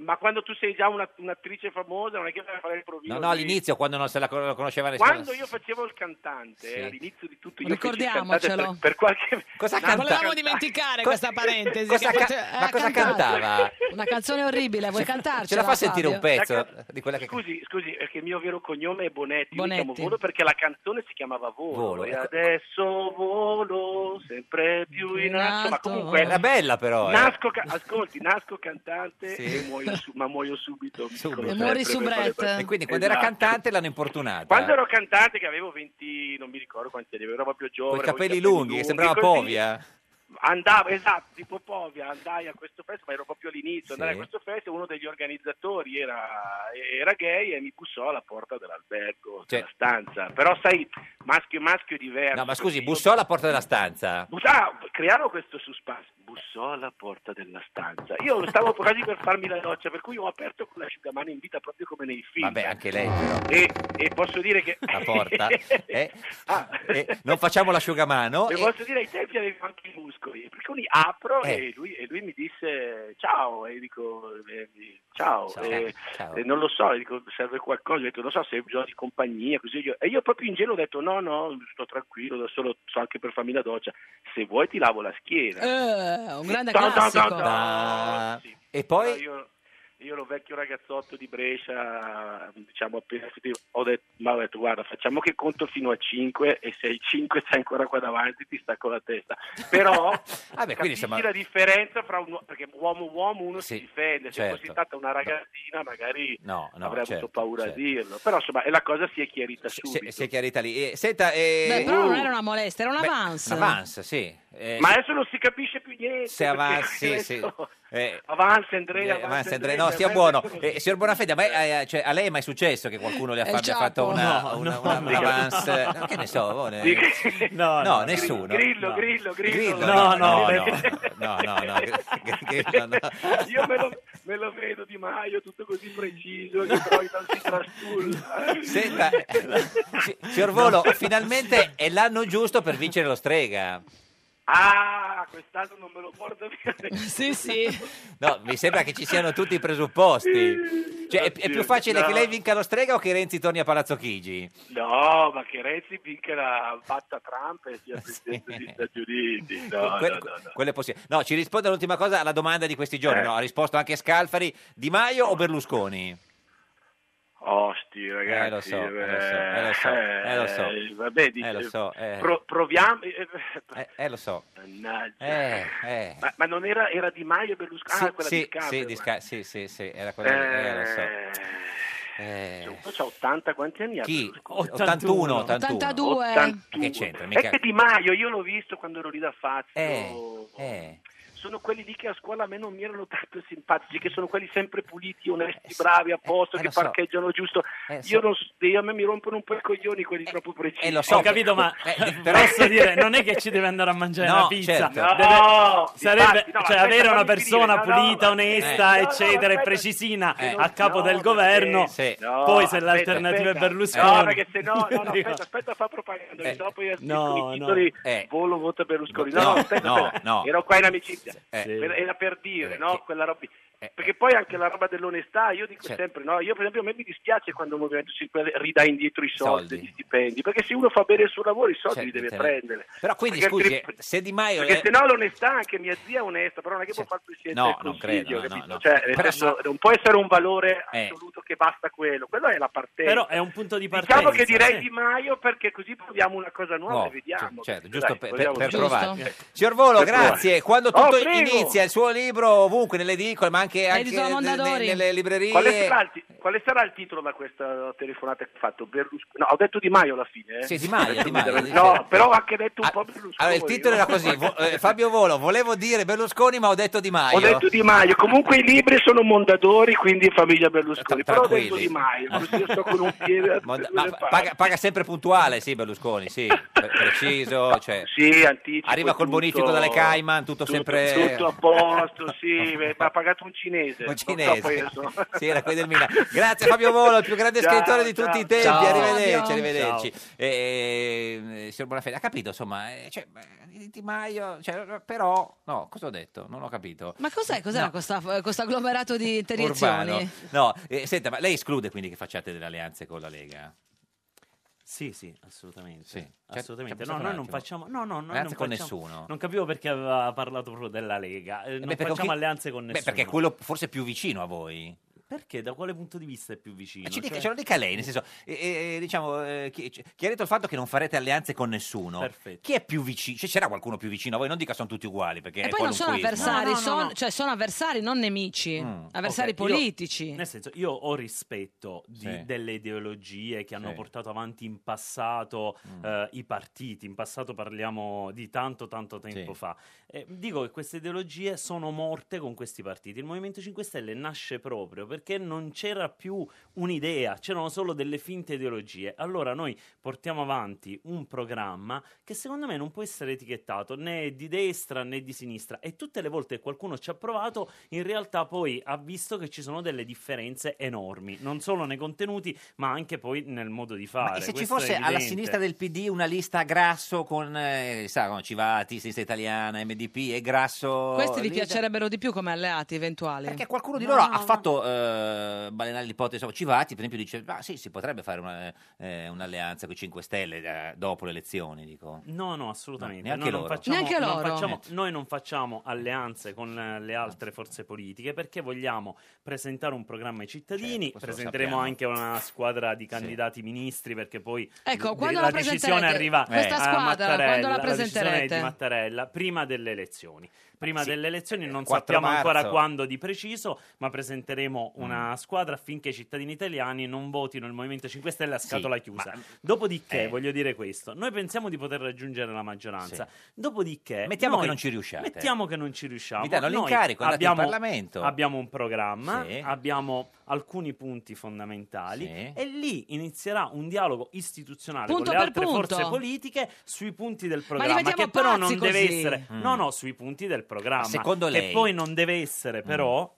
Speaker 23: Ma quando tu sei già una- un'attrice famosa non è che vai a fare il provino.
Speaker 2: No, no,
Speaker 23: lì.
Speaker 2: all'inizio quando non se la con- conosceva nessuno.
Speaker 23: Quando io facevo il cantante,
Speaker 2: Sì.
Speaker 23: all'inizio di tutto, io
Speaker 1: Ricordiamocelo.
Speaker 23: feci il cantante Per, per qualche...
Speaker 2: Cosa
Speaker 23: No,
Speaker 2: canta-
Speaker 1: Volevamo
Speaker 23: cantare.
Speaker 1: dimenticare
Speaker 2: Co-
Speaker 1: questa parentesi.
Speaker 2: cosa
Speaker 1: che
Speaker 2: ca-
Speaker 1: pote-
Speaker 2: ma
Speaker 1: eh,
Speaker 2: cosa
Speaker 1: cantata.
Speaker 2: cantava?
Speaker 1: Una canzone orribile, vuoi cantarcela?
Speaker 2: Ce la fa sentire un
Speaker 1: Ah, Fabio?
Speaker 2: pezzo
Speaker 23: Ecco,
Speaker 2: di quella che
Speaker 23: Scusi, scusi, perché il mio vero cognome è Bonetti. Io mi
Speaker 1: Bonetti.
Speaker 23: chiamo Volo perché la canzone si chiamava Volo.
Speaker 2: Volo,
Speaker 23: e
Speaker 2: ecco.
Speaker 23: adesso volo sempre più in
Speaker 1: In
Speaker 23: alto. Ma
Speaker 1: alto.
Speaker 23: comunque.
Speaker 2: era bella però. eh.
Speaker 23: Nasco, ca- ascolti, nasco cantante,
Speaker 2: Sì.
Speaker 23: e muoio su- ma muoio subito.
Speaker 2: Subito.
Speaker 23: Come
Speaker 2: E
Speaker 1: muori
Speaker 23: sempre, per
Speaker 1: subret.
Speaker 23: fare-
Speaker 2: E quindi quando era
Speaker 23: Esatto.
Speaker 2: cantante l'hanno importunata.
Speaker 23: Quando ero cantante, che avevo 20, non mi ricordo quanti anni, ero proprio
Speaker 2: Con i
Speaker 23: giovane.
Speaker 2: capelli lunghi, che sembrava
Speaker 23: povia
Speaker 2: Povia.
Speaker 23: andavo esatto tipo Povia andai a questo festival ma ero proprio all'inizio
Speaker 2: Sì.
Speaker 23: andai a questo festival uno degli organizzatori era, era gay e mi bussò alla porta dell'albergo
Speaker 2: Cioè-
Speaker 23: della stanza però sai maschio e maschio è diverso
Speaker 2: No, ma scusi,
Speaker 23: Io-
Speaker 2: bussò alla porta della stanza.
Speaker 23: Bus- ah, crearono questo suspense bussò alla porta della stanza io stavo quasi per farmi la doccia per cui ho aperto con l'asciugamano in vita proprio come nei film
Speaker 2: Vabbè, anche lei però.
Speaker 23: e, e posso dire che
Speaker 2: La porta. eh.
Speaker 23: Ah.
Speaker 2: Eh, non facciamo l'asciugamano.
Speaker 23: Le
Speaker 2: eh.
Speaker 23: posso dire, ai tempi avevo anche i muscoli, perché li apro
Speaker 2: Eh.
Speaker 23: e, lui, e lui mi disse ciao, e io dico eh, ciao,
Speaker 2: Ciao,
Speaker 23: eh,
Speaker 2: ciao.
Speaker 23: eh, non lo so, e dico serve qualcosa, ho detto non so se hai bisogno di compagnia, così io, e io proprio in giro ho detto no, no, sto tranquillo, da solo so anche per farmi la doccia, se vuoi ti lavo la schiena.
Speaker 1: Eh, un grande
Speaker 23: Dun, dun,
Speaker 1: classico.
Speaker 23: dun, dun.
Speaker 2: Da-
Speaker 23: Sì.
Speaker 2: E poi...
Speaker 23: Però Io, io ero vecchio ragazzotto di Brescia, diciamo appena finito, ho detto, ma ho detto guarda facciamo che conto fino a 5 e se il 5 sei ancora qua davanti ti stacco la testa. Però
Speaker 2: Vabbè, quindi,
Speaker 23: capisci
Speaker 2: insomma-
Speaker 23: la differenza fra un uomo, perché uomo-uomo uno
Speaker 2: Sì,
Speaker 23: si difende, se
Speaker 2: certo.
Speaker 23: fosse stata una ragazzina magari
Speaker 2: No, no,
Speaker 23: avrei
Speaker 2: certo,
Speaker 23: avuto paura
Speaker 2: certo.
Speaker 23: a dirlo, però insomma e la cosa si è chiarita subito.
Speaker 2: Se, se è chiarita lì. Eh, senta, eh,
Speaker 1: Beh, però non
Speaker 2: uh,
Speaker 1: era una molestia, era un
Speaker 2: beh,
Speaker 1: avance.
Speaker 2: un avance, sì. Eh,
Speaker 23: Ma adesso non si capisce più niente.
Speaker 2: se
Speaker 23: perché
Speaker 2: avanzi, sì, sì.
Speaker 23: adesso-
Speaker 2: Eh,
Speaker 23: Avanza Andrea,
Speaker 2: eh, avanza, Andrea. No, stia buono. Eh, signor Bonafede, ma eh, cioè, a lei è mai successo che qualcuno le ha,
Speaker 1: Eh,
Speaker 2: fa- le ha fatto
Speaker 1: Giacomo.
Speaker 2: una,
Speaker 19: No,
Speaker 2: una-
Speaker 19: no,
Speaker 2: una-
Speaker 19: no.
Speaker 2: un avance? No, che ne so, voi ne- no,
Speaker 19: No, no,
Speaker 2: nessuno.
Speaker 23: Grillo,
Speaker 2: No.
Speaker 23: grillo, grillo.
Speaker 2: Grillo,
Speaker 19: No,
Speaker 2: no, no,
Speaker 19: no,
Speaker 2: no, no, no, no, gr- grillo, no.
Speaker 23: Io me lo, me lo vedo Di Maio tutto così preciso che poi non si trastulla.
Speaker 2: Senta, si- signor Volo, finalmente è l'anno giusto per vincere lo strega.
Speaker 23: Ah, quest'anno non me lo porto via.
Speaker 1: Sì, sì.
Speaker 2: No, mi sembra che ci siano tutti i presupposti. Cioè, è, è più facile
Speaker 23: No.
Speaker 2: che lei vinca lo strega o che Renzi torni a Palazzo Chigi?
Speaker 23: No, ma che Renzi vinca la batta Trump e sia presidente degli Stati Uniti. No,
Speaker 2: Que-
Speaker 23: no,
Speaker 2: que-
Speaker 23: no, no.
Speaker 2: Quello è possibile. No, ci risponde l'ultima cosa alla domanda di questi giorni.
Speaker 23: Eh.
Speaker 2: No, ha risposto anche Scalfari. Di Maio o Berlusconi?
Speaker 23: Osti, ragazzi.
Speaker 2: Eh, lo so,
Speaker 23: beh,
Speaker 2: eh, lo so, eh, lo so, eh, lo so.
Speaker 23: eh, Vabbè, dice,
Speaker 2: Eh, lo so, eh.
Speaker 23: pro- proviamo. eh,
Speaker 2: Eh, eh, lo so.
Speaker 23: Mannaggia.
Speaker 2: Eh, eh.
Speaker 23: Ma, ma non era, era Di Maio e Berlusconi?
Speaker 2: Sì,
Speaker 23: ah, quella
Speaker 2: sì,
Speaker 23: di Scalfari,
Speaker 2: sì, di
Speaker 23: guarda.
Speaker 2: Sca- sì, sì, sì, era quella lì, eh, lo so. Eh.
Speaker 23: Ho 80, quanti anni ha?
Speaker 2: Chi?
Speaker 23: Berlusconi?
Speaker 2: 81, 81.
Speaker 1: 82.
Speaker 2: Ma che c'entra,
Speaker 23: E
Speaker 2: mica-
Speaker 23: che Di Maio, io l'ho visto quando ero lì da Fazio.
Speaker 2: Eh, eh.
Speaker 23: Sono quelli lì che a scuola a me non mi erano tanto simpatici, che sono quelli sempre puliti, onesti, bravi, a posto,
Speaker 2: eh,
Speaker 23: che
Speaker 2: lo so.
Speaker 23: parcheggiano giusto.
Speaker 2: Eh, so.
Speaker 23: Io non s- io a me mi rompono un po' i coglioni quelli troppo precisi.
Speaker 2: eh, lo so.
Speaker 19: Ho capito, ma
Speaker 2: Eh, però-
Speaker 19: posso dire, non è che ci deve andare a mangiare
Speaker 2: No,
Speaker 19: una pizza.
Speaker 2: certo.
Speaker 23: No,
Speaker 19: Deve-
Speaker 23: infatti,
Speaker 19: sarebbe,
Speaker 23: no,
Speaker 19: cioè,
Speaker 23: aspetta,
Speaker 19: avere una
Speaker 23: fammi
Speaker 19: persona
Speaker 23: finire, no, no,
Speaker 19: pulita,
Speaker 23: ma-
Speaker 19: onesta,
Speaker 23: eh, no, no,
Speaker 19: eccetera, e
Speaker 23: aspetta,
Speaker 19: precisina
Speaker 2: eh,
Speaker 19: a capo
Speaker 23: no,
Speaker 19: del
Speaker 23: ma
Speaker 19: governo.
Speaker 2: perché- Eh, sì.
Speaker 23: No,
Speaker 19: Poi se
Speaker 23: aspetta,
Speaker 19: l'alternativa è
Speaker 23: aspetta.
Speaker 19: Berlusconi.
Speaker 23: No, perché se no, no, no, aspetta, aspetta, fa propaganda,
Speaker 2: Eh,
Speaker 23: eh, dopo io
Speaker 19: no,
Speaker 23: no, i titoli
Speaker 2: no. Eh.
Speaker 23: volo vota Berlusconi.
Speaker 2: No,
Speaker 23: No, aspetta,
Speaker 2: no,
Speaker 23: aspetta.
Speaker 2: no.
Speaker 23: Ero qua in amicizia.
Speaker 2: Eh.
Speaker 23: Per- Era per dire,
Speaker 2: Eh,
Speaker 23: no,
Speaker 2: che- eh,
Speaker 23: quella roba. lì. Perché poi anche la roba dell'onestà, io dico
Speaker 2: Certo.
Speaker 23: sempre, no, io per esempio a me mi dispiace quando il Movimento 5 ridà indietro i soldi,
Speaker 2: Soldi.
Speaker 23: gli stipendi, perché se uno fa bene il suo lavoro i soldi
Speaker 2: Certo,
Speaker 23: li deve
Speaker 2: te-
Speaker 23: prendere.
Speaker 2: Però quindi,
Speaker 23: Perché
Speaker 2: scusi,
Speaker 23: altri-
Speaker 2: eh, se Di Maio...
Speaker 23: Perché
Speaker 2: eh,
Speaker 23: se no l'onestà anche mia zia è onesta, però non è che può fare il Presidente
Speaker 2: No,
Speaker 23: del
Speaker 2: non
Speaker 23: Consiglio,
Speaker 2: credo, no,
Speaker 23: capito?
Speaker 2: no, no.
Speaker 23: Cioè, nel
Speaker 2: Però
Speaker 23: senso,
Speaker 2: sa-
Speaker 23: non può essere un valore
Speaker 2: Eh.
Speaker 23: assoluto che basta quello, quello è la partenza.
Speaker 19: Però è un punto di partenza.
Speaker 23: Diciamo che direi
Speaker 19: sì.
Speaker 23: Di Maio perché così proviamo una cosa nuova,
Speaker 2: No,
Speaker 23: e vediamo.
Speaker 2: c- certo,
Speaker 23: Dai,
Speaker 2: giusto per, per-
Speaker 23: vogliamo-
Speaker 2: per
Speaker 23: Giusto.
Speaker 2: provare. Signor Volo,
Speaker 23: Per provare.
Speaker 2: grazie. Quando
Speaker 23: Oh,
Speaker 2: tutto
Speaker 23: prego.
Speaker 2: inizia, il suo libro ovunque, nelle edicole, ma anche, anche
Speaker 23: Edicola
Speaker 2: ne-
Speaker 23: Mondadori.
Speaker 2: nelle librerie.
Speaker 23: Quale sarà, il, ti- quale sarà il titolo da questa telefonata che ho fatto? Berlusconi? No, ho detto Di Maio alla fine. eh.
Speaker 2: Sì, Di Maio, Di Maio. Ah,
Speaker 23: No, però ho anche detto un po' Berlusconi.
Speaker 2: Allora, il titolo era così, vo- eh, Fabio Volo, volevo dire Berlusconi ma ho detto Di Maio.
Speaker 23: Ho detto Di Maio, comunque i libri sono Mondadori, quindi famiglia Berlusconi. Però ho detto
Speaker 2: tranquilli.
Speaker 23: Di Maio, così io sto con un piede.
Speaker 2: Mond- ma paga, paga sempre puntuale, sì, Berlusconi, sì, pre- preciso. Cioè,
Speaker 23: sì, anticipo.
Speaker 2: Arriva col
Speaker 23: tutto-
Speaker 2: bonifico dalle Cayman, tutto, sempre...
Speaker 23: Tutto a posto, sì, mi ha pagato un cinese.
Speaker 2: Un
Speaker 23: Non so,
Speaker 2: cinese.
Speaker 23: poi adesso-
Speaker 2: Sì, era quello del Milan. Grazie Fabio Volo, il più grande
Speaker 23: Ciao,
Speaker 2: scrittore di
Speaker 23: ciao.
Speaker 2: tutti i tempi.
Speaker 23: Ciao.
Speaker 2: Arrivederci,
Speaker 23: Ciao.
Speaker 2: arrivederci. Eh, eh, signor Bonafede, ha capito, insomma, eh, cioè, eh, Di Maio, cioè, però... No, cosa ho detto? Non ho capito.
Speaker 1: Ma cos'è? Cos'era questa- questo agglomerato di interiezioni?
Speaker 2: Urbano. No, eh, senta, ma lei esclude quindi che facciate delle alleanze con la Lega?
Speaker 19: Sì, sì, assolutamente.
Speaker 2: Sì, Cioè, ci ha-
Speaker 19: assolutamente.
Speaker 2: ci ha pensato
Speaker 19: No, noi
Speaker 2: un
Speaker 19: non
Speaker 2: attimo.
Speaker 19: facciamo. No, no, noi
Speaker 2: Alleanze
Speaker 19: non
Speaker 2: con
Speaker 19: facciamo-
Speaker 2: nessuno.
Speaker 19: Non capivo perché aveva parlato proprio della Lega. Eh, non
Speaker 2: Beh, perché
Speaker 19: facciamo
Speaker 2: chi-
Speaker 19: alleanze con
Speaker 2: Beh,
Speaker 19: nessuno.
Speaker 2: perché è quello forse più vicino a voi.
Speaker 19: Perché? Da quale punto di vista è più vicino?
Speaker 2: Ma ci dica,
Speaker 19: Cioè-
Speaker 2: ce lo dica lei, nel senso, eh, eh, diciamo, eh, chi- ci- chiarito il fatto che non farete alleanze con nessuno,
Speaker 19: Perfetto.
Speaker 2: chi è più vicino? Cioè, c'era qualcuno più vicino a voi? Non dica sono tutti uguali, perché
Speaker 1: E
Speaker 2: è
Speaker 1: poi non sono
Speaker 2: qualunquismo.
Speaker 1: avversari, son- cioè sono avversari, non nemici,
Speaker 2: Mm,
Speaker 1: avversari
Speaker 19: Mm. Ok, io-
Speaker 1: politici.
Speaker 19: nel senso, io ho rispetto di-
Speaker 2: Sì.
Speaker 19: delle ideologie che hanno
Speaker 2: Sì. Mm.
Speaker 19: portato avanti in passato eh, i partiti. In passato parliamo di tanto, tanto tempo
Speaker 2: Sì.
Speaker 19: fa. Eh, dico che queste ideologie sono morte con questi partiti. Il Movimento 5 Stelle nasce proprio perché non c'era più un'idea, c'erano solo delle finte ideologie. Allora noi portiamo avanti un programma che secondo me non può essere etichettato né di destra né di sinistra e tutte le volte che qualcuno ci ha provato in realtà poi ha visto che ci sono delle differenze enormi, non solo nei contenuti ma anche poi nel modo di fare.
Speaker 2: Ma e se ci
Speaker 19: Questo è
Speaker 2: fosse alla
Speaker 19: evidente.
Speaker 2: sinistra del PD una lista a grasso con, eh, sa, con Civati, Sinistra Italiana, MDP e grasso...
Speaker 1: Questi vi
Speaker 2: Leader?
Speaker 1: piacerebbero di più come alleati eventuali?
Speaker 2: Perché qualcuno di loro ha fatto eh, balenare l'ipotesi, insomma, Civati per esempio dice, ma sì, si potrebbe fare una, eh, un'alleanza con i 5 Stelle eh, dopo le elezioni, dico.
Speaker 19: No, no, assolutamente.
Speaker 2: No, neanche
Speaker 19: Noi non
Speaker 2: loro.
Speaker 19: facciamo-
Speaker 2: Neanche
Speaker 19: non
Speaker 2: loro.
Speaker 19: facciamo- noi non facciamo alleanze con eh, le altre forze politiche perché vogliamo presentare un programma ai cittadini.
Speaker 2: Certo, questo lo
Speaker 19: Presenteremo
Speaker 2: sappiamo.
Speaker 19: anche una squadra di candidati ministri perché poi
Speaker 1: Ecco,
Speaker 19: de-
Speaker 1: quando
Speaker 19: la
Speaker 1: la
Speaker 19: decisione
Speaker 1: presenterete?
Speaker 19: arriva
Speaker 1: Questa
Speaker 19: a
Speaker 2: Eh.
Speaker 1: squadra,
Speaker 19: Mattarella,
Speaker 1: quando la
Speaker 19: decisione è
Speaker 1: presenterete?
Speaker 19: di Mattarella prima delle elezioni. Prima
Speaker 2: Sì,
Speaker 19: delle elezioni non
Speaker 2: 4
Speaker 19: sappiamo ancora
Speaker 2: marzo. Mm.
Speaker 19: quando di preciso, ma presenteremo una squadra affinché i cittadini italiani non votino il Movimento 5 Stelle a scatola chiusa. Dopodiché,
Speaker 2: Eh.
Speaker 19: voglio dire questo, noi pensiamo di poter raggiungere la maggioranza. Dopodiché,
Speaker 2: Mettiamo
Speaker 19: noi-
Speaker 2: che non ci riusciate.
Speaker 19: Mettiamo che non ci riusciamo.
Speaker 2: Vi danno
Speaker 19: Noi
Speaker 2: l'incarico, andate in
Speaker 19: abbiamo,
Speaker 2: Parlamento.
Speaker 19: Abbiamo un programma,
Speaker 2: Sì.
Speaker 19: abbiamo alcuni punti fondamentali
Speaker 2: Sì.
Speaker 19: e lì inizierà un dialogo istituzionale
Speaker 1: Punto
Speaker 19: con le
Speaker 1: per
Speaker 19: altre
Speaker 1: punto.
Speaker 19: forze politiche sui punti del
Speaker 1: Ma
Speaker 19: programma
Speaker 1: diventiamo
Speaker 19: che però
Speaker 1: pazzi
Speaker 19: non deve
Speaker 1: così.
Speaker 19: essere
Speaker 2: Mm.
Speaker 19: No, no, sui punti del programma.
Speaker 2: Ma secondo lei- Mm.
Speaker 19: che poi non deve essere però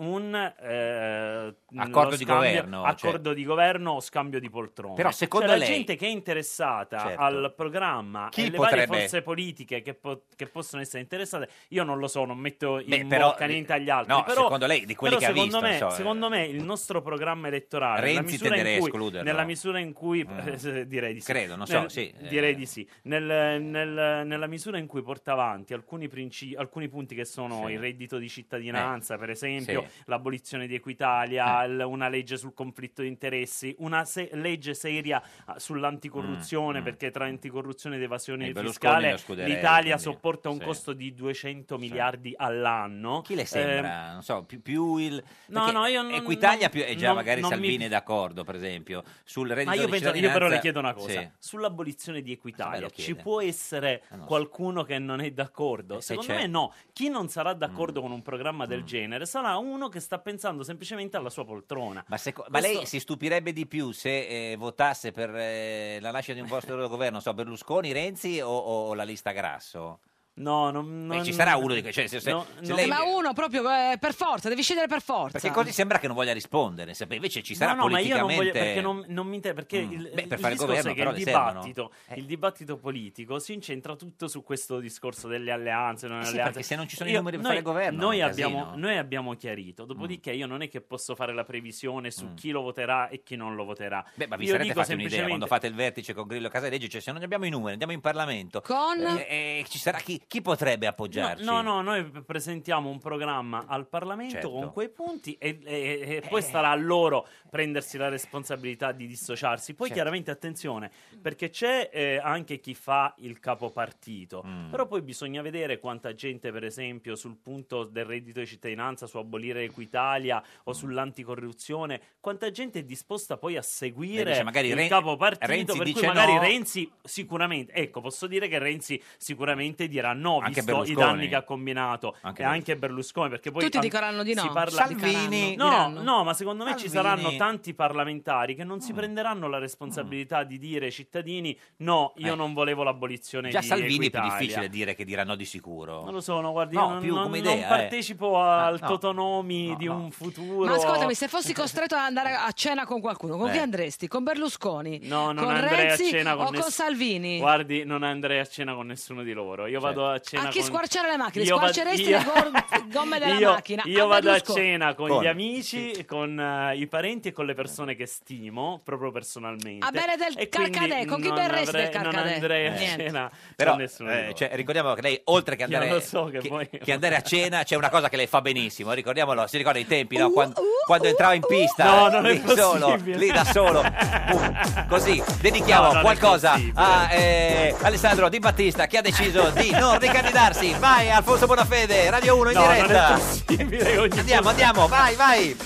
Speaker 19: un eh,
Speaker 2: Accordo
Speaker 19: lo
Speaker 2: di
Speaker 19: scambio-
Speaker 2: governo, cioè-
Speaker 19: accordo di governo o scambio di poltrone.
Speaker 2: Però secondo
Speaker 19: Cioè,
Speaker 2: lei-
Speaker 19: la gente che è interessata
Speaker 2: Certo.
Speaker 19: al programma
Speaker 2: Chi
Speaker 19: e le
Speaker 2: potrebbe-
Speaker 19: varie forze politiche che, po- che possono essere interessate, io non lo so, non metto in
Speaker 2: Beh, però-
Speaker 19: bocca niente agli altri.
Speaker 2: no,
Speaker 19: però,
Speaker 2: secondo lei, di quelli
Speaker 19: però
Speaker 2: che ha
Speaker 19: secondo
Speaker 2: visto,
Speaker 19: me,
Speaker 2: non so, eh.
Speaker 19: secondo me il nostro programma elettorale, nella
Speaker 2: Renzi
Speaker 19: misura in
Speaker 2: tenderei a
Speaker 19: cui-
Speaker 2: escluderlo.
Speaker 19: nella misura in cui
Speaker 2: Mm.
Speaker 19: direi di sì.
Speaker 2: Credo, non so,
Speaker 19: Nel-
Speaker 2: sì, eh.
Speaker 19: Direi di sì. Nel- nel- nella misura in cui porta avanti alcuni, principi, alcuni punti che sono
Speaker 2: Sì. Eh,
Speaker 19: il reddito di cittadinanza, per esempio,
Speaker 2: Sì. Eh.
Speaker 19: l'abolizione di Equitalia, il- una legge sul conflitto di interessi, una se- legge seria ah, sull'anticorruzione,
Speaker 2: Mm, mm.
Speaker 19: perché tra anticorruzione ed evasione
Speaker 2: E Berlusconi
Speaker 19: fiscale
Speaker 2: lo scuderei,
Speaker 19: l'Italia
Speaker 2: quindi,
Speaker 19: sopporta un
Speaker 2: sì.
Speaker 19: costo di 200 miliardi all'anno.
Speaker 2: Chi le
Speaker 19: Ehm,
Speaker 2: sembra? non so, più, più il...
Speaker 19: No,
Speaker 2: perché
Speaker 19: no, io non-
Speaker 2: Equitalia
Speaker 19: non-
Speaker 2: più, e già
Speaker 19: non-
Speaker 2: magari
Speaker 19: non mi-
Speaker 2: Salvini è d'accordo, per esempio, sul reddito
Speaker 19: Ma io,
Speaker 2: di
Speaker 19: penso- io
Speaker 2: cittadinanza-
Speaker 19: però le chiedo una cosa:
Speaker 2: Sì.
Speaker 19: sull'abolizione di
Speaker 2: Beh, lo
Speaker 19: Equitalia
Speaker 2: chiede.
Speaker 19: ci può essere
Speaker 2: Ah, non so. Eh,
Speaker 19: qualcuno che non è d'accordo?
Speaker 2: se
Speaker 19: Secondo
Speaker 2: c'è. Mm.
Speaker 19: me no. Chi non sarà d'accordo con un programma del genere sarà uno che sta pensando semplicemente alla sua poltrona.
Speaker 2: Ma, seco- ma
Speaker 19: Questo-
Speaker 2: lei si stupirebbe di più se eh, votasse per eh, la nascita di un vostro governo, non so, Berlusconi, Renzi o, o la lista Grasso?
Speaker 19: No, non,
Speaker 2: Beh,
Speaker 19: non-
Speaker 2: ci sarà uno di que- cioè, se- se-
Speaker 19: No,
Speaker 2: se
Speaker 19: no.
Speaker 2: lei-
Speaker 1: Ma uno proprio eh, per forza, devi scegliere per forza.
Speaker 2: perché così sembra che non voglia rispondere, sapete? invece ci sarà
Speaker 19: no, no, ma io non
Speaker 2: politicamente...
Speaker 19: voglio perché non, non mi interessa perché
Speaker 2: Mm.
Speaker 19: il,
Speaker 2: Beh, per
Speaker 19: il
Speaker 2: fare il
Speaker 19: discorso
Speaker 2: governo
Speaker 19: è che
Speaker 2: però
Speaker 19: il
Speaker 2: le servono. Eh.
Speaker 19: dibattito, il dibattito politico si incentra tutto su questo discorso delle alleanze, non
Speaker 2: Eh sì,
Speaker 19: alleanze.
Speaker 2: perché se non ci sono i
Speaker 19: Io-
Speaker 2: numeri per
Speaker 19: noi-
Speaker 2: fare il governo,
Speaker 19: noi
Speaker 2: è un
Speaker 19: abbiamo,
Speaker 2: casino. Mm.
Speaker 19: noi abbiamo chiarito, dopodiché io non è che posso fare la previsione su chi lo voterà e chi non lo voterà.
Speaker 2: Beh, ma vi
Speaker 19: io
Speaker 2: sarete
Speaker 19: dico
Speaker 2: fatti un'idea
Speaker 19: semplicemente
Speaker 2: quando fate il vertice con Grillo Casaleggio, cioè se non abbiamo i numeri, andiamo in Parlamento.
Speaker 19: Con?
Speaker 2: eh, eh, ci sarà chi, chi potrebbe appoggiarci?
Speaker 19: No, no, noi p- presentiamo un programma al Parlamento
Speaker 2: Certo.
Speaker 19: con quei punti e, e- e poi sarà a loro prendersi la responsabilità di dissociarsi. Poi
Speaker 2: Certo.
Speaker 19: chiaramente attenzione, perché c'è eh, anche chi fa il capopartito,
Speaker 2: Mm.
Speaker 19: però poi bisogna vedere quanta gente, per esempio, sul punto del reddito di cittadinanza, su abolire Equitalia o sull'anticorruzione, quanta gente è disposta poi a seguire
Speaker 2: Beh, dice, magari
Speaker 19: il
Speaker 2: Ren-
Speaker 19: capopartito,
Speaker 2: Renzi
Speaker 19: per cui
Speaker 2: dice
Speaker 19: magari
Speaker 2: no.
Speaker 19: Renzi sicuramente, ecco, posso dire che Renzi sicuramente dirà no,
Speaker 2: Anche
Speaker 19: visto i
Speaker 2: Berlusconi.
Speaker 19: danni che ha combinato
Speaker 2: Anche
Speaker 19: e anche Berlusconi perché poi
Speaker 1: Tutti
Speaker 19: an-
Speaker 1: dicoranno di no.
Speaker 19: si parla
Speaker 1: Salvini
Speaker 19: no,
Speaker 1: diranno.
Speaker 19: no ma secondo me ci
Speaker 2: Salvini. Mm.
Speaker 19: saranno tanti parlamentari che non si prenderanno la responsabilità di dire ai cittadini no io
Speaker 2: Eh.
Speaker 19: non volevo l'abolizione
Speaker 2: Già
Speaker 19: di
Speaker 2: Salvini è più
Speaker 19: Equitalia".
Speaker 2: difficile dire che dirà no di sicuro.
Speaker 19: non lo so no, guardi
Speaker 2: No,
Speaker 19: io non,
Speaker 2: più
Speaker 19: non-
Speaker 2: come
Speaker 19: non
Speaker 2: idea, eh.
Speaker 19: partecipo al
Speaker 2: no.
Speaker 19: totonomi di un futuro
Speaker 1: Ma ascoltami, se fossi costretto ad andare a cena con qualcuno, con
Speaker 19: Eh.
Speaker 1: chi andresti? Con Berlusconi?
Speaker 19: No, non
Speaker 1: con
Speaker 19: andrei
Speaker 1: Renzi
Speaker 19: a cena con
Speaker 1: o con
Speaker 19: ness-
Speaker 1: Salvini?
Speaker 19: Guardi, non andrei a cena con nessuno di loro. Io vado a cena
Speaker 1: A chi
Speaker 19: con-
Speaker 1: squarciare le macchine?
Speaker 19: Io vado-
Speaker 1: Squarceresti
Speaker 19: io-
Speaker 1: le gor- gomme della
Speaker 19: io,
Speaker 1: macchina?
Speaker 19: io
Speaker 1: a
Speaker 19: vado a
Speaker 1: Berlusconi.
Speaker 19: cena con,
Speaker 2: Con.
Speaker 19: gli amici, con eh, i parenti e con le persone che stimo proprio personalmente.
Speaker 1: A bere del
Speaker 19: E quindi
Speaker 1: carcadè, con chi
Speaker 19: non
Speaker 1: berresti del
Speaker 19: avrei-
Speaker 1: carcadè?
Speaker 19: Non andrei a
Speaker 1: Niente.
Speaker 19: cena
Speaker 2: Però,
Speaker 19: con nessuno di
Speaker 2: eh,
Speaker 19: loro.
Speaker 2: cioè, ricordiamo che lei, oltre che
Speaker 19: Io
Speaker 2: andare,
Speaker 19: lo so che
Speaker 2: che-
Speaker 19: poi-
Speaker 2: che andare a cena, c'è una cosa che lei fa benissimo. Ricordiamolo, si ricorda i tempi, no? quando, quando entrava in pista,
Speaker 19: No, non è
Speaker 2: lì solo,
Speaker 19: possibile.
Speaker 2: lì da solo. Uh, così, dedichiamo
Speaker 19: No, non è
Speaker 2: qualcosa
Speaker 19: possibile.
Speaker 2: a eh, Alessandro Di Battista che ha deciso di non ricandidarsi. Vai, Alfonso Bonafede, Radio 1 in
Speaker 19: No, non è
Speaker 2: diretta.
Speaker 19: possibile, ogni
Speaker 2: Andiamo, andiamo, vai, vai.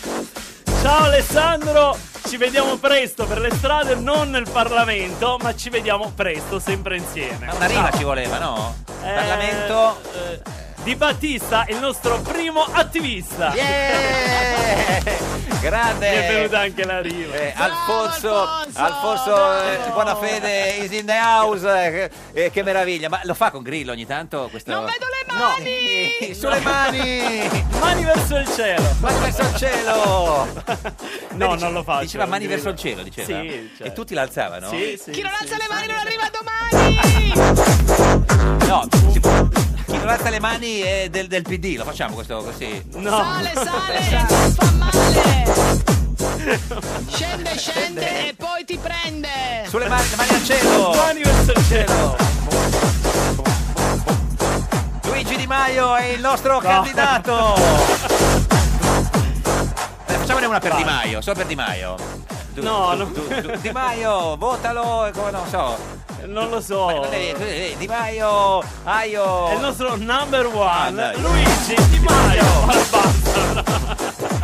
Speaker 19: Ciao Alessandro, ci vediamo presto per le strade, non nel Parlamento, ma ci vediamo presto sempre insieme.
Speaker 2: Una rima
Speaker 19: Ciao.
Speaker 2: ci voleva, no?
Speaker 19: Eh,
Speaker 2: Parlamento.
Speaker 19: eh, Di Battista, il nostro primo attivista.
Speaker 2: Grande.
Speaker 19: Mi è venuta anche la rima.
Speaker 2: Eh, Alfonso, Alfonso eh, Buonafede is in the house. eh, eh, che meraviglia, ma lo fa con Grillo ogni tanto? Questo... Non vedo le mani! Sulle mani!
Speaker 19: Mani verso il cielo!
Speaker 2: Mani verso il cielo!
Speaker 19: No, non lo faccio.
Speaker 2: Diceva mani
Speaker 19: Grillo.
Speaker 2: verso il cielo, diceva.
Speaker 19: Sì, cioè.
Speaker 2: E tutti l'alzavano?
Speaker 19: Sì, sì,
Speaker 2: Chi non
Speaker 19: sì.
Speaker 2: alza le mani non arriva domani! No, si può- chi non alza le mani è del, del PD, lo facciamo questo così.
Speaker 19: No.
Speaker 1: Sale, sale, e non fa male. Scende, scende e poi ti prende.
Speaker 2: Sulle mani, le mani al cielo!
Speaker 19: Mani verso il cielo!
Speaker 2: Luigi Di Maio è il nostro candidato! Eh, Facciamone una per Di Maio, solo per Di Maio. Tu-
Speaker 19: No,
Speaker 2: tu-
Speaker 19: non-
Speaker 2: tu- tu- Di Maio, votalo, e come non so.
Speaker 19: Non lo so.
Speaker 2: Eh, eh, Di Maio, Aio.
Speaker 19: È il nostro number
Speaker 2: Ah,
Speaker 19: one,
Speaker 2: dai.
Speaker 19: Luigi Di Maio.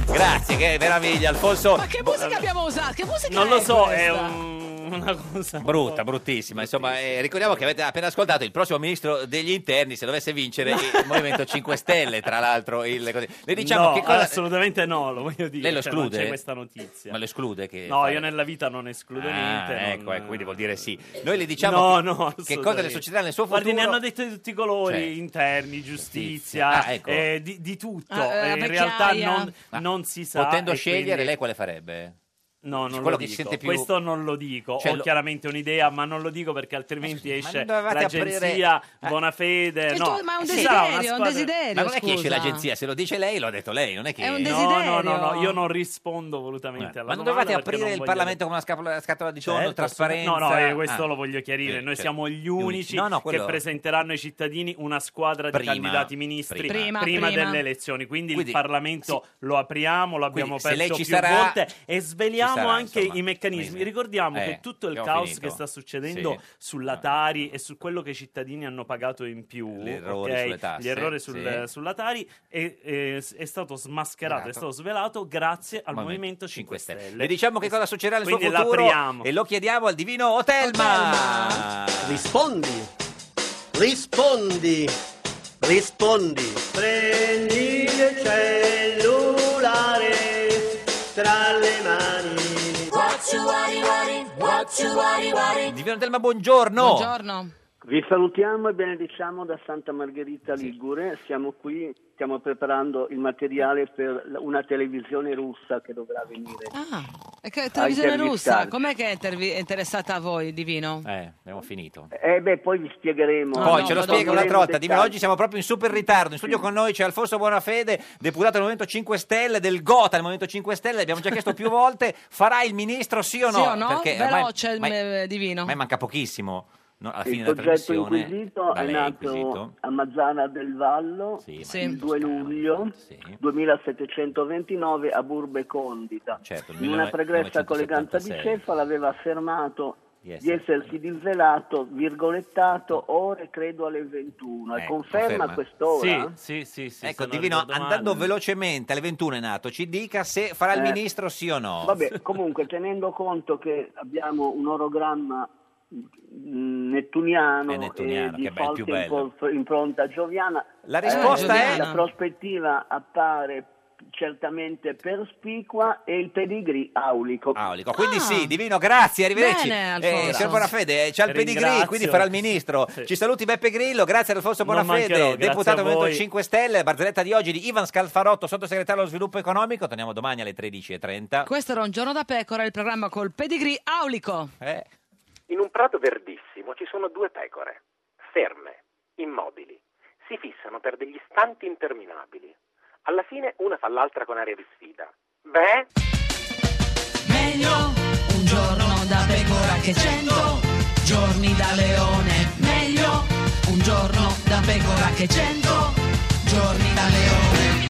Speaker 2: Grazie, che meraviglia, Alfonso.
Speaker 1: Ma che musica abbiamo usato? Che musica
Speaker 19: Non lo
Speaker 1: è
Speaker 19: so, è
Speaker 1: questa?
Speaker 19: un- una cosa.
Speaker 2: Brutta, bruttissima. Insomma, eh, ricordiamo che avete appena ascoltato il prossimo ministro degli interni. Se dovesse vincere il Movimento 5 Stelle, tra l'altro, il così. Le diciamo
Speaker 19: no,
Speaker 2: che cosa.
Speaker 19: assolutamente no, lo voglio dire.
Speaker 2: Lei lo
Speaker 19: cioè, non
Speaker 2: esclude?
Speaker 19: c'è questa notizia.
Speaker 2: Ma lo esclude? Che
Speaker 19: No,
Speaker 2: fare-
Speaker 19: io nella vita non escludo
Speaker 2: Ah,
Speaker 19: niente. non-
Speaker 2: Ecco, ecco, quindi vuol dire sì. Noi le diciamo
Speaker 19: no, no,
Speaker 2: che- che cosa le
Speaker 19: assolutamente.
Speaker 2: succederà nel suo futuro.
Speaker 19: Guardi, ne hanno detto di tutti i colori,
Speaker 2: Cioè,
Speaker 19: interni, giustizia,
Speaker 2: giustizia. Ah, ecco.
Speaker 19: eh, di, di tutto.
Speaker 1: Ah, eh,
Speaker 19: Eh,
Speaker 1: la
Speaker 19: in realtà
Speaker 1: vecchiaia.
Speaker 19: non, non si sa.
Speaker 2: Potendo
Speaker 19: e
Speaker 2: scegliere,
Speaker 19: quindi-
Speaker 2: lei quale farebbe?
Speaker 19: No, non
Speaker 2: quello
Speaker 19: lo
Speaker 2: che si
Speaker 19: dico.
Speaker 2: sente più-
Speaker 19: Questo non lo dico.
Speaker 2: Cioè,
Speaker 19: Ho
Speaker 2: lo-
Speaker 19: chiaramente un'idea, ma non lo dico perché altrimenti
Speaker 2: ma
Speaker 19: esce
Speaker 2: non dovevate
Speaker 19: l'agenzia,
Speaker 2: aprire- Ah.
Speaker 19: Bonafede.
Speaker 1: Il
Speaker 19: Eh, No,
Speaker 1: tuo- ma è un
Speaker 19: ci sarà
Speaker 1: desiderio,
Speaker 19: una
Speaker 1: è un
Speaker 19: squadra-
Speaker 1: desiderio.
Speaker 2: Ma non è che esce
Speaker 1: scusa.
Speaker 2: l'agenzia, se lo dice lei, l'ho detto lei, non è che.
Speaker 1: È un
Speaker 2: No,
Speaker 1: desiderio.
Speaker 19: No, no, no, io non rispondo volutamente alla
Speaker 2: Ma non
Speaker 19: domanda
Speaker 2: dovevate
Speaker 19: perché
Speaker 2: aprire
Speaker 19: non
Speaker 2: il
Speaker 19: voglio-
Speaker 2: Parlamento con una scapola- scatola di tonno,
Speaker 19: Certo,
Speaker 2: trasparenza?
Speaker 19: No, no, eh, questo
Speaker 2: Ah.
Speaker 19: lo voglio chiarire.
Speaker 2: Sì,
Speaker 19: Noi
Speaker 2: certo.
Speaker 19: siamo gli
Speaker 2: unici.
Speaker 19: unici
Speaker 2: No, no, quello-
Speaker 19: che presenteranno ai cittadini una squadra
Speaker 2: Prima,
Speaker 19: di candidati ministri
Speaker 2: prima.
Speaker 1: Prima, prima.
Speaker 19: delle elezioni. Quindi,
Speaker 2: Quindi,
Speaker 19: il Parlamento lo apriamo, lo abbiamo
Speaker 2: Quindi, se lei
Speaker 19: aperto
Speaker 2: ci
Speaker 19: più
Speaker 2: sarà-
Speaker 19: volte e sveliamo
Speaker 2: ci sarà,
Speaker 19: anche
Speaker 2: insomma,
Speaker 19: i meccanismi.
Speaker 2: quindi.
Speaker 19: Ricordiamo
Speaker 2: Eh,
Speaker 19: che tutto il
Speaker 2: abbiamo
Speaker 19: caos
Speaker 2: finito.
Speaker 19: che sta succedendo
Speaker 2: Sì.
Speaker 19: sulla Tari e su quello che i cittadini hanno pagato in più,
Speaker 2: Gli errori
Speaker 19: ok?
Speaker 2: sulle tasse,
Speaker 19: Gli errori sul-
Speaker 2: sì.
Speaker 19: sulla Tari è, è- è stato smascherato, è stato svelato grazie al
Speaker 2: Movimento
Speaker 19: Movimento 5 Stelle.
Speaker 2: Le diciamo che cosa succederà nel suo
Speaker 19: Quindi
Speaker 2: futuro
Speaker 19: l'apriamo.
Speaker 2: e lo chiediamo al divino Otelma.
Speaker 8: Rispondi, rispondi, rispondi. Prendi il cellulare tra le mani.
Speaker 2: Divino Otelma, buongiorno.
Speaker 1: Buongiorno.
Speaker 25: Vi salutiamo e benediciamo da Santa Margherita Ligure. Siamo qui, stiamo preparando il materiale per l- una televisione russa che dovrà venire.
Speaker 2: Ah.
Speaker 1: E Ah, che televisione russa,
Speaker 25: intervistarci.
Speaker 1: com'è che è intervi- è interessata a voi, Divino?
Speaker 2: Eh, abbiamo finito.
Speaker 25: E Eh, beh, poi vi spiegheremo.
Speaker 2: Poi ce lo spiega un'altra volta.
Speaker 25: Dettagli.
Speaker 2: Dimmi, oggi siamo proprio in super ritardo. In studio con noi c'è Alfonso Buonafede, deputato del Movimento 5 Stelle, del GOTA del Movimento 5 Stelle. Abbiamo già chiesto più volte: farà il ministro sì o no?
Speaker 1: Sì o no?
Speaker 2: Perché ormai-
Speaker 1: Veloce,
Speaker 2: ormai-
Speaker 1: eh, Divino.
Speaker 2: ormai manca pochissimo. no? alla fine
Speaker 25: Il
Speaker 2: della
Speaker 25: soggetto
Speaker 2: trasmissione,
Speaker 25: inquisito
Speaker 2: da
Speaker 25: è
Speaker 2: lei
Speaker 25: nato
Speaker 2: inquisito.
Speaker 25: a Mazzana del Vallo
Speaker 2: Sì, ma Sì.
Speaker 25: il 2 luglio 2729 a Burbe Condita.
Speaker 2: Certo, il
Speaker 25: In una
Speaker 2: 1976.
Speaker 25: pregressa colleganza di Cefala aveva affermato
Speaker 2: Di
Speaker 25: di essersi disvelato, virgolettato, ore credo alle 21. E
Speaker 2: Eh,
Speaker 25: conferma a quest'ora?
Speaker 2: Sì, sì, sì. Ecco,
Speaker 25: se non
Speaker 2: Divino,
Speaker 25: ricordo male.
Speaker 2: andando velocemente alle 21 è nato, ci dica se farà il
Speaker 25: Eh.
Speaker 2: ministro sì o no.
Speaker 25: Vabbè, comunque tenendo conto che abbiamo un orogramma mh, nettuniano,
Speaker 2: È nettuniano,
Speaker 25: e di
Speaker 2: che be- è più
Speaker 25: forte
Speaker 2: bello.
Speaker 25: impol- impronta gioviana, eh,
Speaker 2: La risposta è-
Speaker 25: la prospettiva appare certamente perspicua e il pedigree aulico.
Speaker 2: Aulico. Quindi sì, Divino, grazie, arrivederci.
Speaker 25: Ah. Bene,
Speaker 2: eh,
Speaker 25: Alfonso.
Speaker 2: signor Bonafede, eh, c'ha il
Speaker 25: Ti
Speaker 2: pedigree,
Speaker 25: ringrazio.
Speaker 2: quindi farà il ministro.
Speaker 25: Sì.
Speaker 2: Ci saluti Beppe Grillo, grazie ad Alfonso
Speaker 25: Non
Speaker 2: Bonafede,
Speaker 25: mancherò, grazie
Speaker 2: deputato
Speaker 25: a
Speaker 2: del Movimento
Speaker 25: voi.
Speaker 2: 5 Stelle, barzelletta di oggi di Ivan Scalfarotto, sottosegretario allo sviluppo economico. Torniamo domani alle 13.30.
Speaker 1: Questo era un giorno da pecora, il programma col pedigree aulico.
Speaker 2: Eh.
Speaker 10: In un prato verdissimo ci sono due pecore, ferme, immobili. Si fissano per degli istanti interminabili. Alla fine una fa l'altra con aria di sfida. Beh,
Speaker 1: Meglio un giorno da pecora che cento giorni da leone. Meglio un giorno da pecora che cento giorni da leone.